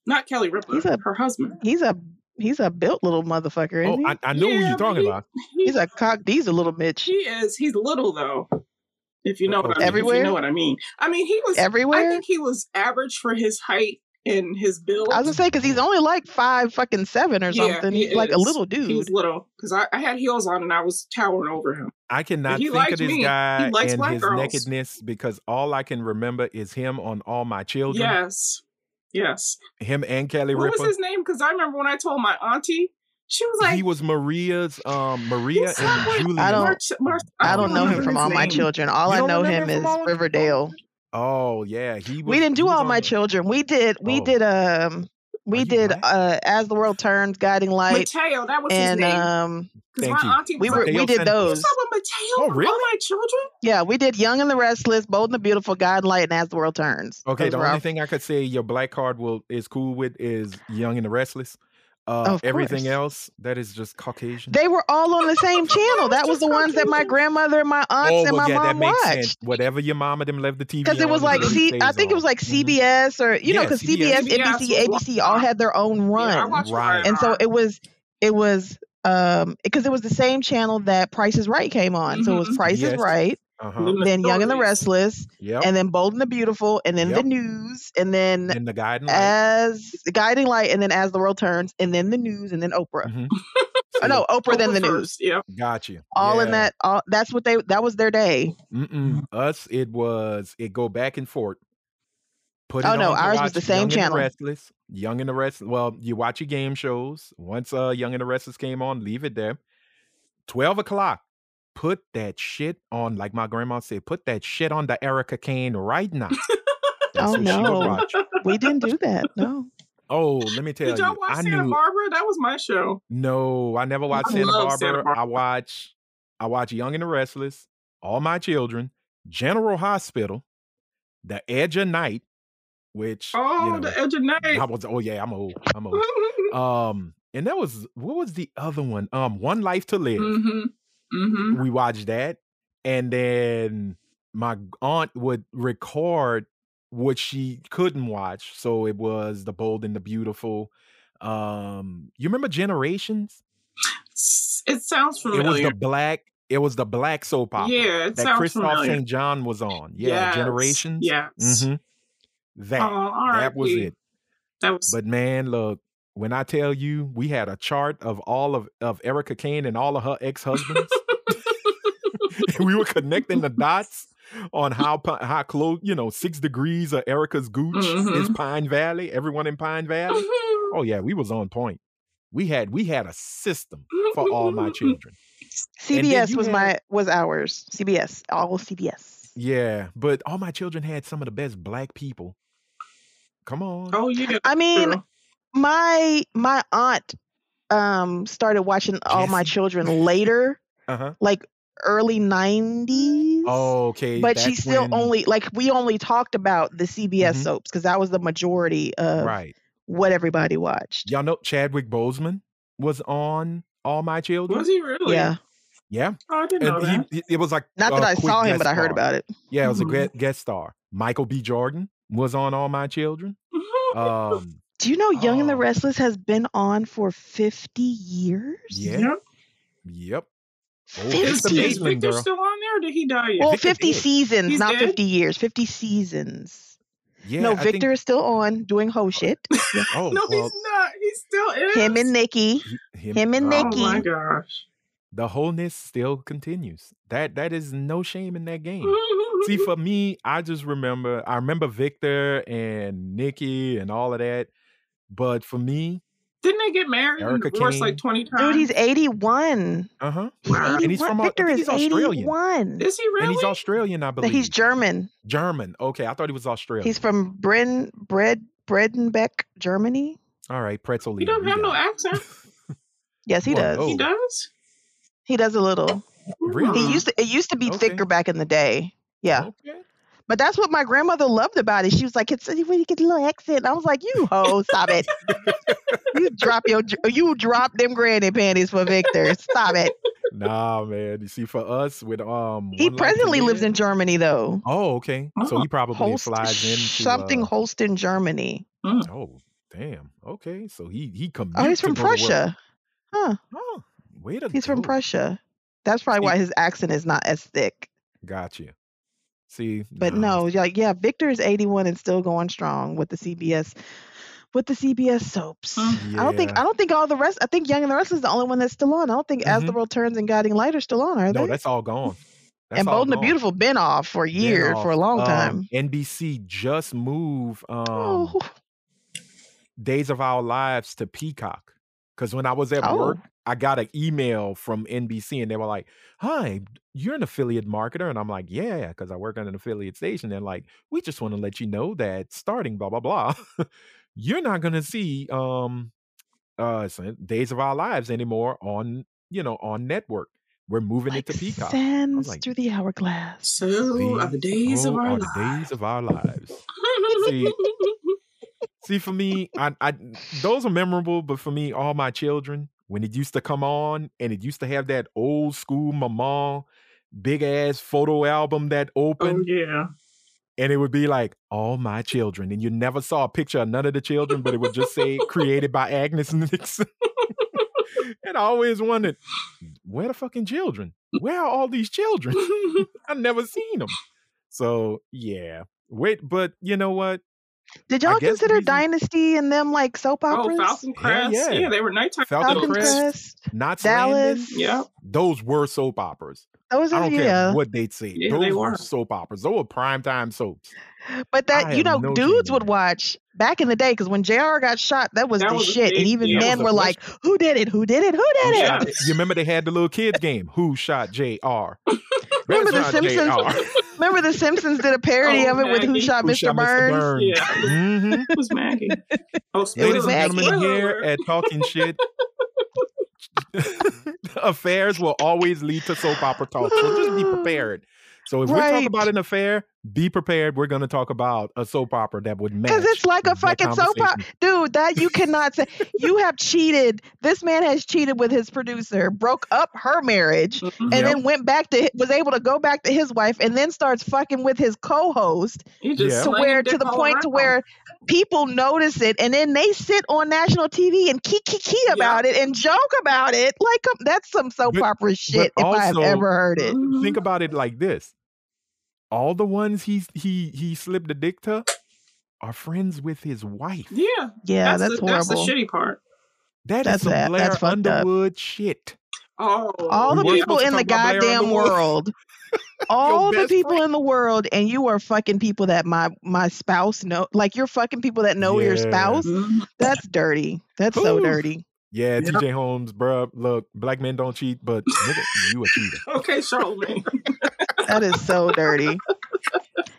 [SPEAKER 2] not Kelly Ripa,
[SPEAKER 3] He's a-
[SPEAKER 2] her husband.
[SPEAKER 3] He's a he's a built little motherfucker, isn't
[SPEAKER 1] Oh,
[SPEAKER 3] he?
[SPEAKER 1] I, I know who
[SPEAKER 2] Yeah,
[SPEAKER 1] you're talking
[SPEAKER 2] he-
[SPEAKER 1] about.
[SPEAKER 2] He,
[SPEAKER 3] he's a cock. He's a little bitch.
[SPEAKER 2] he is. He's little though. If you know what I mean. If
[SPEAKER 3] Everywhere?
[SPEAKER 2] you know what I mean. I mean, he was. I
[SPEAKER 3] Everywhere.
[SPEAKER 2] think he was average for his height and his build.
[SPEAKER 3] I was gonna say because he's only like five fucking seven or
[SPEAKER 2] Yeah,
[SPEAKER 3] something.
[SPEAKER 2] he
[SPEAKER 3] He's like a
[SPEAKER 2] is.
[SPEAKER 3] little dude.
[SPEAKER 2] He's little because I, I had heels on and I was towering over him.
[SPEAKER 1] I cannot
[SPEAKER 2] he
[SPEAKER 1] think of
[SPEAKER 2] likes
[SPEAKER 1] this
[SPEAKER 2] me. He
[SPEAKER 1] guy
[SPEAKER 2] likes
[SPEAKER 1] and
[SPEAKER 2] black
[SPEAKER 1] his
[SPEAKER 2] girls.
[SPEAKER 1] nakedness because all I can remember is him on All My Children.
[SPEAKER 2] Yes, yes.
[SPEAKER 1] Him and Kelly
[SPEAKER 2] What
[SPEAKER 1] Ripa.
[SPEAKER 2] was his name? Because I remember when I told my auntie, she was like,
[SPEAKER 1] he was Maria's um Maria
[SPEAKER 2] He's
[SPEAKER 1] and
[SPEAKER 2] somewhere-
[SPEAKER 1] Julia.
[SPEAKER 3] I don't-
[SPEAKER 2] March- Mar-
[SPEAKER 3] I don't know him
[SPEAKER 2] remember
[SPEAKER 3] from
[SPEAKER 2] his
[SPEAKER 3] All My
[SPEAKER 2] name.
[SPEAKER 3] Children. All I
[SPEAKER 1] don't
[SPEAKER 3] know
[SPEAKER 1] remember
[SPEAKER 3] him
[SPEAKER 1] him
[SPEAKER 3] is
[SPEAKER 1] from All My Children?
[SPEAKER 3] Riverdale.
[SPEAKER 1] Oh yeah, he. Was,
[SPEAKER 3] we didn't
[SPEAKER 1] he
[SPEAKER 3] do
[SPEAKER 1] was
[SPEAKER 3] All
[SPEAKER 1] on
[SPEAKER 3] My
[SPEAKER 1] the-
[SPEAKER 3] Children. We did. We
[SPEAKER 1] Oh.
[SPEAKER 3] did. Um, we
[SPEAKER 1] you
[SPEAKER 3] did.
[SPEAKER 1] black?
[SPEAKER 3] Uh, As the World Turns, Guiding Light,
[SPEAKER 2] Mateo, that was
[SPEAKER 3] and
[SPEAKER 2] his name.
[SPEAKER 3] um,
[SPEAKER 2] Because
[SPEAKER 1] thank you.
[SPEAKER 2] my auntie was
[SPEAKER 3] we were
[SPEAKER 2] like,
[SPEAKER 1] Mateo
[SPEAKER 3] we did
[SPEAKER 1] Santos.
[SPEAKER 2] you
[SPEAKER 3] those.
[SPEAKER 2] saw what Mateo?
[SPEAKER 1] Oh,
[SPEAKER 2] from
[SPEAKER 1] really?
[SPEAKER 2] All my children?
[SPEAKER 3] Yeah, we did Young and the Restless, Bold and the Beautiful, Guiding Light, and As the World Turns.
[SPEAKER 1] Okay,
[SPEAKER 3] Those
[SPEAKER 1] the
[SPEAKER 3] were
[SPEAKER 1] only
[SPEAKER 3] our-
[SPEAKER 1] thing I could say your black card will is cool with is Young and the Restless.
[SPEAKER 3] Of
[SPEAKER 1] Uh,
[SPEAKER 3] course.
[SPEAKER 1] everything else that is just Caucasian.
[SPEAKER 3] They were all on the same channel. That was the
[SPEAKER 2] Just
[SPEAKER 3] ones that my
[SPEAKER 2] Caucasian.
[SPEAKER 3] grandmother and my aunts
[SPEAKER 1] oh
[SPEAKER 3] and
[SPEAKER 1] well,
[SPEAKER 3] my
[SPEAKER 1] yeah, that
[SPEAKER 3] mom
[SPEAKER 1] makes
[SPEAKER 3] watched.
[SPEAKER 1] sense. Whatever your mama them left the TV
[SPEAKER 3] because it was
[SPEAKER 1] on,
[SPEAKER 3] like
[SPEAKER 1] it
[SPEAKER 3] C, I
[SPEAKER 1] stays
[SPEAKER 3] think it was
[SPEAKER 1] on.
[SPEAKER 3] like
[SPEAKER 1] Mhm.
[SPEAKER 3] CBS or you know
[SPEAKER 1] Yeah,
[SPEAKER 3] because
[SPEAKER 1] CBS.
[SPEAKER 3] CBS,
[SPEAKER 2] CBS
[SPEAKER 3] NBC,
[SPEAKER 2] was
[SPEAKER 3] ABC all
[SPEAKER 2] one.
[SPEAKER 3] had their own run,
[SPEAKER 2] Yeah, I watched
[SPEAKER 1] Right.
[SPEAKER 3] and so it was it was um because it was the same channel that Price is Right came on, so it was
[SPEAKER 2] Mhm.
[SPEAKER 3] Price
[SPEAKER 1] Mm-hmm. Yes.
[SPEAKER 3] is Right,
[SPEAKER 1] Uh-huh.
[SPEAKER 3] then Young and the
[SPEAKER 2] Restless.
[SPEAKER 3] Restless,
[SPEAKER 1] Yep.
[SPEAKER 3] and then Bold and the Beautiful, and then
[SPEAKER 1] Yep.
[SPEAKER 3] the News, and uh, then
[SPEAKER 1] and the guiding light.
[SPEAKER 3] as Guiding Light, and then As the World Turns, and then the News, and then Oprah.
[SPEAKER 1] Mhm.
[SPEAKER 3] Oh no, Oprah, then the News.
[SPEAKER 2] first, Yeah.
[SPEAKER 1] Got you.
[SPEAKER 3] All in
[SPEAKER 1] Yeah.
[SPEAKER 3] that. All that's what they. That was their day.
[SPEAKER 1] Mm-mm. Us, it was it go back and forth. Put it
[SPEAKER 3] Oh, no,
[SPEAKER 1] on to
[SPEAKER 3] ours was
[SPEAKER 1] watch
[SPEAKER 3] the same
[SPEAKER 1] Young
[SPEAKER 3] channel.
[SPEAKER 1] And the Restless, Young and the Restless. Well, you watch your game shows. Once uh Young and the Restless came on, leave it there. Twelve o'clock. Put that shit on, like my grandma said. Put that shit on the Erica Kane right now. That's
[SPEAKER 3] Oh,
[SPEAKER 1] what she
[SPEAKER 3] no.
[SPEAKER 1] would watch.
[SPEAKER 3] We didn't do that. No.
[SPEAKER 1] Oh, let me tell
[SPEAKER 2] Did
[SPEAKER 1] you,
[SPEAKER 2] y'all watch
[SPEAKER 1] I
[SPEAKER 2] Santa
[SPEAKER 1] knew.
[SPEAKER 2] Barbara? That was my show.
[SPEAKER 1] No, I never watched
[SPEAKER 2] I
[SPEAKER 1] Santa Barbara.
[SPEAKER 2] love Santa
[SPEAKER 1] I
[SPEAKER 2] Barbara.
[SPEAKER 1] watch I watch Young and the Restless, All My Children, General Hospital, The Edge of Night, which
[SPEAKER 2] Oh,
[SPEAKER 1] you know,
[SPEAKER 2] the Edge of
[SPEAKER 1] I
[SPEAKER 2] Night.
[SPEAKER 1] was oh yeah, I'm old. I'm old. Um, and that was what was the other one? Um, One Life to Live.
[SPEAKER 2] mm-hmm. Mm-hmm.
[SPEAKER 1] We watched that, and then my g- aunt would record what she couldn't watch. So it was The Bold and the Beautiful. Um, you remember Generations?
[SPEAKER 2] It sounds familiar.
[SPEAKER 1] It was the black. It was the black soap opera
[SPEAKER 2] Yeah, it
[SPEAKER 1] that
[SPEAKER 2] sounds
[SPEAKER 1] Christoph
[SPEAKER 2] familiar.
[SPEAKER 1] St. John was on. Yeah,
[SPEAKER 2] Yes,
[SPEAKER 1] Generations.
[SPEAKER 2] Yes.
[SPEAKER 1] hmm That
[SPEAKER 2] Oh, all right.
[SPEAKER 1] that was it.
[SPEAKER 2] That was
[SPEAKER 1] But man, look, when I tell you, we had a chart of all of of Erica Kane and all of her ex husbands. we were connecting the dots on how pi- how close you know six degrees of Erica's gooch is
[SPEAKER 3] Mm-hmm.
[SPEAKER 2] Mhm.
[SPEAKER 1] Pine Valley. Everyone in Pine Valley. Oh yeah, we was on point. We had we had a system for all my children. then
[SPEAKER 3] CBS
[SPEAKER 1] you
[SPEAKER 3] was
[SPEAKER 1] had-
[SPEAKER 3] my was ours. CBS, all CBS.
[SPEAKER 1] Yeah, but all my children had some of the best black people. Come on.
[SPEAKER 2] Oh yeah.
[SPEAKER 3] I mean,
[SPEAKER 2] girl.
[SPEAKER 3] my my aunt um started watching all my
[SPEAKER 1] Jessie.
[SPEAKER 3] children later,
[SPEAKER 1] Uh-huh.
[SPEAKER 3] like early 90s.
[SPEAKER 1] Oh, okay.
[SPEAKER 3] but she
[SPEAKER 1] that's
[SPEAKER 3] still
[SPEAKER 1] when-
[SPEAKER 3] only like we only talked about the CBS
[SPEAKER 1] Mhm.
[SPEAKER 3] soaps cuz that was the majority of
[SPEAKER 1] Right.
[SPEAKER 3] what everybody watched.
[SPEAKER 1] Y'all know Chadwick Boseman was on All My Children.
[SPEAKER 2] Was he really?
[SPEAKER 3] Yeah.
[SPEAKER 1] Yeah.
[SPEAKER 2] Oh, I didn't know
[SPEAKER 1] And
[SPEAKER 2] that.
[SPEAKER 1] he, it was like
[SPEAKER 3] Not that
[SPEAKER 1] a
[SPEAKER 3] I
[SPEAKER 1] quick
[SPEAKER 3] saw him,
[SPEAKER 1] guest
[SPEAKER 3] but I heard
[SPEAKER 1] star.
[SPEAKER 3] about it. Mm-hmm.
[SPEAKER 1] Yeah, it was
[SPEAKER 2] Mhm.
[SPEAKER 1] a guest, guest star. Michael B. Jordan was on All My Children. Um,
[SPEAKER 3] Do you know Young and the
[SPEAKER 1] Oh.
[SPEAKER 3] Restless has been on for 50 years?
[SPEAKER 1] yeah,
[SPEAKER 2] Yep.
[SPEAKER 1] yep. Oh, It's
[SPEAKER 2] Is, the, is
[SPEAKER 1] amazing.
[SPEAKER 3] 50.
[SPEAKER 1] amazing,
[SPEAKER 2] Victor
[SPEAKER 1] girl.
[SPEAKER 2] still on there or did he die yet?
[SPEAKER 3] Well,
[SPEAKER 1] Victor
[SPEAKER 3] 50
[SPEAKER 1] did.
[SPEAKER 3] seasons,
[SPEAKER 2] He's
[SPEAKER 3] not
[SPEAKER 2] dead?
[SPEAKER 3] 50 years, 50 seasons.
[SPEAKER 1] Yeah,
[SPEAKER 3] no,
[SPEAKER 1] I think-
[SPEAKER 3] Victor is still on doing whole shit.
[SPEAKER 1] oh,
[SPEAKER 2] no,
[SPEAKER 1] well,
[SPEAKER 2] he's not. He still is.
[SPEAKER 3] Him and Nikki.
[SPEAKER 1] him,
[SPEAKER 3] him and
[SPEAKER 1] oh,
[SPEAKER 2] Oh
[SPEAKER 3] Nikki.
[SPEAKER 2] my gosh.
[SPEAKER 1] the wholeness still continues. That that is no shame in that game. See, for me, I just remember I remember Victor and Nikki and all of that. But for me,
[SPEAKER 2] Didn't they get married and
[SPEAKER 1] Erica
[SPEAKER 2] divorced
[SPEAKER 1] King.
[SPEAKER 2] like 20 times?
[SPEAKER 3] Dude, he's 81.
[SPEAKER 1] uh huh.
[SPEAKER 3] He's
[SPEAKER 2] Wow.
[SPEAKER 3] 81.
[SPEAKER 2] And
[SPEAKER 1] he's from Au- I
[SPEAKER 3] Victor
[SPEAKER 1] think
[SPEAKER 3] is
[SPEAKER 1] he's Australian.
[SPEAKER 3] 81.
[SPEAKER 2] Is he really?
[SPEAKER 1] And he's Australian, I
[SPEAKER 3] That
[SPEAKER 1] believe.
[SPEAKER 3] He's German.
[SPEAKER 1] German. Okay, I thought he was Australian.
[SPEAKER 3] He's from Bren, Bred, Bredenbeck, Germany.
[SPEAKER 1] all right, pretzel.
[SPEAKER 2] he
[SPEAKER 1] Leo,
[SPEAKER 2] doesn't
[SPEAKER 1] you
[SPEAKER 2] have no
[SPEAKER 1] got
[SPEAKER 2] accent.
[SPEAKER 3] Yes, he
[SPEAKER 1] Whoa,
[SPEAKER 3] does.
[SPEAKER 1] oh.
[SPEAKER 2] He does?
[SPEAKER 3] He does a little.
[SPEAKER 1] Really?
[SPEAKER 3] He
[SPEAKER 2] Hmm.
[SPEAKER 3] used to, it used to be
[SPEAKER 1] Okay. Oh.
[SPEAKER 3] thicker back in the
[SPEAKER 1] it.
[SPEAKER 3] day. Yeah.
[SPEAKER 1] Okay.
[SPEAKER 3] But that's what my grandmother loved about it. She was like, "It's when you get a little accent." I was like, "You ho, stop it! you drop your, you drop them granny panties for Victor. Stop it."
[SPEAKER 1] Nah, man. You see, for us with um,
[SPEAKER 3] He
[SPEAKER 1] One Life to
[SPEAKER 3] presently lives
[SPEAKER 1] Live-
[SPEAKER 3] in Germany, though.
[SPEAKER 1] Oh, okay. So
[SPEAKER 2] Oh,
[SPEAKER 1] he probably
[SPEAKER 3] Holst,
[SPEAKER 1] flies into
[SPEAKER 3] something
[SPEAKER 1] Uh,
[SPEAKER 3] Holston, Germany.
[SPEAKER 1] oh, damn. Okay, so he he
[SPEAKER 3] Oh,
[SPEAKER 1] commutes to
[SPEAKER 3] he's
[SPEAKER 1] go
[SPEAKER 3] from
[SPEAKER 1] to work.
[SPEAKER 3] Prussia. Huh?
[SPEAKER 1] Oh, wait a
[SPEAKER 3] He's from
[SPEAKER 1] Prussia.
[SPEAKER 3] Prussia. That's probably why his accent is not as thick.
[SPEAKER 1] Gotcha. See,
[SPEAKER 3] But
[SPEAKER 1] nah,
[SPEAKER 3] no, like yeah, Victor is 81 and still going strong with the CBS with the CBS soaps. I don't think
[SPEAKER 1] Yeah.
[SPEAKER 3] I don't think all the rest I think Young and the Rest is the only one that's still on. I don't think As the
[SPEAKER 1] Mhm.
[SPEAKER 3] World Turns and Guiding Light are still on, are
[SPEAKER 1] no,
[SPEAKER 3] they?
[SPEAKER 1] that's all gone. That's
[SPEAKER 3] and
[SPEAKER 1] all
[SPEAKER 3] Bold and the
[SPEAKER 1] gone.
[SPEAKER 3] Beautiful been off for a
[SPEAKER 1] Been
[SPEAKER 3] year, for a
[SPEAKER 1] off.
[SPEAKER 3] long
[SPEAKER 1] Um,
[SPEAKER 3] time.
[SPEAKER 1] NBC just moved um,
[SPEAKER 3] oh,
[SPEAKER 1] Days of Our Lives to Peacock. Because when I was at
[SPEAKER 3] Oh.
[SPEAKER 1] work, I got an email from NBC and they were like, Hi, you're an affiliate marketer. And I'm like, Yeah, because I work on an affiliate station. They're like, We just want to let you know that starting blah, blah, blah, you're not going to see um, uh, s- Days of Our Lives anymore on, you know, on network. We're moving
[SPEAKER 3] like
[SPEAKER 1] it to Peacock.
[SPEAKER 3] sands
[SPEAKER 1] like,
[SPEAKER 3] through the hourglass.
[SPEAKER 2] So are the days of
[SPEAKER 1] oh,
[SPEAKER 2] our
[SPEAKER 1] are
[SPEAKER 2] lives.
[SPEAKER 1] the days of our lives. See, See, for me, I, I those are memorable, but for me, all my children, when it used to come on and it used to have that old school mama big ass photo album that
[SPEAKER 2] oh
[SPEAKER 1] opened
[SPEAKER 2] yeah.
[SPEAKER 1] and it would be like all my children and you never saw a picture of none of the children but it would just say created by Agnes Nixon and I always wondered where the fucking children where are all these children I've never seen them so yeah wait but you know what
[SPEAKER 3] Did
[SPEAKER 1] guess
[SPEAKER 3] y'all
[SPEAKER 1] the
[SPEAKER 3] consider
[SPEAKER 1] reason-
[SPEAKER 3] Dynasty and them like soap
[SPEAKER 2] oh,
[SPEAKER 3] operas?
[SPEAKER 1] Hell
[SPEAKER 2] Falcon Crest.
[SPEAKER 1] yeah.
[SPEAKER 2] Yeah. they were nighttime.
[SPEAKER 1] Falcon
[SPEAKER 3] Falcon
[SPEAKER 1] Crest.
[SPEAKER 3] Crest,
[SPEAKER 1] not Dallas
[SPEAKER 3] Dallas.
[SPEAKER 2] Yeah.
[SPEAKER 1] those were soap operas.
[SPEAKER 3] Those
[SPEAKER 1] I
[SPEAKER 3] are
[SPEAKER 1] don't
[SPEAKER 3] yeah.
[SPEAKER 1] care what they'd say.
[SPEAKER 2] Yeah,
[SPEAKER 1] those
[SPEAKER 2] they
[SPEAKER 1] were
[SPEAKER 2] were.
[SPEAKER 1] soap operas. Those were primetime soaps.
[SPEAKER 3] But that
[SPEAKER 1] I
[SPEAKER 3] you
[SPEAKER 1] have
[SPEAKER 3] know,
[SPEAKER 1] no shame
[SPEAKER 3] dudes
[SPEAKER 1] in
[SPEAKER 3] would
[SPEAKER 1] that.
[SPEAKER 3] watch back in the day because when Jr. got shot, that was
[SPEAKER 2] That
[SPEAKER 3] the
[SPEAKER 2] was a
[SPEAKER 3] shit,
[SPEAKER 2] big
[SPEAKER 3] and even
[SPEAKER 2] deal. That
[SPEAKER 3] men
[SPEAKER 1] was a
[SPEAKER 3] were like, "Who did it? Who did it? Who
[SPEAKER 1] Who
[SPEAKER 3] did it?"
[SPEAKER 1] shot
[SPEAKER 2] Yeah.
[SPEAKER 1] you remember they had the little kids game. Who shot Jr.
[SPEAKER 3] Remember the
[SPEAKER 1] That's not
[SPEAKER 3] Simpsons-
[SPEAKER 1] JR.
[SPEAKER 3] Remember the Simpsons did a parody
[SPEAKER 2] Oh,
[SPEAKER 3] of it with "Who
[SPEAKER 2] Maggie.
[SPEAKER 3] Shot
[SPEAKER 1] Who
[SPEAKER 3] Mr.
[SPEAKER 1] shot
[SPEAKER 3] Burns?"
[SPEAKER 2] Yeah.
[SPEAKER 1] Mhm.
[SPEAKER 2] It was Maggie. Oh, spoiler
[SPEAKER 1] Ladies and
[SPEAKER 3] Maggie.
[SPEAKER 1] gentlemen,
[SPEAKER 2] spoiler
[SPEAKER 1] here
[SPEAKER 2] alert.
[SPEAKER 1] at Talking Shit, affairs will always lead to soap opera talk. So just be prepared. So if we talk
[SPEAKER 3] Right.
[SPEAKER 1] about an affair, be prepared. We're going to talk about a soap opera that would match.
[SPEAKER 3] Because it's like a
[SPEAKER 1] that
[SPEAKER 3] fucking soap opera.
[SPEAKER 1] conversation.
[SPEAKER 3] Dude, that you cannot say. you have cheated. This man has cheated with his producer, broke up her marriage,
[SPEAKER 2] Mhm.
[SPEAKER 3] and
[SPEAKER 1] Yep.
[SPEAKER 3] then went back to, was able to go back to his wife, and then starts fucking with his co host
[SPEAKER 2] He just
[SPEAKER 1] Yeah.
[SPEAKER 3] to
[SPEAKER 2] slinging
[SPEAKER 3] where, to
[SPEAKER 2] dick
[SPEAKER 3] the
[SPEAKER 2] all
[SPEAKER 3] point to
[SPEAKER 2] around.
[SPEAKER 3] where people notice it, and then they sit on national TV and kiki kiki
[SPEAKER 2] Yeah.
[SPEAKER 3] about it and joke about it. Like, come- that's some soap
[SPEAKER 1] But-
[SPEAKER 3] opera shit if I have
[SPEAKER 1] also-
[SPEAKER 3] ever heard it.
[SPEAKER 2] Mhm.
[SPEAKER 1] think about it like this: all the ones he he he slipped the dick to are friends with his wife.
[SPEAKER 2] Yeah,
[SPEAKER 3] Yeah, that's,
[SPEAKER 2] the,
[SPEAKER 3] horrible.
[SPEAKER 2] That's the shitty part.
[SPEAKER 1] That is
[SPEAKER 3] That's
[SPEAKER 1] some
[SPEAKER 3] bad.
[SPEAKER 1] Blair
[SPEAKER 3] That's fucked up.
[SPEAKER 1] Underwood shit.
[SPEAKER 2] Oh,
[SPEAKER 3] all the
[SPEAKER 1] We weren't
[SPEAKER 3] people
[SPEAKER 1] supposed to
[SPEAKER 3] in the
[SPEAKER 1] talk about Blair
[SPEAKER 3] goddamn
[SPEAKER 1] Underwood.
[SPEAKER 3] world all the
[SPEAKER 1] best
[SPEAKER 3] people
[SPEAKER 1] friend.
[SPEAKER 3] in the world and you are fucking people that my my spouse know like you're fucking people that know your
[SPEAKER 1] Yeah.
[SPEAKER 3] spouse
[SPEAKER 2] Mhm.
[SPEAKER 3] that's dirty that's so
[SPEAKER 1] Oof.
[SPEAKER 3] dirty
[SPEAKER 1] Yeah,
[SPEAKER 2] Yeah.
[SPEAKER 1] TJ Holmes, bruh, look, black men don't cheat, but nigga, you a cheater.
[SPEAKER 2] Okay, Charlemagne.
[SPEAKER 3] that is so dirty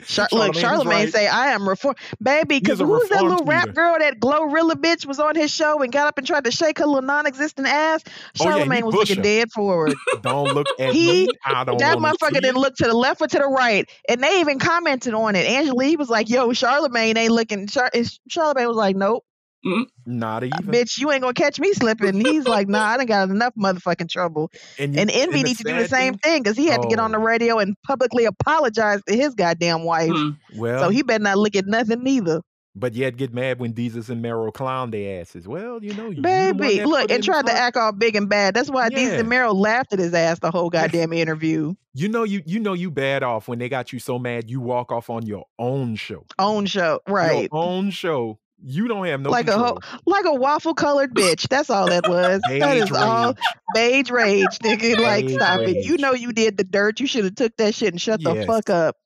[SPEAKER 3] Char- look
[SPEAKER 1] Charlamagne's
[SPEAKER 3] charlemagne
[SPEAKER 1] right.
[SPEAKER 3] say i am reform baby because
[SPEAKER 1] a
[SPEAKER 3] who was that
[SPEAKER 1] reformed
[SPEAKER 3] little rap
[SPEAKER 1] cheater.
[SPEAKER 3] girl that glorilla bitch was on his show and got up and tried to shake her little non-existent ass
[SPEAKER 1] Oh, yeah, he
[SPEAKER 3] charlemagne was
[SPEAKER 1] bush
[SPEAKER 3] looking
[SPEAKER 1] her.
[SPEAKER 3] dead forward
[SPEAKER 1] Don't look at
[SPEAKER 3] He-
[SPEAKER 1] me. I don't
[SPEAKER 3] that
[SPEAKER 1] wanna see
[SPEAKER 3] motherfucker didn't
[SPEAKER 1] it.
[SPEAKER 3] look to the left or to the right, and they even commented on it. Angela Yee was like, "Yo, Charlemagne ain't looking." Char- and Charlemagne was like, "Nope."
[SPEAKER 1] Not even.
[SPEAKER 3] Bitch, you ain't gonna catch me slipping. He's like, nah, I done got enough motherfucking trouble.
[SPEAKER 1] you-
[SPEAKER 3] And Envy needs to do
[SPEAKER 1] sad
[SPEAKER 3] the same thing because he had to get on the
[SPEAKER 1] Oh.
[SPEAKER 3] radio and publicly apologize to his goddamn wife.
[SPEAKER 2] Mm.
[SPEAKER 1] Well,
[SPEAKER 3] So he better not look at nothing neither.
[SPEAKER 1] but yet get mad when Jesus and Meryl clown their asses. Well, you know, you the one
[SPEAKER 3] Baby,
[SPEAKER 1] that
[SPEAKER 3] look,
[SPEAKER 1] put in
[SPEAKER 3] and
[SPEAKER 1] the
[SPEAKER 3] tried to
[SPEAKER 1] front.
[SPEAKER 3] act all big and bad. That's why yeah.
[SPEAKER 1] Yeah.
[SPEAKER 3] and Merrill laughed at his ass the whole goddamn interview.
[SPEAKER 1] You know, you you know, you bad off when they got you so mad you walk off on your own show.
[SPEAKER 3] Own show. Right.
[SPEAKER 1] Your own show. You don't have no
[SPEAKER 3] Like a
[SPEAKER 1] control.
[SPEAKER 3] ho- like a waffle colored bitch. That's all that was. that
[SPEAKER 1] Beige
[SPEAKER 3] is all
[SPEAKER 1] rage.
[SPEAKER 3] beige rage, nigga. Like,
[SPEAKER 1] Beige
[SPEAKER 3] stop it. You
[SPEAKER 1] rage.
[SPEAKER 3] know you did the dirt. You should have took that shit and shut the
[SPEAKER 1] Yes.
[SPEAKER 3] fuck up.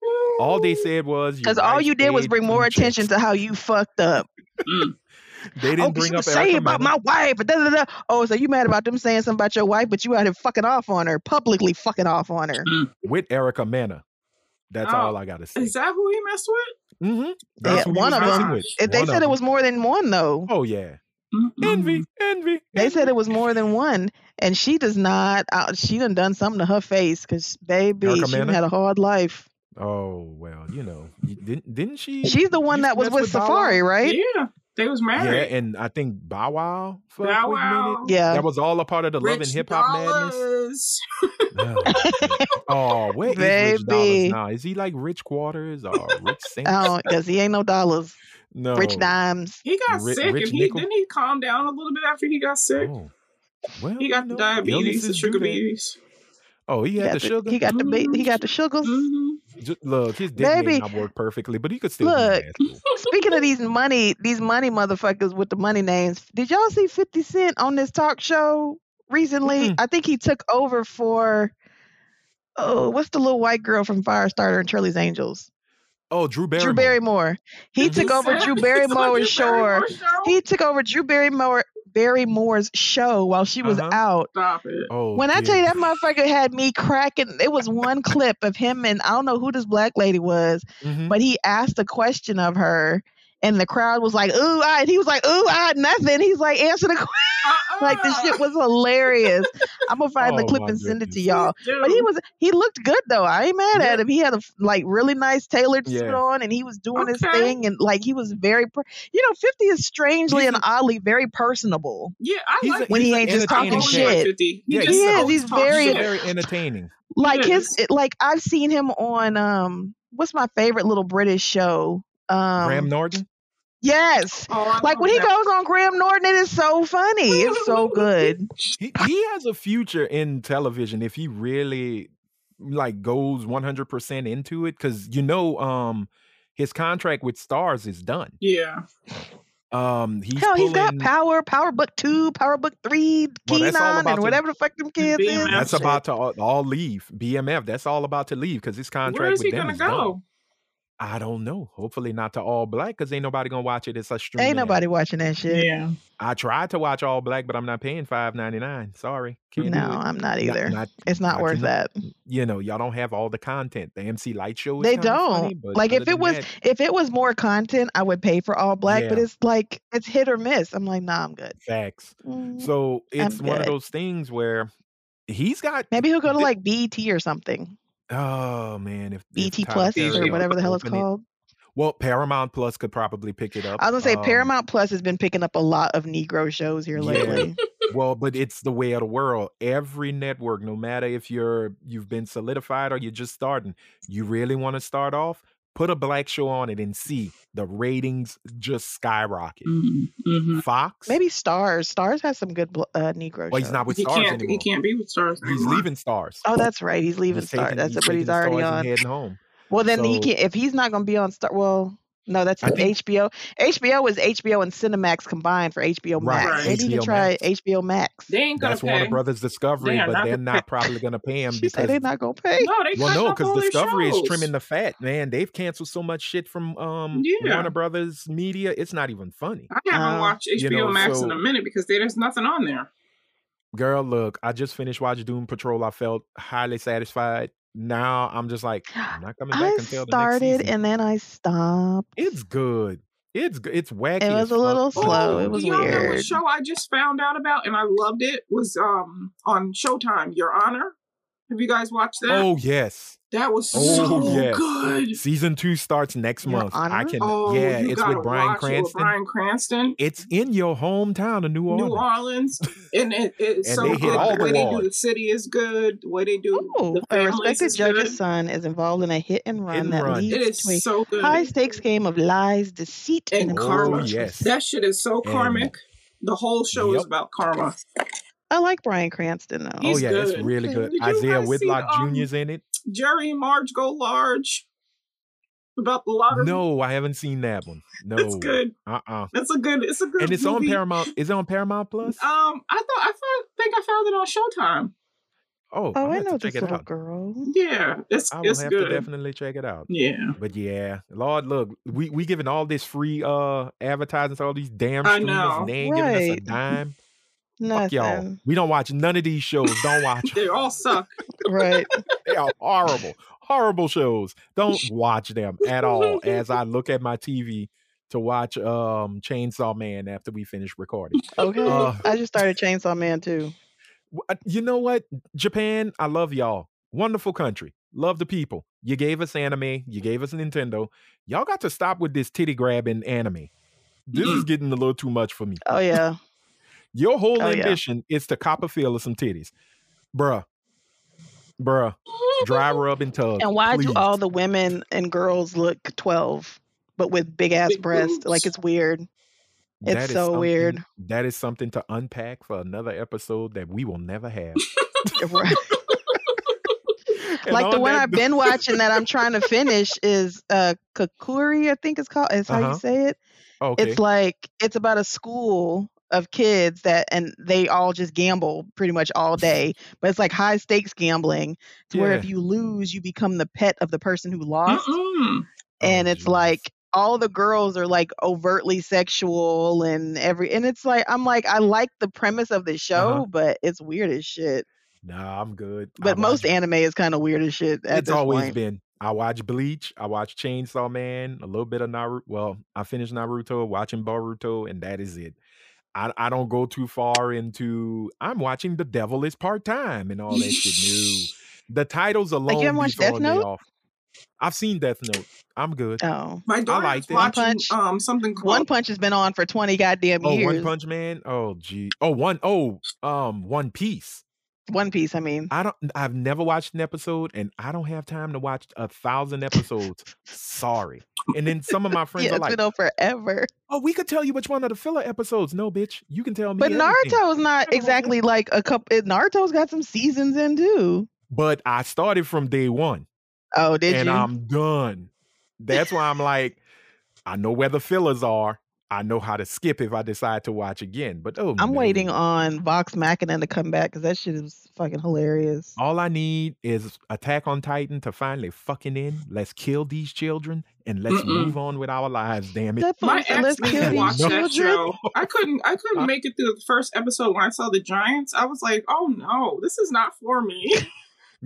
[SPEAKER 1] All they said was
[SPEAKER 3] Because all you did was bring more attention to how you fucked up.
[SPEAKER 1] They didn't
[SPEAKER 3] Oh, 'cause
[SPEAKER 1] bring
[SPEAKER 3] you
[SPEAKER 1] up
[SPEAKER 3] was saying
[SPEAKER 1] Erica
[SPEAKER 3] about
[SPEAKER 1] Mena.
[SPEAKER 3] my wife. Da, da, da. Oh, so you mad about them saying something about your wife, but you out here fucking off on her, publicly fucking off on her.
[SPEAKER 1] with Erica Mena. That's
[SPEAKER 2] Oh,
[SPEAKER 1] all I gotta say.
[SPEAKER 2] Is that who he messed with?
[SPEAKER 1] hmm
[SPEAKER 3] Yeah, one of them. If they said it was more than one, though.
[SPEAKER 1] Oh yeah,
[SPEAKER 2] Mm-mm.
[SPEAKER 1] envy, envy.
[SPEAKER 3] They said
[SPEAKER 1] envy.
[SPEAKER 3] it was more than one, and she does not. Uh, she done done something to her face because baby,
[SPEAKER 1] Erica
[SPEAKER 3] she done
[SPEAKER 1] Mena?
[SPEAKER 3] had a hard life.
[SPEAKER 1] Oh well, you know, you- didn't didn't she?
[SPEAKER 3] She's the one
[SPEAKER 1] used
[SPEAKER 3] that
[SPEAKER 1] to
[SPEAKER 3] was
[SPEAKER 1] mess
[SPEAKER 3] with
[SPEAKER 1] with Bow Wow?
[SPEAKER 3] Safari, right?
[SPEAKER 2] Yeah, they was
[SPEAKER 1] yeah,
[SPEAKER 2] married.
[SPEAKER 1] and I think Bow Wow for a
[SPEAKER 2] Bow
[SPEAKER 1] quick
[SPEAKER 2] Wow.
[SPEAKER 1] minute.
[SPEAKER 3] Yeah.
[SPEAKER 1] That was all a part of the Love and
[SPEAKER 2] Rich
[SPEAKER 1] Hip Hop Madness.
[SPEAKER 2] Dollars.
[SPEAKER 1] Oh, oh where is Rich Dollars
[SPEAKER 3] Baby.
[SPEAKER 1] now? Is he like Rich Quarters or Rich Cents?
[SPEAKER 3] Oh, because he ain't no dollars,
[SPEAKER 1] no,
[SPEAKER 3] rich dimes.
[SPEAKER 2] He got
[SPEAKER 1] Ri-
[SPEAKER 2] sick,
[SPEAKER 1] Rich
[SPEAKER 2] and he
[SPEAKER 1] Nickel?
[SPEAKER 2] didn't he calm down a little bit after he got sick.
[SPEAKER 1] Oh. Well,
[SPEAKER 2] He
[SPEAKER 1] you
[SPEAKER 2] got the
[SPEAKER 1] know,
[SPEAKER 2] diabetes, the
[SPEAKER 1] illnesses do
[SPEAKER 2] sugar
[SPEAKER 1] that.
[SPEAKER 2] babies.
[SPEAKER 1] Oh, he
[SPEAKER 3] He
[SPEAKER 1] had
[SPEAKER 3] got
[SPEAKER 1] the
[SPEAKER 3] the,
[SPEAKER 1] sugar. Mm-hmm.
[SPEAKER 3] he got the ba- he got the sugars.
[SPEAKER 2] Mhm.
[SPEAKER 1] Ju- look, his dick may
[SPEAKER 3] Baby.
[SPEAKER 1] not work perfectly, but he could still
[SPEAKER 3] Look.
[SPEAKER 1] be in that school.
[SPEAKER 3] Speaking of these money, these money motherfuckers with the money names. Did y'all see Fifty Cent on this talk show recently?
[SPEAKER 1] Mm-mm.
[SPEAKER 3] I think he took over for. Oh, what's the little white girl from Firestarter and Charlie's Angels?
[SPEAKER 1] Oh, Drew Barrymore.
[SPEAKER 3] Drew Barrymore. He
[SPEAKER 1] Mhm.
[SPEAKER 3] took over
[SPEAKER 2] Sad.
[SPEAKER 3] Drew
[SPEAKER 2] It's on
[SPEAKER 3] Barrymore's
[SPEAKER 2] Drew
[SPEAKER 3] shore.
[SPEAKER 2] Barrymore's show?
[SPEAKER 3] He took over Drew Barrymore Barrymore's show while she was
[SPEAKER 1] Uh-huh.
[SPEAKER 3] out.
[SPEAKER 2] Stop it.
[SPEAKER 1] Oh,
[SPEAKER 3] When I
[SPEAKER 1] dear.
[SPEAKER 3] tell you that motherfucker had me cracking, it was one clip of him and I don't know who this black lady was,
[SPEAKER 1] Mhm.
[SPEAKER 3] but he asked a question of her, and the crowd was like, "Ooh, I," and he was like, "Ooh, I," nothing. He's like, "Answer the question."
[SPEAKER 2] Uh-uh.
[SPEAKER 3] Like the shit was hilarious. I'm gonna find the
[SPEAKER 1] Oh,
[SPEAKER 3] clip
[SPEAKER 1] my
[SPEAKER 3] and send it to
[SPEAKER 1] goodness.
[SPEAKER 3] y'all.
[SPEAKER 2] Dude.
[SPEAKER 3] But he was he looked good though. I ain't mad at
[SPEAKER 1] Mm-hmm. Yeah.
[SPEAKER 3] him. He had a f- like really nice tailored suit
[SPEAKER 1] Yeah.
[SPEAKER 3] on, and he was doing his
[SPEAKER 2] Okay.
[SPEAKER 3] thing, and like he was very, per- you know, Fifty is strangely
[SPEAKER 1] He's
[SPEAKER 3] and
[SPEAKER 1] a-
[SPEAKER 3] oddly very personable.
[SPEAKER 2] Yeah, I
[SPEAKER 1] He's
[SPEAKER 2] like
[SPEAKER 1] a-
[SPEAKER 3] when he
[SPEAKER 1] an
[SPEAKER 3] ain't just talking
[SPEAKER 1] entertaining
[SPEAKER 3] shit.
[SPEAKER 1] cat.
[SPEAKER 2] He
[SPEAKER 1] Yeah,
[SPEAKER 2] just
[SPEAKER 1] he's a-
[SPEAKER 2] always
[SPEAKER 3] He's
[SPEAKER 2] talks
[SPEAKER 3] very-
[SPEAKER 1] He's
[SPEAKER 2] shit.
[SPEAKER 1] very entertaining.
[SPEAKER 3] Like his
[SPEAKER 2] Yes.
[SPEAKER 3] it, like I've seen him on um what's my favorite little British show? Um,
[SPEAKER 1] Graham Norton.
[SPEAKER 3] yes.
[SPEAKER 2] Oh, I
[SPEAKER 3] Like
[SPEAKER 2] love
[SPEAKER 3] when he
[SPEAKER 2] that.
[SPEAKER 3] goes on Graham Norton, it is so funny. It's so good.
[SPEAKER 1] He he has a future in television if he really like goes 100% into it cuz you know um his contract with Stars is done.
[SPEAKER 2] Yeah.
[SPEAKER 1] Um he's
[SPEAKER 3] Hell, he's got
[SPEAKER 1] pulling-
[SPEAKER 3] Power, Power Book Two, Power Book Three,
[SPEAKER 1] Well, that's all
[SPEAKER 3] Keenan,
[SPEAKER 1] about
[SPEAKER 3] and
[SPEAKER 1] the-
[SPEAKER 3] whatever the fuck them kids
[SPEAKER 2] Being
[SPEAKER 3] is.
[SPEAKER 2] an
[SPEAKER 1] that's
[SPEAKER 3] Shit.
[SPEAKER 1] about to all, all leave. BMF, that's all about to leave cuz his contract
[SPEAKER 2] Where is
[SPEAKER 1] with
[SPEAKER 2] he
[SPEAKER 1] them
[SPEAKER 2] gonna
[SPEAKER 1] is done.
[SPEAKER 2] go?
[SPEAKER 1] I don't know. Hopefully not to all black cuz ain't nobody going to watch it. It's a streaming.
[SPEAKER 3] Ain't
[SPEAKER 1] app.
[SPEAKER 3] nobody watching that shit.
[SPEAKER 2] Yeah.
[SPEAKER 1] I tried to watch all black but I'm not paying 5.99. Sorry. Can't
[SPEAKER 3] No,
[SPEAKER 1] do it.
[SPEAKER 3] I'm not
[SPEAKER 1] Not-
[SPEAKER 3] either.
[SPEAKER 1] not-
[SPEAKER 3] it's not
[SPEAKER 1] I
[SPEAKER 3] worth that.
[SPEAKER 1] you know, y'all don't have all the content. The MC Light Show is
[SPEAKER 3] They
[SPEAKER 1] kinda
[SPEAKER 3] don't.
[SPEAKER 1] funny, but
[SPEAKER 3] like if
[SPEAKER 1] other
[SPEAKER 3] it
[SPEAKER 1] than
[SPEAKER 3] was
[SPEAKER 1] that-
[SPEAKER 3] if it was more content, I would pay for all black, but
[SPEAKER 1] Yeah.
[SPEAKER 3] it's like it's hit or miss. I'm like, nah, I'm good.
[SPEAKER 1] Facts.
[SPEAKER 3] Mm.
[SPEAKER 1] So it's one of
[SPEAKER 3] good.
[SPEAKER 1] those things where he's got.
[SPEAKER 3] Maybe he'll go to
[SPEAKER 1] Th-
[SPEAKER 3] like BET or something.
[SPEAKER 1] Oh man, if if
[SPEAKER 3] BT
[SPEAKER 1] Tyler
[SPEAKER 3] E Plus
[SPEAKER 1] Perry
[SPEAKER 3] or
[SPEAKER 1] don't
[SPEAKER 2] Perry
[SPEAKER 3] whatever the hell it's
[SPEAKER 1] open it-
[SPEAKER 3] called.
[SPEAKER 1] well, Paramount Plus could probably pick it up.
[SPEAKER 3] I was gonna say
[SPEAKER 1] um,
[SPEAKER 3] Paramount Plus has been picking up a lot of Negro shows here
[SPEAKER 1] Yeah.
[SPEAKER 3] lately.
[SPEAKER 1] Well, but it's the way of the world. Every network, no matter if you're you've been solidified or you're just starting, you really want to start off. Put a black show on it and see the ratings just skyrocket.
[SPEAKER 2] Mm-hmm.
[SPEAKER 1] Fox,
[SPEAKER 3] Maybe Stars. Stars has some good bl- uh, Negro
[SPEAKER 1] Well,
[SPEAKER 3] shows.
[SPEAKER 1] he's not with
[SPEAKER 2] He
[SPEAKER 1] stars
[SPEAKER 2] can't.
[SPEAKER 1] anymore.
[SPEAKER 2] He can't be with stars.
[SPEAKER 1] He's
[SPEAKER 2] anymore.
[SPEAKER 1] leaving stars.
[SPEAKER 3] Oh, that's right. He's leaving
[SPEAKER 1] He's
[SPEAKER 3] Stars.
[SPEAKER 1] taking-
[SPEAKER 3] that's what
[SPEAKER 1] taking
[SPEAKER 3] he's
[SPEAKER 1] the
[SPEAKER 3] already
[SPEAKER 1] stars
[SPEAKER 3] on.
[SPEAKER 1] And heading home.
[SPEAKER 3] Well, then he
[SPEAKER 1] So-
[SPEAKER 3] can if he's not going to be on Star. Well, no, that's
[SPEAKER 1] I
[SPEAKER 3] his
[SPEAKER 1] think-
[SPEAKER 3] HBO. HBO is HBO and Cinemax combined for HBO
[SPEAKER 1] Right,
[SPEAKER 3] Max.
[SPEAKER 2] Right.
[SPEAKER 3] Maybe you
[SPEAKER 1] HBO
[SPEAKER 3] can try
[SPEAKER 1] Max.
[SPEAKER 3] HBO Max.
[SPEAKER 2] They ain't gonna
[SPEAKER 1] That's
[SPEAKER 2] pay.
[SPEAKER 1] Warner Brothers Discovery,
[SPEAKER 2] They are
[SPEAKER 1] but
[SPEAKER 2] not
[SPEAKER 1] they're
[SPEAKER 2] gonna
[SPEAKER 1] not probably going to pay him
[SPEAKER 3] She
[SPEAKER 1] because
[SPEAKER 3] said they're not going to pay.
[SPEAKER 2] No, they
[SPEAKER 1] well,
[SPEAKER 2] cutting
[SPEAKER 1] no,
[SPEAKER 2] up all
[SPEAKER 1] because
[SPEAKER 2] their
[SPEAKER 1] Discovery is
[SPEAKER 2] shows.
[SPEAKER 1] trimming the fat, man. They've canceled so much shit from um
[SPEAKER 2] Yeah.
[SPEAKER 1] Warner Brothers Media. It's not even funny,
[SPEAKER 2] I haven't
[SPEAKER 3] Oh.
[SPEAKER 2] watched HBO
[SPEAKER 1] You know,
[SPEAKER 2] Max
[SPEAKER 1] so-
[SPEAKER 2] in a minute because there's nothing on there.
[SPEAKER 1] girl. Look, I just finished watching Doom Patrol. I felt highly satisfied. Now I'm just like, I'm not coming back
[SPEAKER 3] I
[SPEAKER 1] until the next
[SPEAKER 3] started
[SPEAKER 1] season.
[SPEAKER 3] and then I stopped.
[SPEAKER 1] it's good. It's g- it's wacky.
[SPEAKER 3] It
[SPEAKER 1] as
[SPEAKER 3] was a
[SPEAKER 1] fuck, Oh, but it's
[SPEAKER 3] little slow.
[SPEAKER 1] good.
[SPEAKER 3] It was
[SPEAKER 2] you know
[SPEAKER 3] weird.
[SPEAKER 2] what show I just found out about and I loved it was um on Showtime, Your Honor. Have you guys watched that?
[SPEAKER 1] Oh yes,
[SPEAKER 2] that was
[SPEAKER 1] oh,
[SPEAKER 2] so
[SPEAKER 1] yes.
[SPEAKER 2] good.
[SPEAKER 1] season two starts next
[SPEAKER 3] Your
[SPEAKER 1] month. I
[SPEAKER 3] Honor?
[SPEAKER 1] can.
[SPEAKER 2] Oh,
[SPEAKER 1] yeah,
[SPEAKER 2] you
[SPEAKER 1] it's
[SPEAKER 2] gotta
[SPEAKER 1] with Brian
[SPEAKER 2] watch it with
[SPEAKER 1] Cranston.
[SPEAKER 2] Bryan Cranston.
[SPEAKER 1] It's in your hometown of New
[SPEAKER 2] New
[SPEAKER 1] Orleans.
[SPEAKER 2] Orleans, and it, it's
[SPEAKER 1] And
[SPEAKER 2] so
[SPEAKER 1] they
[SPEAKER 2] good.
[SPEAKER 1] hit all
[SPEAKER 2] the
[SPEAKER 1] the
[SPEAKER 2] way they do
[SPEAKER 1] walls.
[SPEAKER 2] the city is good. The way they do
[SPEAKER 3] Ooh,
[SPEAKER 2] the
[SPEAKER 3] a
[SPEAKER 2] families
[SPEAKER 3] respected
[SPEAKER 2] is good.
[SPEAKER 3] judge's son is involved in a hit and run
[SPEAKER 1] Hit and
[SPEAKER 3] that
[SPEAKER 1] run.
[SPEAKER 2] It
[SPEAKER 3] leads
[SPEAKER 2] is
[SPEAKER 3] to a
[SPEAKER 2] so good.
[SPEAKER 3] high stakes game of lies, deceit,
[SPEAKER 2] And
[SPEAKER 3] and,
[SPEAKER 2] karma.
[SPEAKER 1] oh
[SPEAKER 3] inconsequential-
[SPEAKER 1] yes,
[SPEAKER 2] That shit is so
[SPEAKER 1] And-
[SPEAKER 2] karmic. The whole show is
[SPEAKER 1] Yep.
[SPEAKER 2] about karma.
[SPEAKER 3] I like Brian Cranston though.
[SPEAKER 1] oh
[SPEAKER 2] he's
[SPEAKER 1] yeah, it's
[SPEAKER 2] good.
[SPEAKER 1] really
[SPEAKER 2] Did
[SPEAKER 1] good.
[SPEAKER 2] you guys
[SPEAKER 1] Isaiah
[SPEAKER 2] see
[SPEAKER 1] Whitlock
[SPEAKER 2] the, um,
[SPEAKER 1] Jr.'s in it.
[SPEAKER 2] Jerry and Marge go large. About the lottery.
[SPEAKER 1] No, I haven't seen that one. No,
[SPEAKER 2] Um, It's good.
[SPEAKER 1] Uh uh
[SPEAKER 2] That's a good. It's a good.
[SPEAKER 1] And it's on
[SPEAKER 2] movie.
[SPEAKER 1] Paramount. Is it on Paramount Plus?
[SPEAKER 2] Um, I thought I found, think I found it on Showtime.
[SPEAKER 1] Oh,
[SPEAKER 3] Oh,
[SPEAKER 1] I'll
[SPEAKER 3] I
[SPEAKER 1] have to
[SPEAKER 3] know
[SPEAKER 1] check
[SPEAKER 3] this
[SPEAKER 1] it
[SPEAKER 3] little
[SPEAKER 1] out.
[SPEAKER 3] girl.
[SPEAKER 2] Yeah, it's
[SPEAKER 1] I will
[SPEAKER 2] it's
[SPEAKER 1] have
[SPEAKER 2] good.
[SPEAKER 1] to definitely check it out.
[SPEAKER 2] yeah,
[SPEAKER 1] But yeah, Lord, look, we we giving all this free uh advertising to all these damn
[SPEAKER 2] I
[SPEAKER 1] streamers,
[SPEAKER 2] know.
[SPEAKER 1] and they ain't giving us a
[SPEAKER 3] Right.
[SPEAKER 1] dime. Fuck y'all.
[SPEAKER 3] Nothing.
[SPEAKER 1] We don't watch none of these shows. Don't watch.
[SPEAKER 2] they all suck.
[SPEAKER 3] Right.
[SPEAKER 1] they are horrible, horrible shows. Don't watch them at all. As I look at my TV to watch um Chainsaw Man after we finish recording.
[SPEAKER 3] Okay.
[SPEAKER 1] Uh,
[SPEAKER 3] I just started Chainsaw Man too.
[SPEAKER 1] W- uh, You know what, Japan? I love y'all. Wonderful country. Love the people. You gave us anime. You gave us Nintendo. Y'all got to stop with this titty grabbing anime. This is getting a little too much for me.
[SPEAKER 3] Oh yeah.
[SPEAKER 1] Your whole
[SPEAKER 3] Oh, yeah.
[SPEAKER 1] ambition is to cop a feel of some titties. Bruh. Bruh. Dry rub and tug.
[SPEAKER 3] And why do
[SPEAKER 1] please.
[SPEAKER 3] all the women and girls look 12 but with big ass
[SPEAKER 2] Big
[SPEAKER 3] breasts?
[SPEAKER 2] boobs.
[SPEAKER 3] Like it's weird. It's
[SPEAKER 1] That is
[SPEAKER 3] so
[SPEAKER 1] something-
[SPEAKER 3] weird.
[SPEAKER 1] That is something to unpack for another episode that we will never have.
[SPEAKER 3] Right.
[SPEAKER 1] And
[SPEAKER 3] like the
[SPEAKER 1] on
[SPEAKER 3] one
[SPEAKER 1] that
[SPEAKER 3] I've
[SPEAKER 1] note-
[SPEAKER 3] been watching that I'm trying to finish is uh Kakuri, I think it's called. Is how
[SPEAKER 1] Uh-huh.
[SPEAKER 3] you say it.
[SPEAKER 1] Okay.
[SPEAKER 3] It's like it's about a school of kids that and they all just gamble pretty much all day. But it's like high stakes gambling to where
[SPEAKER 1] Yeah.
[SPEAKER 3] if you lose, you become the pet of the person who lost.
[SPEAKER 2] Mm-mm.
[SPEAKER 3] and
[SPEAKER 1] Oh,
[SPEAKER 3] it's
[SPEAKER 1] jeez.
[SPEAKER 3] like all the girls are like overtly sexual and every and it's like I'm like I like the premise of the show,
[SPEAKER 1] Uh-huh.
[SPEAKER 3] but it's weird as shit.
[SPEAKER 1] Nah, I'm good. I
[SPEAKER 3] But most
[SPEAKER 1] watch-
[SPEAKER 3] anime is kind of weird as shit. At
[SPEAKER 1] it's
[SPEAKER 3] this
[SPEAKER 1] always
[SPEAKER 3] point.
[SPEAKER 1] been. I watch Bleach. I watch Chainsaw Man. A little bit of Naruto. Well, I finished Naruto, watching Boruto, and that is it. I, I don't go too far into. I'm watching The Devil is Part Time and all that shit. No, the titles alone.
[SPEAKER 3] Oh, haven't watched
[SPEAKER 1] be
[SPEAKER 3] Death
[SPEAKER 1] throwing me
[SPEAKER 3] Note?
[SPEAKER 1] off. I've seen Death Note. I'm good.
[SPEAKER 3] Oh.
[SPEAKER 2] My daughter's
[SPEAKER 1] like that. One
[SPEAKER 2] watching
[SPEAKER 3] Punch.
[SPEAKER 2] um something called
[SPEAKER 3] One Punch has been on for 20 goddamn
[SPEAKER 1] Oh,
[SPEAKER 3] years.
[SPEAKER 1] One Punch Man. Oh, gee. Oh, one. Oh, um, One Piece.
[SPEAKER 3] One Piece, I mean.
[SPEAKER 1] I don't. I've never watched an episode, and I don't have time to watch a thousand episodes. Sorry. And then some of my friends
[SPEAKER 3] yeah,
[SPEAKER 1] are
[SPEAKER 3] it's
[SPEAKER 1] like,
[SPEAKER 3] been on forever.
[SPEAKER 1] "Oh, we could tell you which one of the filler episodes." No, bitch. You can tell me.
[SPEAKER 3] But
[SPEAKER 1] everything.
[SPEAKER 3] Naruto's not exactly like a couple. Naruto's got some seasons in too.
[SPEAKER 1] But I started from day one,
[SPEAKER 3] Oh, did
[SPEAKER 1] and
[SPEAKER 3] you?
[SPEAKER 1] I'm done. That's why I'm like, I know where the fillers are. I know how to skip if I decide to watch again. But oh,
[SPEAKER 3] I'm
[SPEAKER 1] no.
[SPEAKER 3] waiting on Vox Machina to come back because that shit is fucking hilarious.
[SPEAKER 1] All I need is Attack on Titan to finally fucking end. Let's kill these children and let's
[SPEAKER 2] Mm-mm.
[SPEAKER 1] move on with our lives. Damn it!
[SPEAKER 3] That
[SPEAKER 2] my
[SPEAKER 3] fool said,
[SPEAKER 2] ex
[SPEAKER 3] "Let's
[SPEAKER 2] made
[SPEAKER 3] kill
[SPEAKER 2] me
[SPEAKER 3] these
[SPEAKER 2] watch that
[SPEAKER 3] children."
[SPEAKER 2] show. I couldn't. I couldn't make it through the first episode when I saw the Giants. I was like, "Oh no, this is not for me."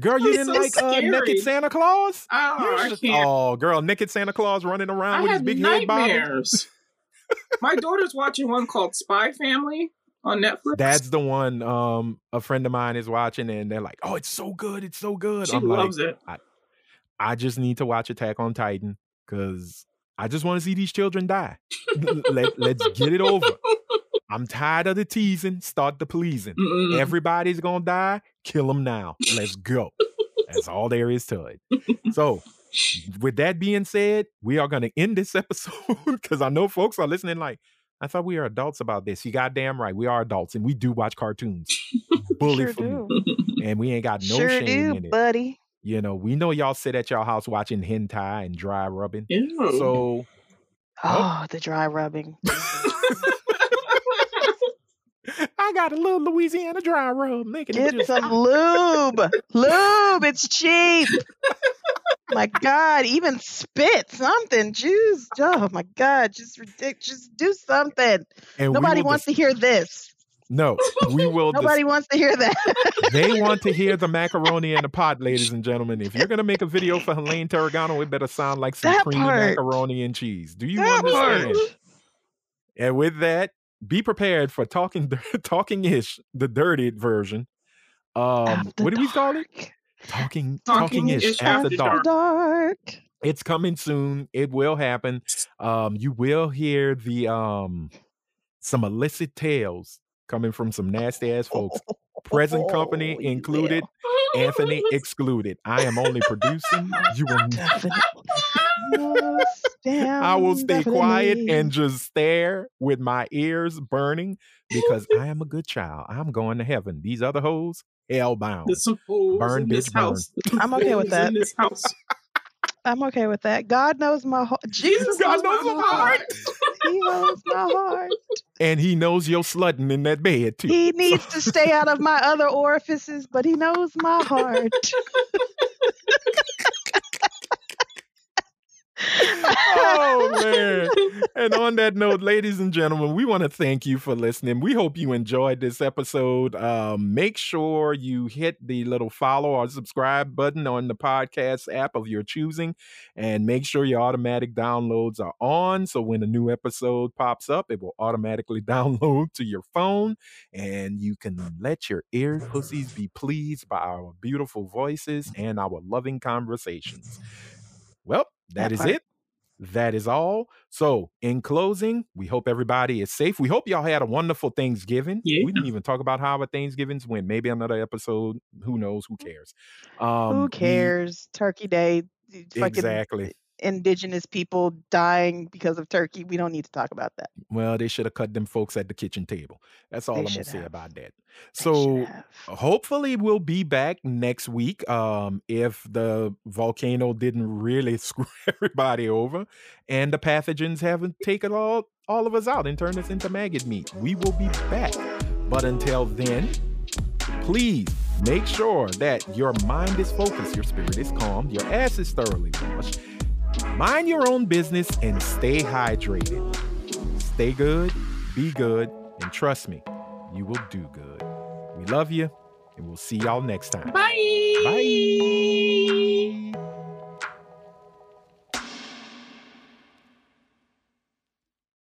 [SPEAKER 1] Girl, you
[SPEAKER 2] It's
[SPEAKER 1] didn't
[SPEAKER 2] so
[SPEAKER 1] like uh,
[SPEAKER 2] scary.
[SPEAKER 1] naked Santa Claus?
[SPEAKER 3] Ah,
[SPEAKER 2] Oh,
[SPEAKER 1] You
[SPEAKER 2] I
[SPEAKER 1] should-
[SPEAKER 2] can't.
[SPEAKER 1] oh, girl, naked Santa Claus running around
[SPEAKER 2] I
[SPEAKER 1] with his
[SPEAKER 2] had
[SPEAKER 1] big head bobbing.
[SPEAKER 2] nightmares. my daughter's watching one called Spy Family on Netflix.
[SPEAKER 1] That's the one um a friend of mine is watching and they're like, "Oh, it's so good. It's so good."
[SPEAKER 2] she
[SPEAKER 1] I'm like,
[SPEAKER 2] loves it.
[SPEAKER 1] "I just need to watch Attack on Titan cuz I just want to see these children die. Let, let's get it over. I'm tired of the teasing. Start the pleasing.
[SPEAKER 3] Mm-hmm.
[SPEAKER 2] Mm-mm.
[SPEAKER 1] Everybody's gonna die. Kill them now. Let's go. That's all there is to it. So, with that being said, we are gonna end this episode because I know folks are listening. Like, I thought we were adults about this. You goddamn right, we are adults and we do watch cartoons. Bully
[SPEAKER 3] sure
[SPEAKER 1] for
[SPEAKER 3] do.
[SPEAKER 1] me, and we ain't got no
[SPEAKER 3] sure
[SPEAKER 1] shame
[SPEAKER 3] do,
[SPEAKER 1] in it.
[SPEAKER 3] buddy.
[SPEAKER 1] You know, we know y'all sit at y'all house watching hentai and dry rubbing.
[SPEAKER 2] Ew.
[SPEAKER 1] So Oh.
[SPEAKER 3] Oh, the dry rubbing.
[SPEAKER 1] I got a little Louisiana dry rub making it
[SPEAKER 3] Get
[SPEAKER 1] just
[SPEAKER 3] some lube. Lube, it's cheap. my God, even spit something. Juice. Oh my God, just ridiculous. Just do something.
[SPEAKER 1] and we
[SPEAKER 3] Nobody
[SPEAKER 1] will
[SPEAKER 3] wants
[SPEAKER 1] dis-
[SPEAKER 3] to hear this.
[SPEAKER 1] No, we will dis-
[SPEAKER 3] Nobody wants to hear that.
[SPEAKER 1] they want to hear the macaroni and the pot, ladies and gentlemen. If you're gonna make a video for Helene Tarragano, it better sound like some
[SPEAKER 3] That
[SPEAKER 1] creamy
[SPEAKER 3] part.
[SPEAKER 1] macaroni and cheese. Do you
[SPEAKER 3] That
[SPEAKER 1] understand?
[SPEAKER 3] part.
[SPEAKER 1] And with that, be prepared for talking talking ish, the dirty version. Um,
[SPEAKER 3] After
[SPEAKER 1] what do we call it?
[SPEAKER 3] dark.
[SPEAKER 1] Talking, talking is after dark.
[SPEAKER 3] Dark.
[SPEAKER 1] It's coming soon. It will happen. Um, you will hear the um some illicit tales coming from some nasty ass folks. Present company
[SPEAKER 3] Oh, yeah.
[SPEAKER 1] included, Anthony excluded. I am only producing. You will.
[SPEAKER 3] Definitely. Yes,
[SPEAKER 1] I will stay quiet
[SPEAKER 3] Um, definitely.
[SPEAKER 1] and just stare with my ears burning because I am a good child. I'm going to heaven. These other hoes, hellbound.
[SPEAKER 2] There's some fools
[SPEAKER 1] Burn,
[SPEAKER 2] in this
[SPEAKER 1] bitch, burn.
[SPEAKER 2] house.
[SPEAKER 3] I'm okay with
[SPEAKER 2] Fools
[SPEAKER 3] that.
[SPEAKER 2] In this house.
[SPEAKER 3] I'm okay with that. God knows my heart.
[SPEAKER 2] Jesus
[SPEAKER 1] God
[SPEAKER 2] knows my
[SPEAKER 1] knows my
[SPEAKER 2] heart.
[SPEAKER 3] He knows my heart.
[SPEAKER 1] And he knows you're slutting in that bed too.
[SPEAKER 3] He needs to stay out of my other orifices, but he knows my heart.
[SPEAKER 1] oh man. And on that note, ladies and gentlemen, we want to thank you for listening. We hope you enjoyed this episode. Um, make sure you hit the little follow or subscribe button on the podcast app of your choosing. And make sure your automatic downloads are on. So when a new episode pops up, it will automatically download to your phone. And you can let your ear pussies be pleased by our beautiful voices and our loving conversations. Well,
[SPEAKER 3] That
[SPEAKER 1] that is
[SPEAKER 3] part.
[SPEAKER 1] it. That is all. So, in closing, we hope everybody is safe. We hope y'all had a wonderful Thanksgiving.
[SPEAKER 2] Yeah.
[SPEAKER 1] We didn't even talk about how our Thanksgivings went. Maybe another episode. Who knows? Who cares? Um,
[SPEAKER 3] Who
[SPEAKER 1] we-
[SPEAKER 3] cares? Turkey Day. the Fucking
[SPEAKER 1] exactly.
[SPEAKER 3] indigenous people dying because of turkey. We don't need to talk about that.
[SPEAKER 1] Well, they should have cut them folks at the kitchen table. That's all
[SPEAKER 3] They
[SPEAKER 1] I'm gonna
[SPEAKER 3] should
[SPEAKER 1] say
[SPEAKER 3] have.
[SPEAKER 1] about that.
[SPEAKER 3] They should
[SPEAKER 1] So
[SPEAKER 3] have.
[SPEAKER 1] hopefully we'll be back next week. Um, if the volcano didn't really screw everybody over, and the pathogens haven't taken all all of us out and turned us into maggot meat, we will be back. But until then, please make sure that your mind is focused, your spirit is calm, your ass is thoroughly washed. Mind your own business and stay hydrated. Stay good, be good, and trust me, you will do good. We love you, and we'll see y'all next time.
[SPEAKER 2] Bye.
[SPEAKER 1] Bye.